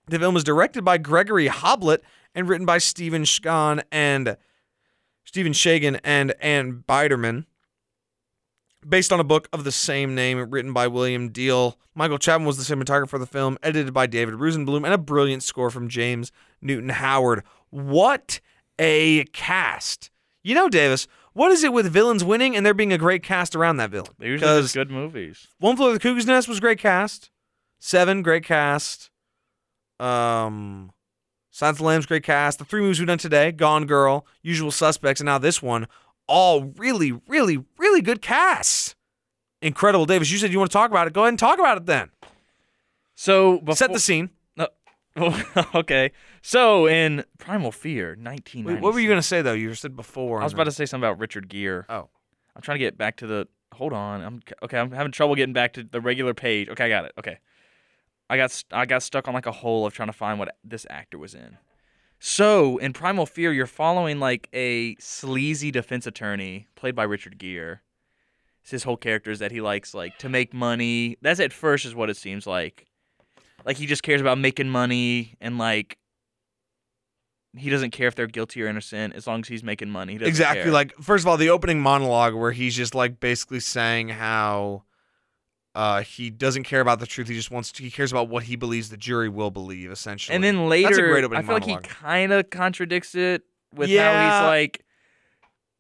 S2: The film was directed by Gregory Hoblet and written by Stephen Shagan and Stephen Shagan and Ann Biderman. Based on a book of the same name written by William Deal. Michael Chapman was the cinematographer of the film, edited by David Rosenblum, and a brilliant score from James Newton Howard. What a cast. You know, Davis, what is it with villains winning and there being a great cast around that villain?
S1: They're usually
S2: Because
S1: just good movies.
S2: One Flew Over the Cuckoo's Nest was great cast. Seven, great cast. Um, Silence of the Lambs, great cast. The three movies we've done today, Gone Girl, Usual Suspects, and now this one, all really, really, really good casts. Incredible, Davis. You said you want to talk about it. Go ahead and talk about it then.
S1: So before,
S2: Set the scene.
S1: [laughs] okay. So in Primal Fear, nineteen.
S2: Wait, what were you going to say though? You said before.
S1: I was about to say something about Richard Gere.
S2: Oh.
S1: I'm trying to get back to the. Hold on. I'm okay. I'm having trouble getting back to the regular page. Okay, I got it. Okay, I got st- I got stuck on like a hole of trying to find what this actor was in. So in Primal Fear, you're following like a sleazy defense attorney played by Richard Gere. It's his whole character is that he likes like to make money. That's at first is what it seems like. Like he just cares about making money and like he doesn't care if they're guilty or innocent as long as he's making money. He doesn't
S2: exactly
S1: care.
S2: like first of all the opening monologue where he's just like basically saying how uh he doesn't care about the truth he just wants to, he cares about what he believes the jury will believe essentially
S1: And then later,
S2: that's a great opening
S1: I feel like
S2: monologue.
S1: he kind of contradicts it with how
S2: Yeah.
S1: he's like,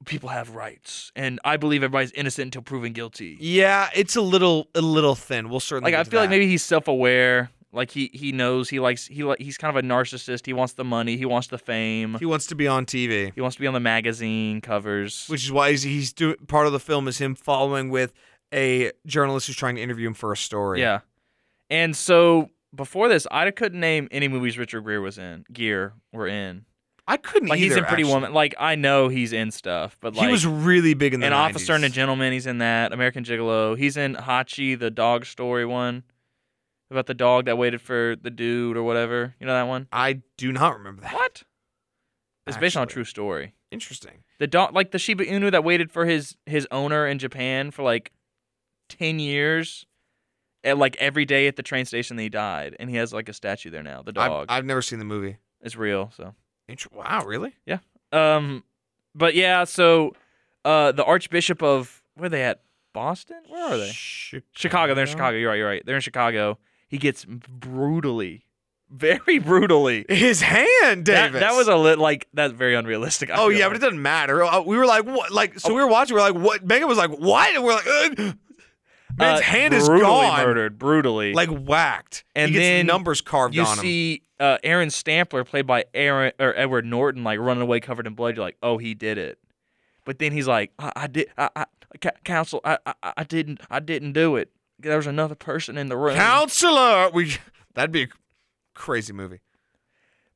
S1: people have rights, and I believe everybody's innocent until proven guilty.
S2: yeah it's a little a little thin we'll certainly
S1: Like I
S2: get to
S1: feel like
S2: that.
S1: maybe he's self-aware. Like he he knows he likes he li- he's kind of a narcissist. He wants the money. He wants the fame.
S2: he wants to be on tv
S1: He wants to be on the magazine covers.
S2: which is why he's, he's doing part of the film is him following with a journalist who's trying to interview him for a story
S1: Yeah. And so before this, I couldn't name any movies Richard Gere was in. Gear were in.
S2: i couldn't
S1: Like
S2: either
S1: he's in Pretty
S2: actually.
S1: Woman. Like I know he's in stuff, but like
S2: he was really big in the
S1: an
S2: 90s.
S1: officer and a gentleman. He's in that American Gigolo. He's in Hachi, the dog story one about the dog that waited for the dude or whatever. You know that one?
S2: i do not remember that
S1: What? It's based on a
S2: Actually.
S1: true story.
S2: interesting
S1: The dog, like the Shiba Inu that waited for his his owner in Japan for like ten years, and like every day at the train station, that he died, and he has like a statue there now. The
S2: I've-
S1: dog
S2: I've never seen the movie
S1: is real, so
S2: Inter- wow really
S1: Um, but yeah, so uh, the Archbishop of where are they at? Boston? Where are they?
S2: Chicago.
S1: Chicago. They're in Chicago. You're right. You're right. They're in Chicago. He gets brutally, very brutally.
S2: His hand,
S1: That,
S2: Davis.
S1: that was a lit like that's very unrealistic. I
S2: Oh
S1: feel
S2: yeah, but
S1: like.
S2: it doesn't matter. Uh, We were like, what? Like,
S1: Oh.
S2: so we were watching. We are like, what? Megan was like, what? And we're like, Ugh. man's
S1: Uh,
S2: hand is
S1: brutally
S2: gone,
S1: murdered brutally.
S2: like whacked.
S1: And
S2: he gets
S1: then
S2: numbers carved
S1: you
S2: on him.
S1: see uh, Aaron Stampler played by Aaron or Edward Norton like running away covered in blood. You're like, oh, he did it. But then he's like, I, I did. I, I ca- counsel. I, I I didn't. I didn't do it. There was another person in the room.
S2: Counselor. We that'd be a crazy movie.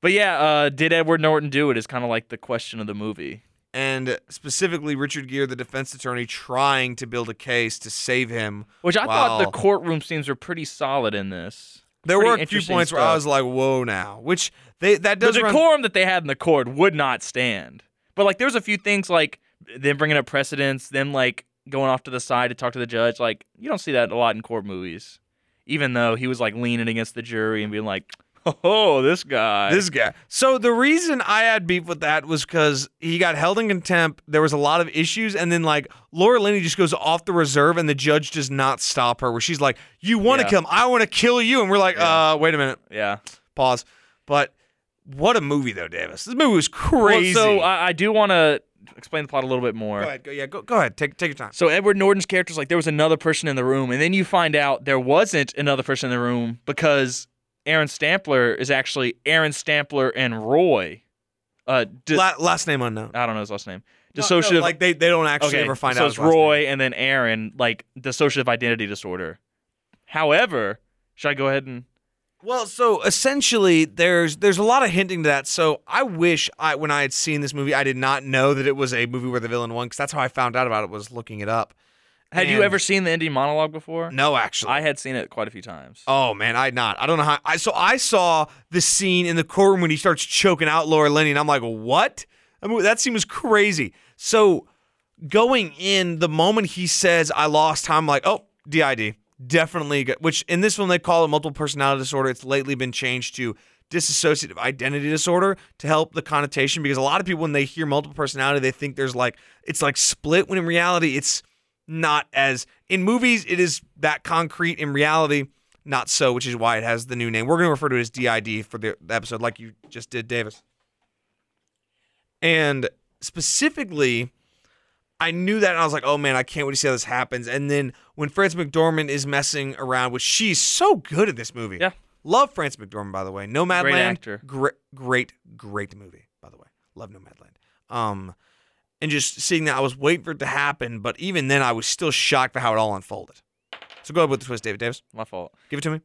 S1: But yeah, uh, did Edward Norton do it? Is kind of like the question of the movie.
S2: and specifically Richard Gere, the defense attorney, trying to build a case to save him.
S1: Which I thought the
S2: Wow.
S1: courtroom scenes were pretty solid in this.
S2: There
S1: Pretty
S2: were a few
S1: interesting
S2: points where I
S1: stuff.
S2: was like, "Whoa, now!" Which they that
S1: the
S2: does run.
S1: decorum that they had in the court would not stand. But like, there's a few things like them bringing up precedents, them like going off to the side to talk to the judge. Like, you don't see that a lot in court movies. Even though he was like leaning against the jury and being like, "Oh, this guy."
S2: This guy. So the reason I had beef with that was because he got held in contempt. There was a lot of issues, and then like Laura Linney just goes off the reserve, and the judge does not stop her. Where she's like, "You want to
S1: Yeah.
S2: kill him? I want to kill you," and we're like,
S1: Yeah.
S2: "Uh, wait a minute,
S1: yeah.
S2: pause." But what a movie though, Davis. This movie was crazy.
S1: Well, so I, I do want to explain the plot a little bit more.
S2: go ahead, go, yeah, go, go ahead, take take your time.
S1: So Edward Norton's character's like there was another person in the room, and then you find out there wasn't another person in the room because Aaron Stampler is actually Aaron Stampler and Roy. Uh, di-
S2: La- last name unknown.
S1: I don't know his last name.
S2: No,
S1: Dissociative.
S2: no, like they, they don't actually
S1: okay,
S2: ever find
S1: so
S2: out.
S1: it's
S2: his last name.
S1: Roy and then Aaron, like dissociative identity disorder. However, should I go ahead and
S2: Well, so essentially, there's there's a lot of hinting to that. So I wish I when I had seen this movie, I did not know that it was a movie where the villain won because that's how I found out about it was looking it up.
S1: had you
S2: And-
S1: ever seen the ending monologue before?
S2: No, actually,
S1: I had seen it quite a few times.
S2: Oh man, I not. I don't know how. I so I saw the scene in the courtroom when he starts choking out Laura Linney, and I'm like, what? I mean, that scene was crazy. So going in, the moment he says, "I lost time," I'm like, oh, DID, definitely. Good. Which in this film they call it multiple personality disorder. It's lately been changed to dissociative identity disorder to help the connotation because a lot of people when they hear multiple personality they think there's like it's like split when in reality it's not as in movies it is that concrete in reality not so which is why it has the new name we're going to refer to it as did for the the episode like you just did davis and specifically i knew that and i was like oh man i can't wait to see how this happens and then when france mcdormand is messing around which she's so good at this movie
S1: Yeah.
S2: love france mcdormand by the way nomadland
S1: Great actor.
S2: great great great movie by the way love nomadland um and just seeing that I was waiting for it to happen, but even then I was still shocked by how it all unfolded. So go ahead with the twist, David Davis.
S1: My fault.
S2: Give it to me.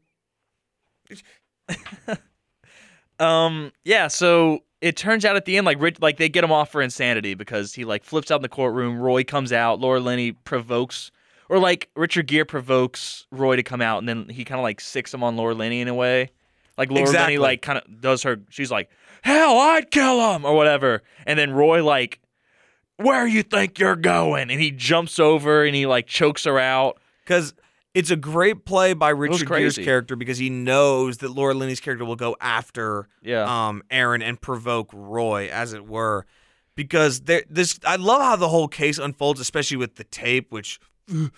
S1: Um, yeah, so it turns out at the end, like Rich, like they get him off for insanity because he like flips out in the courtroom. Roy comes out. Laura Linney provokes, or like Richard Gere provokes Roy to come out, and then he kind of like sicks him on Laura Linney in a way. Like Laura
S2: Exactly.
S1: Linney like kind of does her. She's like, "Hell, I'd kill him" or whatever. And then Roy like, "Where you think you're going?" And he jumps over and he like chokes her out.
S2: Because it's a great play by Richard Gere's
S1: crazy.
S2: character because he knows that Laura Linney's character will go after
S1: Yeah.
S2: um, Aaron and provoke Roy, as it were. Because there, this, I love how the whole case unfolds, especially with the tape, which ugh,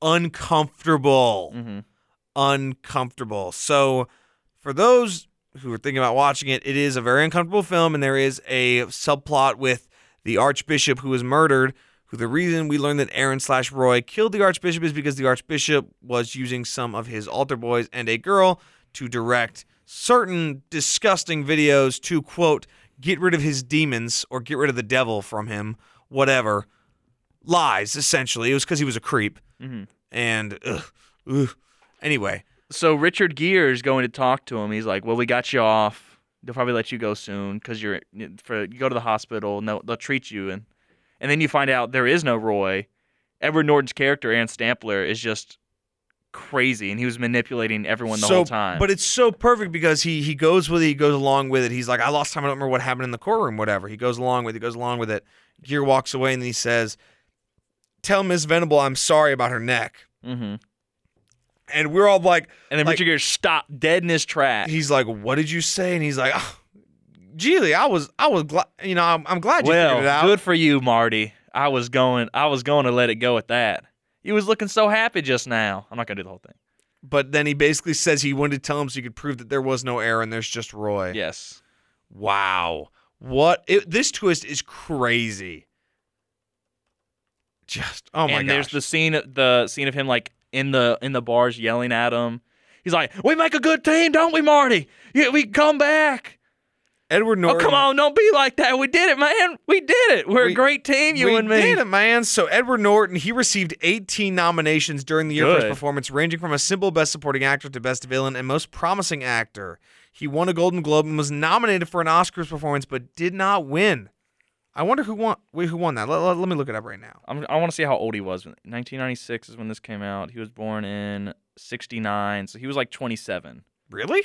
S2: uncomfortable.
S1: hmm
S2: uncomfortable. So, for those who are thinking about watching it, it is a very uncomfortable film, and there is a subplot with the Archbishop who was murdered. Who the reason we learned that Aaron slash Roy killed the Archbishop is because the Archbishop was using some of his altar boys and a girl to direct certain disgusting videos to quote get rid of his demons or get rid of the devil from him, whatever. Lies essentially. It was because he was a creep.
S1: Mhm.
S2: And ugh, ugh. anyway,
S1: so Richard Gere is going to talk to him. He's like, "Well, we got you off. They'll probably let you go soon because you're for you go to the hospital and they'll, they'll treat you." And and then you find out there is no Roy. Edward Norton's character, Aaron Stampler, is just crazy, and he was manipulating everyone the
S2: so,
S1: whole time.
S2: But it's so perfect because he he goes with it, he goes along with it. He's like, I lost time, I don't remember what happened in the courtroom, whatever. He goes along with it, he goes along with it. Gear walks away and then he says, Tell Miss Venable I'm sorry about her neck.
S1: mm-hmm. and
S2: And we're all like,
S1: then
S2: like-
S1: Richard Gere stopped dead in his tracks.
S2: he's like, What did you say? And he's like, oh, Geely, I was I was glad you know, I'm, I'm glad you figured it
S1: Well,
S2: out.
S1: good for you, Marty. I was going, I was going to let it go at that. You was looking so happy just now. I'm not gonna do the whole thing.
S2: But then he basically says he wanted to tell him so he could prove that there was no error and there's just Roy.
S1: Yes.
S2: Wow. What it, this twist is crazy. Just oh my
S1: and
S2: gosh.
S1: there's the scene the scene of him like in the in the bars yelling at him. He's like, "We make a good team, don't we, Marty? Yeah, we come back."
S2: Edward
S1: Oh,
S2: Norton.
S1: come on, don't be like that. We did it, man. We did it. We're
S2: We-
S1: a great team, you
S2: we
S1: and me.
S2: did it, man. So Edward Norton, he received 18 nominations during the year for his
S1: Good.
S2: performance, ranging from a simple Best Supporting Actor to Best Villain and Most Promising Actor. He won a Golden Globe and was nominated for an Oscars performance, but did not win. I wonder who won. Wait, who won that? Let, let- let me look it up right now.
S1: I'm, I want to see how old he was. 1996 is when this came out. He was born in 69, so he was like 27.
S2: Really?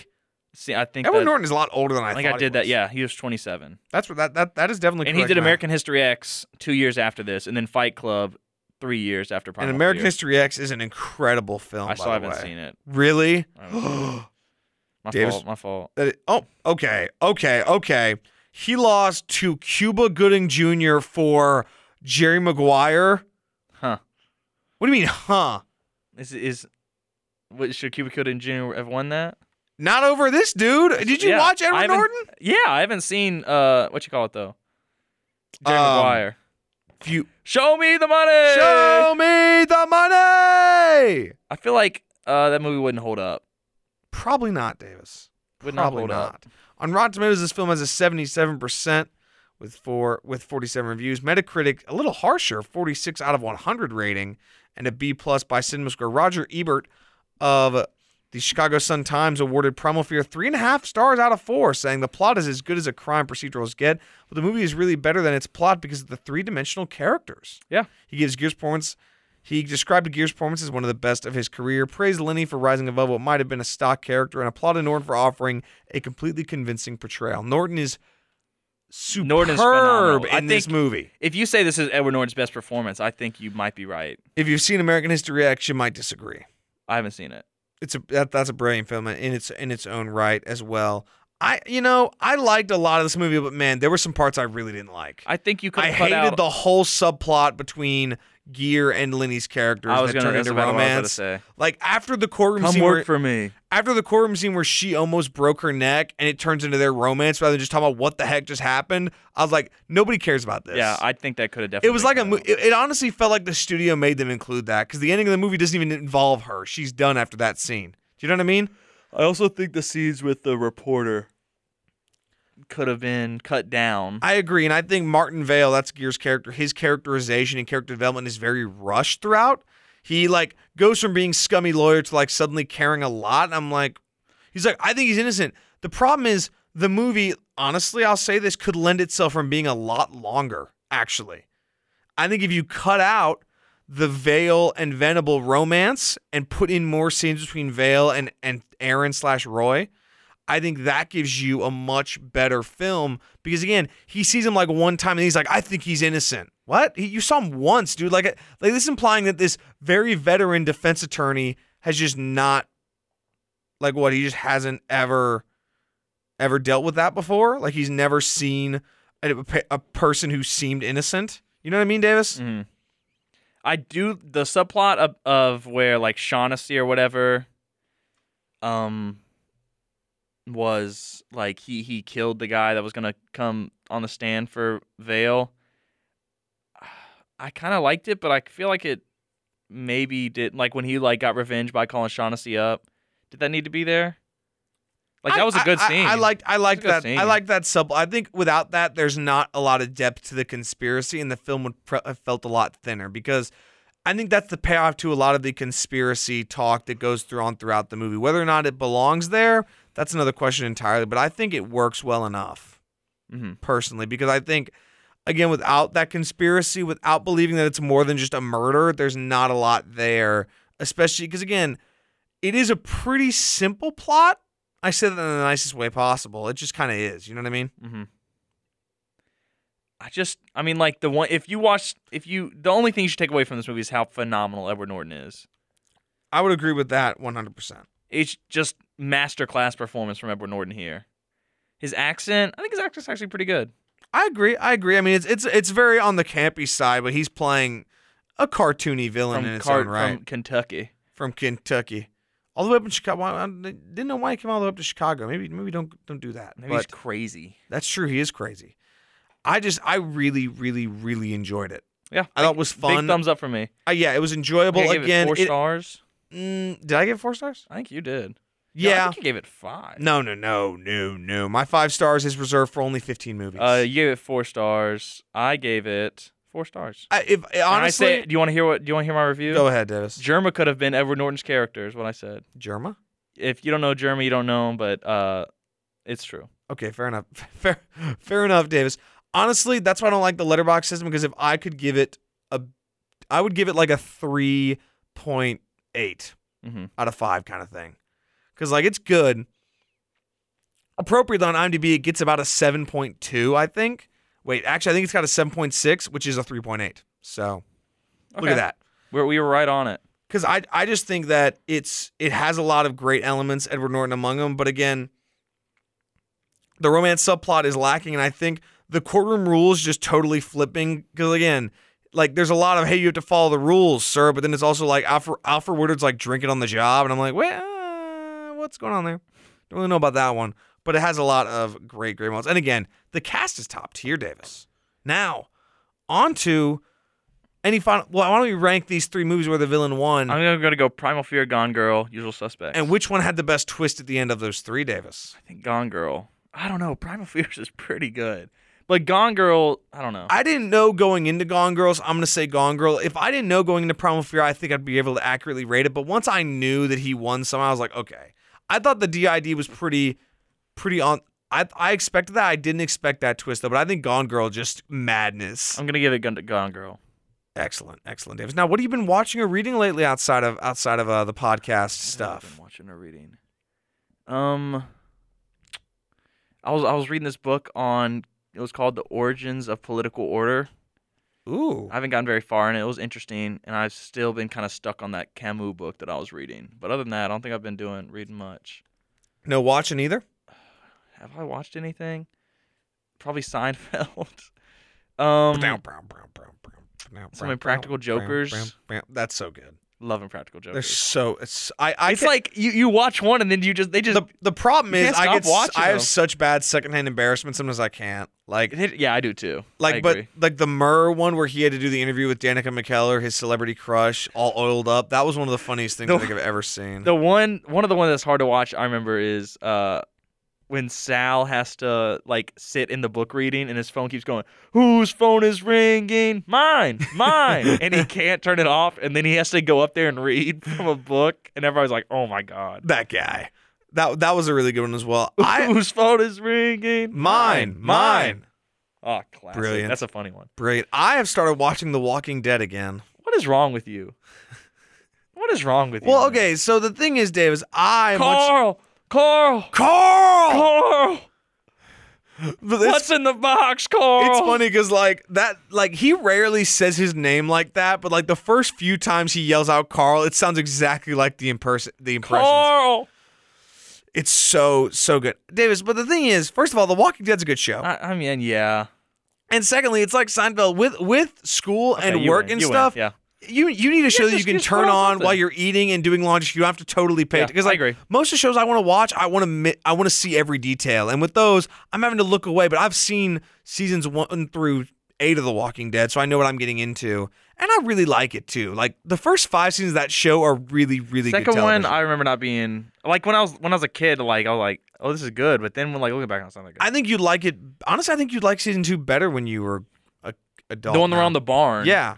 S1: See, I think
S2: Edward
S1: that,
S2: Norton is a lot older than I,
S1: I think
S2: thought
S1: I
S2: he
S1: did that.
S2: was.
S1: Yeah, he was 27,
S2: that's what that that that is definitely.
S1: and he
S2: correct
S1: did
S2: math.
S1: American History X two years after this, and then Fight Club three years after.
S2: And
S1: Primal
S2: American
S1: Fear.
S2: History X is an incredible film.
S1: I
S2: by
S1: still
S2: the
S1: haven't
S2: way.
S1: seen
S2: [gasps]
S1: it.
S2: Really?
S1: I haven't seen it. My
S2: Davis-
S1: fault. My fault.
S2: That it- oh, okay, okay, okay. He lost to Cuba Gooding Jr. for Jerry Maguire.
S1: Huh?
S2: What do you mean, huh?
S1: Is is what, should Cuba Gooding Jr. have won that?
S2: Not over this dude. Did you
S1: Yeah,
S2: watch
S1: I
S2: Edward
S1: haven't-
S2: Norton?
S1: Yeah, I haven't seen uh what you call it though. Jerry
S2: Um,
S1: Maguire.
S2: If you
S1: Show me the money.
S2: show me the money,
S1: I feel like uh that movie wouldn't hold up.
S2: probably not, Davis.
S1: Would not
S2: probably
S1: hold
S2: not.
S1: up.
S2: On Rotten Tomatoes, this film has a 77 percent with four with 47 reviews. Metacritic a little harsher, 46 out of 100 rating, and a B plus by CinemaScore. Roger Ebert of the Chicago Sun Times awarded Primal Fear three and a half stars out of four, saying the plot is as good as a crime procedurals get, but the movie is really better than its plot because of the three dimensional characters.
S1: Yeah.
S2: He gives Gears performance. He described Gears' performance as one of the best of his career, praised Lenny for rising above what might have been a stock character, and applauded Norton for offering a completely convincing portrayal. Norton is superb
S1: Norton's phenomenal. I
S2: in this
S1: think-
S2: movie.
S1: If you say this is Edward Norton's best performance, I think you might be right.
S2: If you've seen American History X, you might disagree.
S1: I haven't seen it.
S2: it's a that, that's a brilliant film in its in its own right as well. I you know I liked a lot of this movie, but man, there were some parts I really didn't like.
S1: I think you could
S2: I
S1: cut
S2: hated
S1: out.
S2: the whole subplot between Gear and Lenny's characters
S1: I was
S2: that
S1: gonna
S2: turned
S1: that's
S2: into
S1: about what I
S2: romance.
S1: was about to say.
S2: Like after the courtroom
S1: Come
S2: scene,
S1: work
S2: where,
S1: for me.
S2: after the courtroom scene where she almost broke her neck, and it turns into their romance rather than just talking about what the heck just happened. I was like, nobody cares about this.
S1: Yeah, I think that could have definitely.
S2: It was like a.
S1: come
S2: Mo-
S1: out.
S2: it, it honestly felt like the studio made them include that because the ending of the movie doesn't even involve her. She's done after that scene. Do you know what I mean?
S1: I also think the scenes with the reporter could have been cut down.
S2: I agree, and I think Martin Vale, that's Gear's character, his characterization and character development is very rushed throughout. He like goes from being scummy lawyer to like suddenly caring a lot. And I'm like, he's like, I think he's innocent. The problem is the movie, honestly, I'll say this could lend itself from being a lot longer, actually. I think if you cut out the Vale and Venable romance and put in more scenes between Vale and, and Aaron slash Roy, I think that gives you a much better film because again, he sees him like one time and he's like, I think he's innocent. What? He, you saw him once, dude. Like, like this is implying that this very veteran defense attorney has just not, like, what he just hasn't ever, ever dealt with that before. Like he's never seen a, a pe- a person who seemed innocent. You know what I mean, Davis?
S1: Mhm. I do the subplot of, of where like Shaughnessy or whatever, um, was like he he killed the guy that was gonna come on the stand for Vale. I kind of liked it, but I feel like it maybe did like when he like got revenge by calling Shaughnessy up. Did that need to be there? Like that was a
S2: I-
S1: good
S2: I- I-
S1: scene.
S2: I, liked I liked
S1: good
S2: that I
S1: scene.
S2: liked that sub. I think without that, there's not a lot of depth to the conspiracy, and the film would pre- have felt a lot thinner because I think that's the payoff to a lot of the conspiracy talk that goes through on throughout the movie. Whether or not it belongs there, that's another question entirely. But I think it works well enough
S1: Mhm.
S2: personally because I think. Again, without that conspiracy, without believing that it's more than just a murder, there's not a lot there. Especially because, again, it is a pretty simple plot. I said that in the nicest way possible. It just kind of is. You know what I mean?
S1: Mm-hmm. I just, I mean, like the one. If you watch, if you, the only thing you should take away from this movie is how phenomenal Edward Norton is.
S2: I would agree with that 100%.
S1: It's just masterclass performance from Edward Norton here. His accent, I think his accent's actually pretty good.
S2: I agree. I agree. I mean, it's it's it's very on the campy side, but he's playing a cartoony villain in
S1: From,
S2: its
S1: Car-
S2: own right
S1: from Kentucky.
S2: from, Kentucky, all the way up in Chicago. I didn't know why he came all the way up to Chicago. Maybe maybe don't don't do that.
S1: Maybe he's
S2: but
S1: crazy.
S2: that's true. He is crazy. I just I really really really enjoyed it.
S1: Yeah,
S2: I thought it was
S1: Big
S2: fun.
S1: thumbs up for me.
S2: Uh, yeah, it was
S1: I think
S2: enjoyable.
S1: I gave
S2: Again,
S1: it four
S2: it-
S1: stars.
S2: mm, did I give it four stars?
S1: I think you did. No, I
S2: Yeah.
S1: think you gave it five.
S2: No, no, no, no, no. My five stars is reserved for only 15 movies.
S1: Uh, you gave it four stars. I gave it four stars.
S2: I, if honestly,
S1: And I say, do you want to hear what? Do you want to hear my review?
S2: go ahead, Davis.
S1: Germa could have been Edward Norton's character, is what I said.
S2: Germa.
S1: If you don't know Germa, you don't know him, but uh, it's true.
S2: Okay, fair enough. [laughs] Fair, fair enough, Davis. Honestly, that's why I don't like the letterbox system because if I could give it a, I would give it like a three point eight
S1: Mhm.
S2: out of five kind of thing, because like it's good. Appropriately on IMDb, it gets about a seven point two, I think. Wait, actually, I think it's got a seven point six, which is a three point eight. So look
S1: Okay.
S2: at that.
S1: We're, we were right on it.
S2: because I I just think that it's it has a lot of great elements, Edward Norton among them. But again, the romance subplot is lacking, and I think the courtroom rules just totally flipping. Because again, like there's a lot of hey, you have to follow the rules, sir. But then it's also like Alfred Alfred Woodard's like drinking on the job, and I'm like, well, uh, what's going on there? Don't really know about that one, but it has a lot of great great moments. And again, the cast is top tier, Davis. Now, on to any final. Well, why don't we rank these three movies where the villain won?
S1: I'm gonna, gonna go Primal Fear, Gone Girl, Usual Suspects.
S2: Mm. And which one had the best twist at the end of those three, Davis?
S1: I think Gone Girl. I don't know. Primal [laughs] Fears is pretty good, but Gone Girl, I don't know.
S2: I didn't know going into Gone Girls. I'm gonna say Gone Girl. If I didn't know going into Primal Fear, I think I'd be able to accurately rate it. But once I knew that he won somehow, I was like, okay. I thought the DID was pretty, pretty on. I I expected that. I didn't expect that twist though. But I think Gone Girl just madness.
S1: I'm gonna give it Gun- Gone Girl.
S2: Excellent, excellent, Davis. Now, what have you been watching or reading lately outside of outside of uh, the podcast
S1: I've
S2: stuff?
S1: been watching or reading. Um, I was I was reading this book on it was called The Origins of Political Order.
S2: Ooh,
S1: I haven't gotten very far in it. It was interesting, and I've still been kind of stuck on that Camus book that I was reading. But other than that, I don't think I've been doing reading much.
S2: no watching either.
S1: Have I watched anything? Probably Seinfeld. [laughs] Um,
S2: Some
S1: Some Impractical Jokers.
S2: That's so good.
S1: loving Practical
S2: They're
S1: Jokers.
S2: so. It's, I. I
S1: it's
S2: can't-
S1: like you, you watch one and then you just they just
S2: the the problem
S1: you
S2: is
S1: can't
S2: I
S1: stop
S2: get s-
S1: watching
S2: I have
S1: them.
S2: such bad secondhand embarrassment sometimes I can't like
S1: they- yeah I do too. I
S2: like but
S1: agree.
S2: like the Murr one where he had to do the interview with Danica McKellar his celebrity crush all oiled up that was one of the funniest things
S1: The-
S2: I think I've ever seen
S1: the one one of the ones that's hard to watch I remember is uh when Sal has to like sit in the book reading and his phone keeps going whose phone is ringing mine
S2: [laughs]
S1: mine and he can't turn it off and then he has to go up there and read [laughs] from a book and everybody's like oh my god [laughs]
S2: that guy that that was a really good one as well I
S1: whose phone is ringing
S2: mine mine
S1: oh classic
S2: Brilliant.
S1: that's a funny one
S2: brilliant I have started watching The Walking Dead again
S1: what is wrong with you what is wrong with you
S2: well
S1: man?
S2: okay so the thing is Davis I much
S1: Carl Carl
S2: Carl
S1: Carl
S2: But it's
S1: what's in the box Carl
S2: It's funny because like that, like he rarely says his name like that, but like the first few times he yells out Carl, it sounds exactly like the imperson the impressions.
S1: Carl.
S2: It's so so good, Davis. But the thing is, first of all, The Walking Dead's a good show,
S1: I, I mean, yeah.
S2: and secondly, it's like Seinfeld with with school
S1: Yeah,
S2: and
S1: you
S2: work
S1: win,
S2: and
S1: you win,
S2: stuff.
S1: Yeah.
S2: You you need a show that you
S1: just-
S2: can
S1: just
S2: turn
S1: throw
S2: on
S1: something.
S2: while you're eating and doing laundry. You don't have to totally pay
S1: Yeah,
S2: because
S1: I
S2: like
S1: agree.
S2: most of the shows I want to watch, I want to mi- I want to see every detail, and with those, I'm having to look away. But I've seen seasons one through eight of The Walking Dead, so I know what I'm getting into, and I really like it too. Like the first five seasons of that show are really really
S1: Second
S2: good
S1: one,
S2: television.
S1: I remember not being like when I was when I was a kid. Like I was like, oh, this is good. But then when like looking back on something, like
S2: I think you'd like it. Honestly, I think you'd like season two better when you were a adult.
S1: the one
S2: now.
S1: around the barn.
S2: yeah.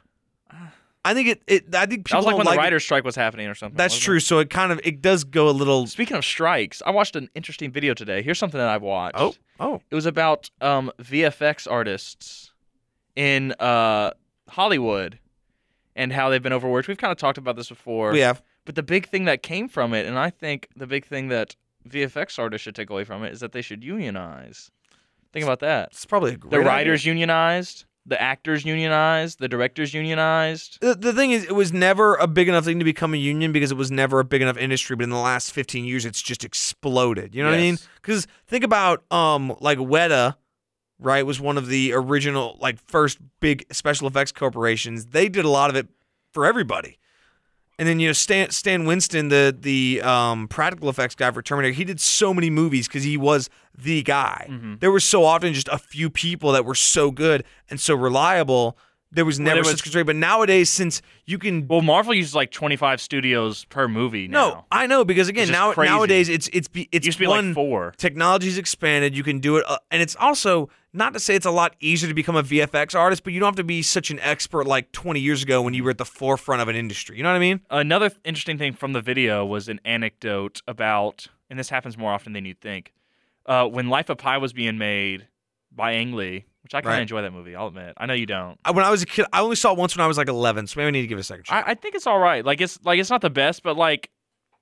S2: I think it, it. I think
S1: That
S2: people
S1: was like
S2: don't
S1: when the
S2: it.
S1: writer's strike was happening or something.
S2: That's
S1: wasn't
S2: true.
S1: it?
S2: So it kind of it does go a little.
S1: Speaking of strikes, I watched an interesting video today. Here's something that I've watched.
S2: Oh oh.
S1: It was about um, VFX artists in uh, Hollywood and how they've been overworked. We've kind of talked about this before.
S2: We have.
S1: But the big thing that came from it, and I think the big thing that VFX artists should take away from it, is that they should unionize. Think about that.
S2: It's probably a great
S1: The
S2: idea.
S1: writers unionized, the actors unionized, the directors unionized.
S2: The, the thing is, it was never a big enough thing to become a union because it was never a big enough industry. But in the last 15 years, it's just exploded. You know what I mean?
S1: Yes.
S2: Because think about um like Weta, right? Was one of the original like first big special effects corporations. They did a lot of it for everybody. And then you know Stan Stan Winston, the the um, practical effects guy for Terminator, he did so many movies because he was the
S1: Mm-hmm.
S2: guy. There were so often just a few people that were so good and so reliable there was never
S1: there was-
S2: such constraint. But nowadays, since you can
S1: Well, Marvel uses like 25 studios per movie now.
S2: no, I know because again
S1: Which is
S2: now
S1: crazy.
S2: nowadays it's it's be,
S1: it
S2: it's
S1: used to be
S2: one
S1: like four.
S2: technology's expanded. You can do it, uh, and it's also not to say it's a lot easier to become a VFX artist, but you don't have to be such an expert like 20 years ago when you were at the forefront of an industry. You know what I mean?
S1: Another th- interesting thing from the video was an anecdote about, and this happens more often than you'd think, uh, when Life of Pi was being made by Ang Lee, which I kind of
S2: Right.
S1: enjoy that movie. I'll admit, I know you don't.
S2: I, when I was a kid, I only saw it once when I was like 11, so maybe I need to give it a second shot.
S1: I, I think it's all right. Like it's like it's not the best, but like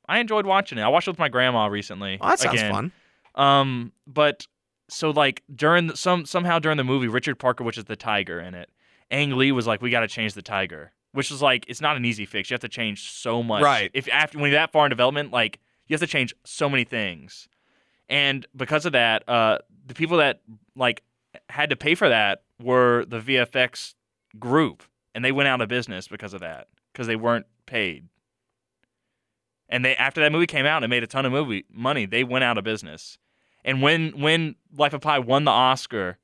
S1: I enjoyed watching it. I watched it with my grandma recently.
S2: Oh, that sounds
S1: again.
S2: fun.
S1: Um, but so like during the, some somehow during the movie, Richard Parker, which is the tiger in it, Ang Lee was like, "We got to change the tiger," which is like it's not an easy fix. You have to change so much,
S2: Right.
S1: If after when you're that far in development, like you have to change so many things, and because of that, uh, the people that like had to pay for that were the VFX group, and they went out of business because of that because they weren't paid. And they after that movie came out and made a ton of movie money, they went out of business. And when when Life of Pi won the Oscar,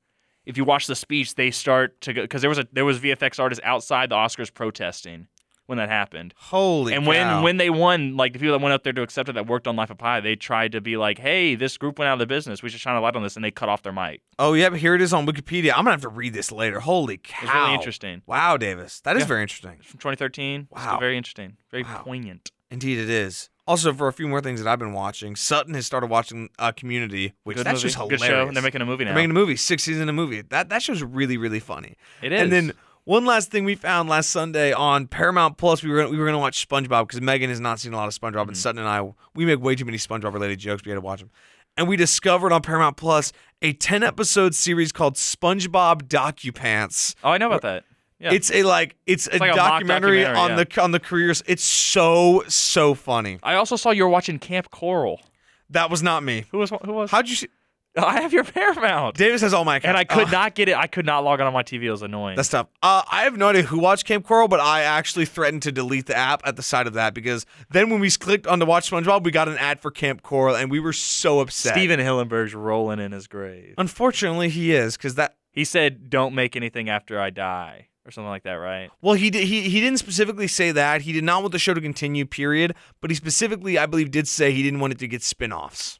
S1: if you watch the speech, they start to go because there was a there was VFX artists outside the Oscars protesting when that happened.
S2: Holy
S1: and
S2: cow.
S1: when when they won, like the people that went up there to accept it that worked on Life of Pi, they tried to be like, hey, this group went out of the business. We should shine a light on this, and they cut off their mic.
S2: oh yep, here it is on Wikipedia. I'm gonna have to read this later. Holy cow!
S1: It's really interesting.
S2: Wow, Davis, that is
S1: Yeah.
S2: very interesting.
S1: From 2013. It's
S2: Wow.
S1: very interesting. Very
S2: Wow.
S1: poignant.
S2: Indeed, it is. Also, for a few more things that I've been watching, Sutton has started watching uh, Community, which
S1: Good movie.
S2: that's just
S1: Good
S2: hilarious.
S1: show. And they're making a movie now.
S2: They're making a movie, six seasons in a movie. That that show's really really funny.
S1: it is.
S2: And then one last thing we found last Sunday on Paramount Plus, we were gonna, we were going to watch SpongeBob because Megan has not seen a lot of SpongeBob,
S1: Mm-hmm.
S2: and Sutton and I we make way too many SpongeBob related jokes. We had to watch them, and we discovered on Paramount Plus a ten episode series called SpongeBob Docupants.
S1: oh, I know about that. Yeah.
S2: It's a like it's, a,
S1: like a mock
S2: documentary,
S1: documentary,
S2: on
S1: yeah.
S2: the on the careers. It's so so funny.
S1: I also saw you were watching Camp Coral.
S2: That was not me.
S1: Who was who was?
S2: How'd you see?
S1: [laughs] I have your Paramount,
S2: Davis has all my
S1: and
S2: accounts.
S1: I could
S2: Ugh,
S1: not get it. I could not log on on my TV. It was annoying.
S2: Uh, That's tough. Uh, I have no idea who watched Camp Coral, but I actually threatened to delete the app at the side of that because then when we clicked on to watch SpongeBob, we got an ad for Camp Coral, and we were so upset.
S1: Steven Hillenberg's rolling in his grave.
S2: Unfortunately, he is because that.
S1: He said, "Don't make anything after I die," or something like that, right?
S2: Well, he did. He he didn't specifically say that. He did not want the show to continue. Period. But he specifically, I believe, did say he didn't want it to get spin-offs.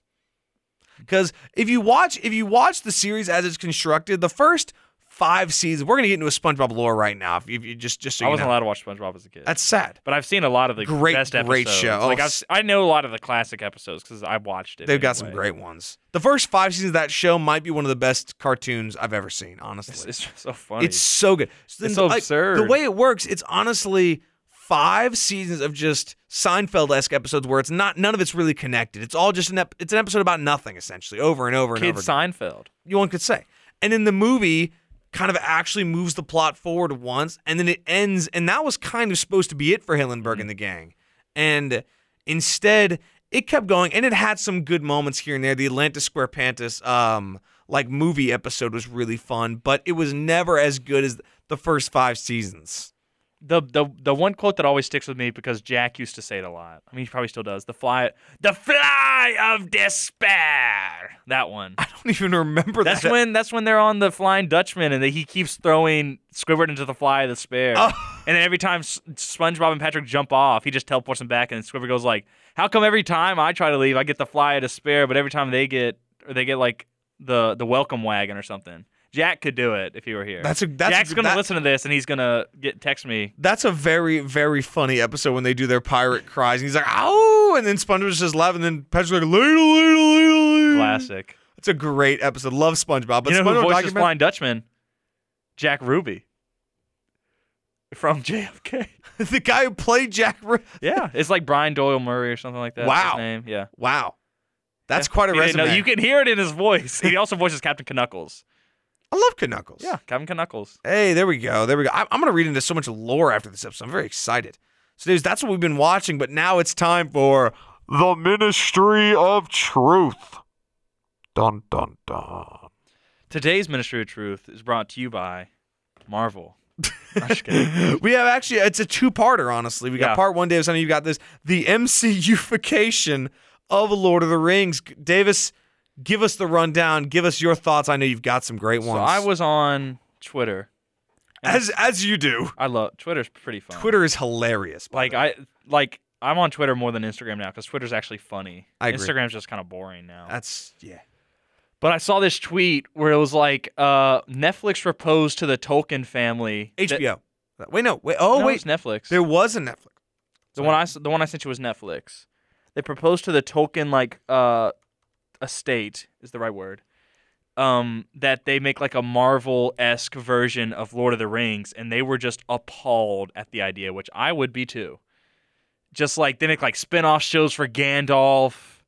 S2: Because if you watch if you watch the series as it's constructed, the first five seasons, we're gonna get into a SpongeBob lore right now. If you, if you just just so
S1: I
S2: you
S1: wasn't
S2: know.
S1: allowed to watch SpongeBob as a kid,
S2: That's sad.
S1: but I've seen a lot of the
S2: Great,
S1: best episodes.
S2: great show. Oh,
S1: Like I've,
S2: s-
S1: si know a lot of the classic episodes because I watched it.
S2: They've got some
S1: anyway.
S2: great ones. The first five seasons of that show might be one of the best cartoons I've ever seen, honestly.
S1: [laughs] It's,
S2: It's,
S1: it's just so funny.
S2: so good.
S1: It's so
S2: The
S1: absurd.
S2: way it works, it's honestly five seasons of just Seinfeld-esque episodes where it's not none of it's really connected. It's all just an ep- it's an episode about nothing essentially, over and over and
S1: Kid
S2: over. again.
S1: Seinfeld.
S2: you one could say. And then the movie kind of actually moves the plot forward once, and then it ends, and that was kind of supposed to be it for Hillenberg and the gang. And instead, it kept going, and it had some good moments here and there. The Atlantis Square Pantis, um, like movie episode was really fun, but it was never as good as the first five seasons. [laughs]
S1: the the the one quote that always sticks with me because Jack used to say it a lot. I mean, he probably still does. The fly, the fly of despair. That one.
S2: I don't even
S1: [laughs]
S2: remember
S1: That's
S2: that.
S1: when that's when they're on the Flying Dutchman and they, he keeps throwing Squidward into the fly of the spare.
S2: Oh.
S1: [laughs] And then every time S- SpongeBob and Patrick jump off, he just teleports them back. And Squidward goes like, "How come every time I try to leave, I get the fly of despair, but every time they get or they get like the the welcome wagon or something." Jack could do it if he were here.
S2: That's a- that's a
S1: Jack's
S2: good-
S1: gonna
S2: that-
S1: listen to this and he's gonna get text me
S2: That's a very, very funny episode when they do their pirate cries, and he's like, "Ow!" and then SpongeBob says "Love," and then Patrick's like, "Later, later, later, later."
S1: classic.
S2: It's a great episode. Love SpongeBob, Mm. but
S1: you know
S2: SpongeBob
S1: who voices
S2: document-
S1: Blind Dutchman? Jack Ruby from [laughs] JFK.
S2: [laughs] the guy who played Jack. Ru-
S1: Yeah, it's like Brian Doyle Murray or something like that. That's his
S2: Wow.
S1: name. Yeah,
S2: Wow, that's quite a
S1: You didn't know-
S2: resume.
S1: you can hear it in his voice. He also voices Captain
S2: [laughs]
S1: Knuckles.
S2: I love Knuckles.
S1: Yeah, Captain Knuckles.
S2: Hey, there we go. There we go. I- I'm gonna read into so much lore after this episode. I'm very excited. So, dudes, that's what we've been watching, but now it's time for the Ministry of Truth. Dun dun dun.
S1: Today's Ministry of Truth is brought to you by
S2: [laughs]
S1: Marvel. I'm just kidding.
S2: we have actually it's a two-parter honestly we got
S1: Yeah.
S2: part one davis i know you got this the mcuification of lord of the rings davis give us the rundown give us your thoughts i know you've got some great
S1: So
S2: ones
S1: I was on Twitter
S2: as as you do.
S1: I love Twitter's pretty fun.
S2: Twitter is hilarious. by
S1: like
S2: the way.
S1: I like I'm on Twitter more than Instagram now because Twitter's actually funny.
S2: I agree.
S1: Instagram's just kind of boring now.
S2: that's yeah.
S1: but I saw this tweet where it was like uh, Netflix proposed to the Tolkien family. that-
S2: HBO. wait, no, wait. Oh,
S1: No,
S2: wait.
S1: it's Netflix.
S2: There was a Netflix.
S1: The one I s- the one I sent you was Netflix. They proposed to the Tolkien like uh estate is the right word. Um, that they make like a Marvel esque version of Lord of the Rings, and they were just appalled at the idea, which I would be too. Just like they make like spin off shows for Gandalf,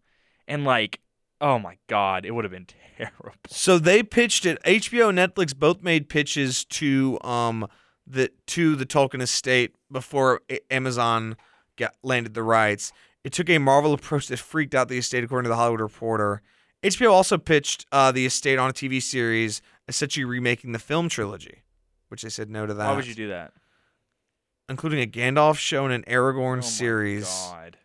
S1: and like, oh my god, it would have been [laughs] terrible.
S2: So they pitched it. HBO and Netflix both made pitches to um the to the Tolkien estate before A- Amazon got landed the rights. It took a Marvel approach that freaked out the estate, according to the Hollywood Reporter. HBO also pitched uh, the estate on a TV series, essentially remaking the film trilogy, which they said no to that,
S1: Why would you do that?
S2: including a Gandalf show and an Aragorn
S1: Oh my
S2: series.
S1: God.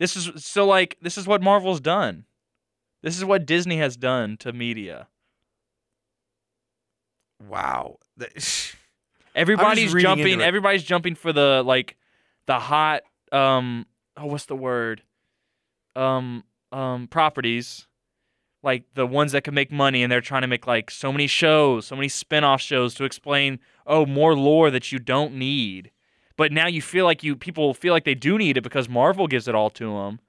S1: This is so like this is what Marvel's done. This is what Disney has done to media.
S2: Wow. The-
S1: Everybody's
S2: reading into
S1: jumping.
S2: it.
S1: Everybody's jumping for the like, the hot um. Oh, what's the word? Um um properties, like the ones that can make money, and they're trying to make like so many shows, so many spin-off shows to explain oh more lore that you don't need. But now you feel like you people feel like they do need it because Marvel gives it all to them.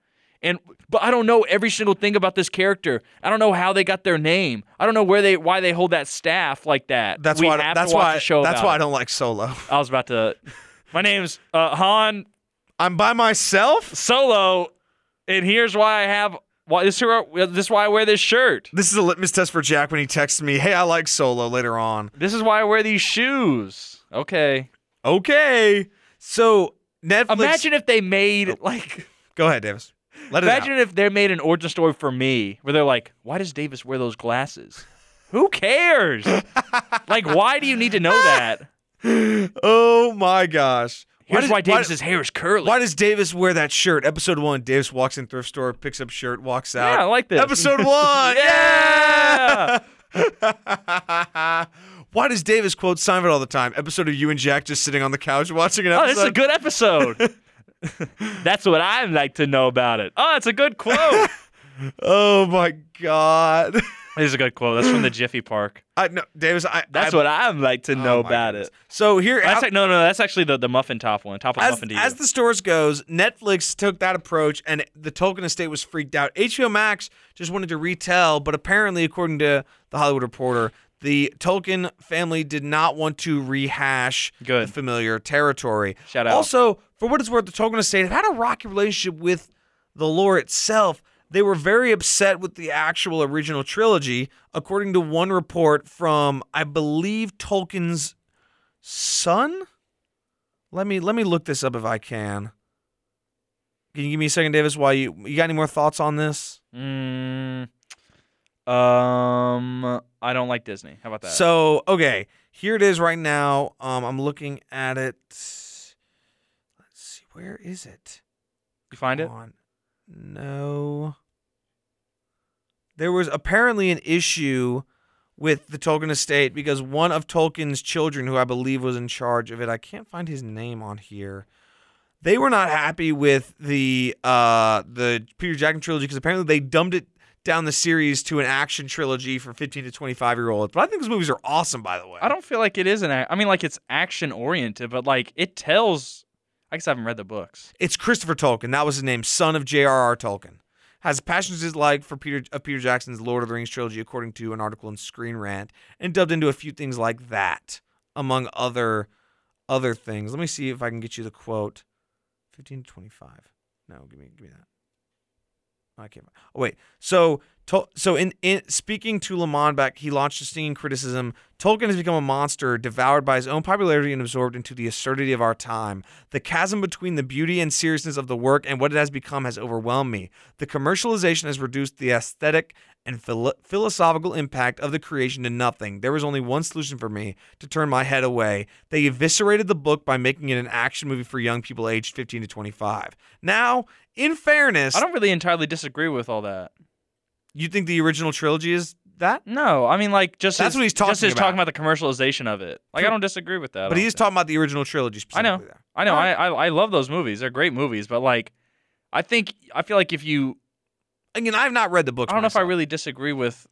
S1: And but I don't know every single thing about this character. I don't know how they got their name. I don't know where they why they hold that staff like that.
S2: [sighs] That's
S1: we
S2: why.
S1: Have
S2: That's
S1: to watch
S2: why.
S1: A show
S2: That's
S1: about
S2: why
S1: it.
S2: I don't like Solo. [laughs]
S1: I was about to. My name's uh, Han
S2: I'm by myself.
S1: Solo, and here's why I have. Why this? here- This is why I wear this shirt.
S2: This is a litmus test for Jack when he texts me, "Hey, I like Solo." Later on,
S1: This is why I wear these shoes. Okay.
S2: okay. So Netflix.
S1: Imagine if they made like.
S2: Go ahead, Davis. Let Oh, it out.
S1: Imagine if they made an origin story for me where they're like, "Why does Davis wear those glasses? Who
S2: [laughs]
S1: cares? like, why do you need to know
S2: Ah!
S1: that?
S2: [gasps] Oh my gosh.
S1: Here's why,
S2: does-
S1: Davis's hair is curly.
S2: Why does Davis wear that shirt? Episode one. Davis walks in thrift store, picks up shirt, walks out.
S1: yeah, I like this. [laughs]
S2: Episode one.
S1: Yeah.
S2: yeah. [laughs] Why does Davis quote Seinfeld all the time? Episode of you and Jack just sitting on the couch watching an
S1: Oh,
S2: episode.
S1: this is a good episode.
S2: [laughs]
S1: That's what I'd like to know about it. Oh, it's a good quote.
S2: oh my god. [laughs]
S1: this is a good quote. That's
S2: [gasps]
S1: from the Jiffy Park.
S2: I no, Davis. I.
S1: That's
S2: I,
S1: what I'd like to know
S2: Oh my
S1: about
S2: goodness.
S1: it.
S2: So here,
S1: That's
S2: I-
S1: like, no, no, that's actually the, the muffin top one. Top of the
S2: as,
S1: muffin deal.
S2: as the stores goes, Netflix took that approach, and the Tolkien estate was freaked out. HBO Max just wanted to retell, but apparently, according to the Hollywood Reporter, the Tolkien family did not want to rehash
S1: Good.
S2: the familiar territory.
S1: Shout out.
S2: Also, for what it's worth, the Tolkien estate have had a rocky relationship with the lore itself. They were very upset with the actual original trilogy, according to one report from, I believe, Tolkien's son. Let me let me look this up if I can. Can you give me a second, Davis? Why you you got any more thoughts on this?
S1: Mm, um, I don't like Disney. How about that?
S2: So okay, here it is right now. Um, I'm looking at it. Let's see, where is it?
S1: you find it?
S2: Come on. No. There was apparently an issue with the Tolkien estate because one of Tolkien's children, who I believe was in charge of it, I can't find his name on here. They were not happy with the uh, the Peter Jackson trilogy because apparently they dumbed it down the series to an action trilogy for 15 to 25 year olds. But I think those movies are awesome, by the way.
S1: I don't feel like it is an. ac- I mean, like it's action oriented, but like it tells. I guess I haven't read the books.
S2: It's Christopher Tolkien. That was his name, son of J.R.R. Tolkien. Has passions his like for Peter of Peter Jackson's Lord of the Rings trilogy, according to an article in Screen Rant, and dubbed into a few things like that, among other other things. Let me see if I can get you the quote. Fifteen to twenty-five. No, give me give me that. I can't. Oh wait. So Tol- so in, in speaking to Lamont back, he launched a stinging criticism. Tolkien has become a monster, devoured by his own popularity and absorbed into the absurdity of our time. The chasm between the beauty and seriousness of the work and what it has become has overwhelmed me. The commercialization has reduced the aesthetic and philo- philosophical impact of the creation to nothing. There was only one solution for me to turn my head away. They eviscerated the book by making it an action movie for young people aged 15 to 25. Now, in fairness,
S1: I don't really entirely disagree with all that.
S2: you think the original trilogy is that?
S1: No, I mean like just
S2: That's
S1: his-
S2: what he's
S1: just
S2: talking
S1: his talking
S2: about.
S1: about the commercialization of it. Like I don't disagree with that. I
S2: But he
S1: don't
S2: is
S1: think.
S2: talking about the original trilogy
S1: I
S2: specifically.
S1: know.
S2: though.
S1: I know. I, I I love those movies. They're great movies. But like, I think I feel like if you,
S2: Again, I've not read the books.
S1: I don't know if I
S2: myself.
S1: really disagree with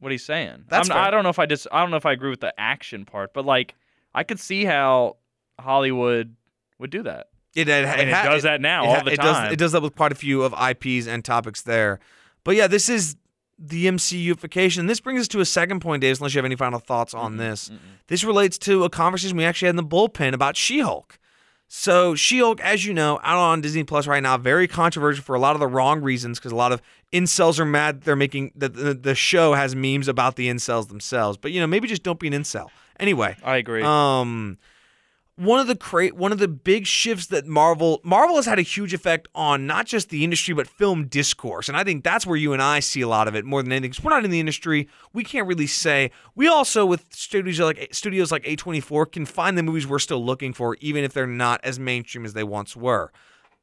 S1: what he's saying.
S2: That's
S1: I'm,
S2: fair.
S1: I don't know if I dis. I don't know if I agree with the action part. But like, I could see how Hollywood would do that.
S2: It, it,
S1: and it
S2: ha-
S1: does that now
S2: it
S1: all
S2: ha-
S1: the
S2: it
S1: time.
S2: Does, it does that with quite a few of IPs and topics there. But yeah, this is the MCUification. This brings us to a second point, Davis, unless you have any final thoughts
S1: Mm-hmm.
S2: on this. This relates to a conversation we actually had in the bullpen about She Hulk. So, She Hulk, as you know, out on Disney Plus right now, very controversial for a lot of the wrong reasons because a lot of incels are mad that they're making that the, the show has memes about the incels themselves. But, you know, maybe just don't be an incel. Anyway,
S1: I agree.
S2: um, one of the cra- one of the big shifts that Marvel Marvel has had a huge effect on not just the industry but film discourse, and I think that's where you and I see a lot of it more than anything. 'Cause we're not in the industry, we can't really say. We also with studios like studios like A twenty four can find the movies we're still looking for, even if they're not as mainstream as they once were.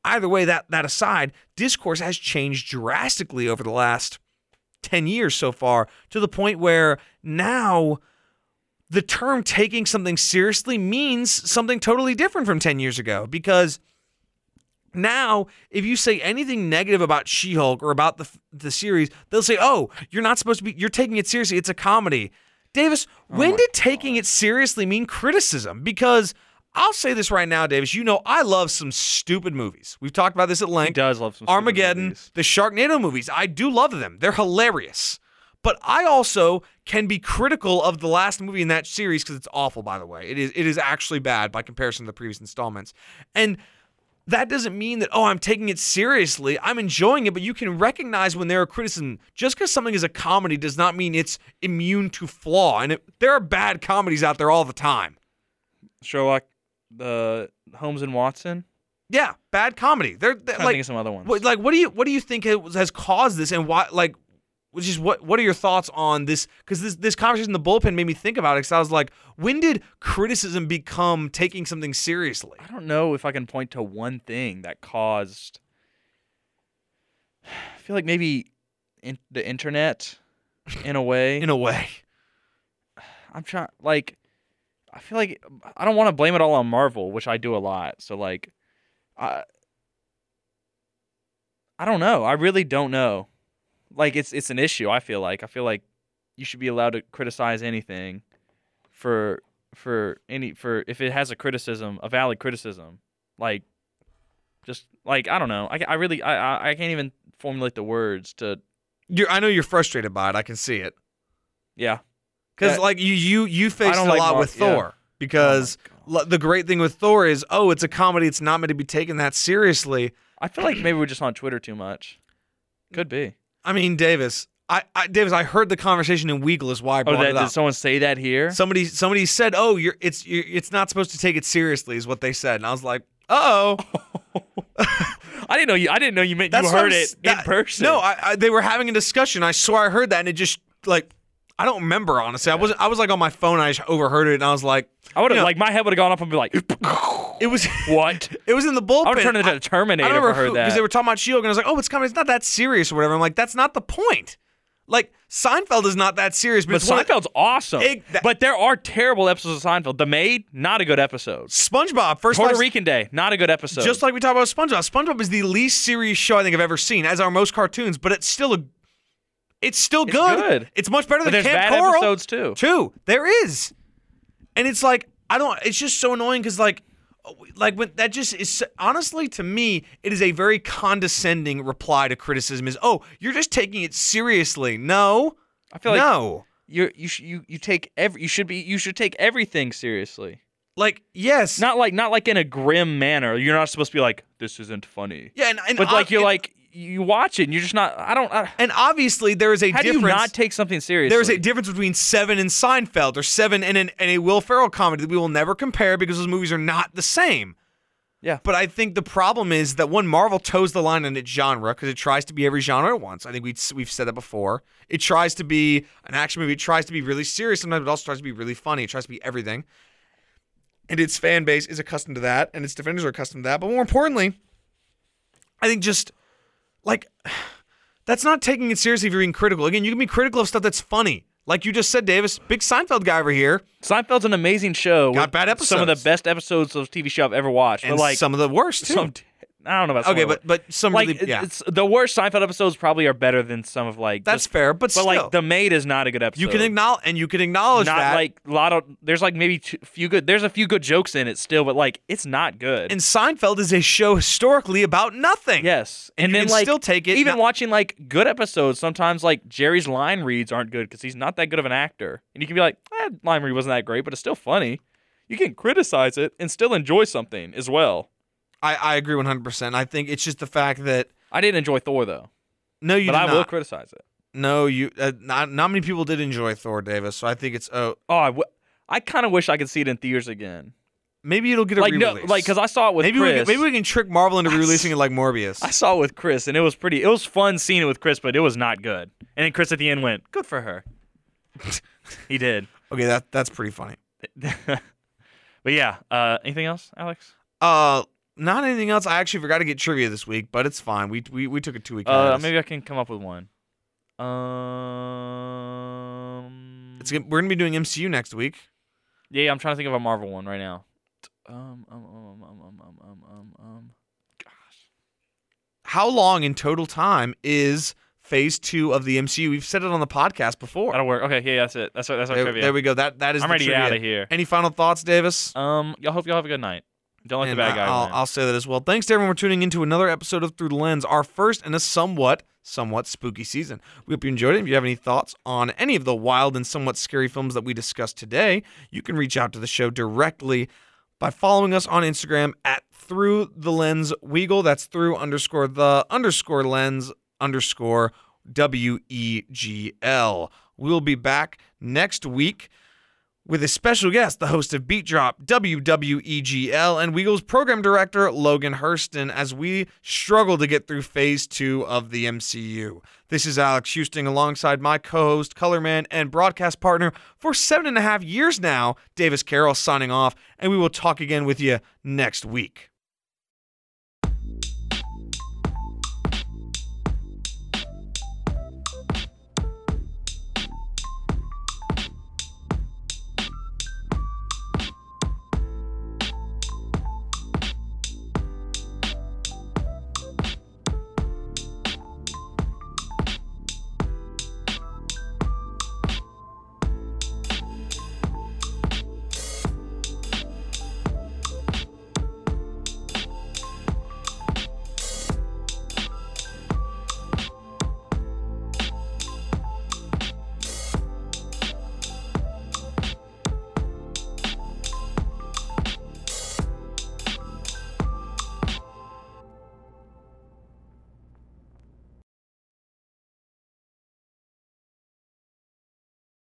S2: Either way, that that aside, discourse has changed drastically over the last 10 years so far to the point where now the term taking something seriously means something totally different from 10 years ago because now if you say anything negative about She-Hulk or about the the series they'll say oh you're not supposed to be you're taking it seriously it's a comedy Davis when did taking it seriously mean criticism because I'll say this right now Davis you know I love some stupid movies we've talked about this at
S3: He
S2: length
S3: does love some stupid
S2: Armageddon,
S3: movies.
S2: the Sharknado movies. I do love them. They're hilarious. But I also can be critical of the last movie in that series because it's awful, by the way. It is it is actually bad by comparison to the previous installments. And that doesn't mean that, oh, I'm taking it seriously. I'm enjoying it, but you can recognize when there are criticism. Just because something is a comedy does not mean it's immune to flaw. And it, there are bad comedies out there all the time.
S1: Sherlock, the Holmes and Watson.
S2: Yeah, bad comedy. They're, they're
S1: I
S2: Eh, like
S1: think of some other ones.
S2: What, like, what do you what do you think has has caused this, and why? Like, which is what what are your thoughts on this? Because this this conversation in the bullpen made me think about it. Because I was like, when did criticism become taking something seriously?
S1: I don't know if I can point to one thing that caused. [sighs] I feel like maybe in, the internet, in a way.
S2: [laughs] In a way,
S1: I'm trying. Like, I feel like I don't want to blame it all on Marvel, which I do a lot. So like, I. I don't know. I really don't know. Like it's it's an issue. I feel like I feel like you should be allowed to criticize anything, for for any for if it has a criticism, a valid criticism. Like, just like I don't know. I I really I I, I can't even formulate the words to.
S2: you're, I know you're frustrated by it. I can see it.
S1: Yeah.
S2: Because
S1: Yeah.
S2: like you you you faced it
S1: don't
S2: a
S1: like
S2: lot
S1: Mar-
S2: with
S1: yeah.
S2: Thor because
S1: Oh my God.
S2: l- the great thing with Thor is oh it's a comedy it's not meant to be taken that seriously.
S1: I feel like maybe we're just on Twitter too much. Could be.
S2: I mean Davis, I, I Davis I heard the conversation in Weagle is why I
S1: Oh,
S2: brought
S1: that,
S2: it up.
S1: did someone say that here?
S2: Somebody somebody said, "Oh, you're it's you're, it's not supposed to take it seriously," is what they said, and I was like,
S1: [laughs]
S2: "Oh,
S1: [laughs] I didn't know you. I didn't know you meant
S2: that's
S1: you
S2: what I'm
S1: heard
S2: s-
S1: it
S2: that-
S1: in person.
S2: No, I, I, they were having a discussion. I swear I heard that, and it just like I don't remember honestly. I was I was like on my phone. I just overheard it, and I was like,
S1: I would have
S2: you know-
S1: like my head would have gone up and be like, [laughs]
S2: "It was [laughs]
S1: "What?"
S2: it was in the bullpen."
S1: I would have turned into a
S2: I
S1: Terminator
S2: don't
S1: if I
S2: remember
S1: heard
S2: because
S1: that.
S2: they were talking about Shield, and I was like, "Oh, it's coming. It's not that serious or whatever." I'm like, "That's not the point." Like Seinfeld is not that serious, but,
S1: but
S2: it's one of-
S1: Seinfeld's awesome.
S2: It- that-
S1: but there are terrible episodes of Seinfeld. The Maid, not a good episode.
S2: SpongeBob first
S1: Puerto
S2: life-
S1: Rican Day, not a good episode.
S2: Just like we talk about SpongeBob, SpongeBob is the least serious show I think I've ever seen, as are most cartoons. But it's still a, it's still good.
S1: good.
S2: It's much better
S1: but
S2: than
S1: there's
S2: Camp
S1: bad
S2: Coral.
S1: episodes too.
S2: Too. There is, and it's like I don't. It's just so annoying because like, like when that just is honestly to me, it is a very condescending reply to criticism. Is oh, you're just taking it seriously? No,
S1: I feel like
S2: no.
S1: you you sh- you you take every you should be you should take everything seriously.
S2: Like yes,
S1: Not like not like in a grim manner. You're not supposed to be like this isn't funny.
S2: yeah, and, and
S1: But like
S2: ob-
S1: you're
S2: and-
S1: like you watch it and you're just not. I don't. I,
S2: and obviously there is a
S1: how do you
S2: difference.
S1: not take something seriously?
S2: There's a difference between Seven and Seinfeld, or Seven and, an, and a Will Ferrell comedy that we will never compare because those movies are not the same.
S1: Yeah.
S2: But I think the problem is that one Marvel toes the line in its genre because it tries to be every genre at once. I think we we've said that before. It tries to be an action movie. It tries to be really serious sometimes, but it also tries to be really funny. It tries to be everything. And its fan base is accustomed to that, and its defenders are accustomed to that. But more importantly, I think just like That's not taking it seriously if you're being critical. Again, you can be critical of stuff that's funny. Like you just said, Davis, big Seinfeld guy over here,
S1: Seinfeld's an amazing show.
S2: Got
S1: with
S2: bad
S1: Some of the
S2: episodes.
S1: best episodes of TV show I've ever watched.
S2: and
S1: but like
S2: some of the worst too.
S1: some- I don't know about some
S2: [laughs] okay,
S1: of the-
S2: but but some
S1: like
S2: really, yeah,
S1: it's the worst Seinfeld episodes probably are better than some of like
S2: that's
S1: just-
S2: fair. But,
S1: but
S2: still,
S1: like the maid is not a good episode.
S2: you can acknowledge and you can acknowledge
S1: not
S2: that.
S1: like a lot of there's like maybe two, few good there's a few good jokes in it still, but like it's not good.
S2: and Seinfeld is a show historically about nothing.
S1: yes, and,
S2: you
S1: then
S2: can
S1: like
S2: still take it.
S1: even
S2: not-
S1: watching like good episodes, sometimes like Jerry's line reads aren't good because he's not that good of an actor, and you can be like, eh, line read wasn't that great, but it's still funny. You can criticize it and still enjoy something as well.
S2: I, I agree 100. percent I think it's just the fact that
S1: I didn't enjoy Thor though,
S2: no, you
S1: but
S2: did
S1: I
S2: not.
S1: will criticize it.
S2: no, you uh, not not many people did enjoy Thor Davis, so I think it's oh
S1: Oh, I, w- I kind of wish I could see it in theaters again.
S2: maybe it'll get a
S1: like
S2: re-release.
S1: no, like because I saw it with
S2: maybe we
S1: Chris.
S2: can, maybe we can trick
S1: [laughs]
S2: Marvel into re-releasing it like Morbius.
S1: I saw it with Chris, and it was pretty. It was fun seeing it with Chris, but it was not good. And then Chris at the end went, "Good for her." [laughs] he did.
S2: okay, that that's pretty funny.
S1: [laughs] but yeah, uh, anything else, Alex?
S2: Uh, not anything else. I actually forgot to get trivia this week, but it's fine. We we, we took a two week.
S1: Uh, maybe I can come up with one. Um,
S2: it's gonna- we're gonna be doing MCU next week.
S1: yeah, I'm trying to think of a Marvel one right now. Um, um, um, um, um, um, um, um, um.
S2: How long in total time is Phase Two of the MCU? We've said it on the podcast before.
S1: That'll work. Okay, yeah, that's it. That's our, that's our
S2: There,
S1: trivia.
S2: there we go. That that is.
S1: I'm
S2: the
S1: already
S2: trivia.
S1: out of here.
S2: Any final thoughts, Davis?
S1: Um, y'all hope y'all have a good night. Don't let the
S2: And
S1: bad
S2: I-
S1: guy.
S2: I'll,
S1: win.
S2: I'll say that as well. Thanks to everyone for tuning into another episode of Through the Lens, our first in a somewhat, somewhat spooky season. We hope you enjoyed it. If you have any thoughts on any of the wild and somewhat scary films that we discussed today, you can reach out to the show directly by following us on Instagram at Through the Lens Weagle. That's through underscore the underscore lens underscore W E G L. We'll be back next week with a special guest, the host of Beat Drop, WWEGL, and Weagle's program director, Logan Hurston, as we struggle to get through phase two of the MCU. This is Alex Houston alongside my co host, color man, and broadcast partner for seven and a half years now, Davis Carroll, signing off, and we will talk again with you next week.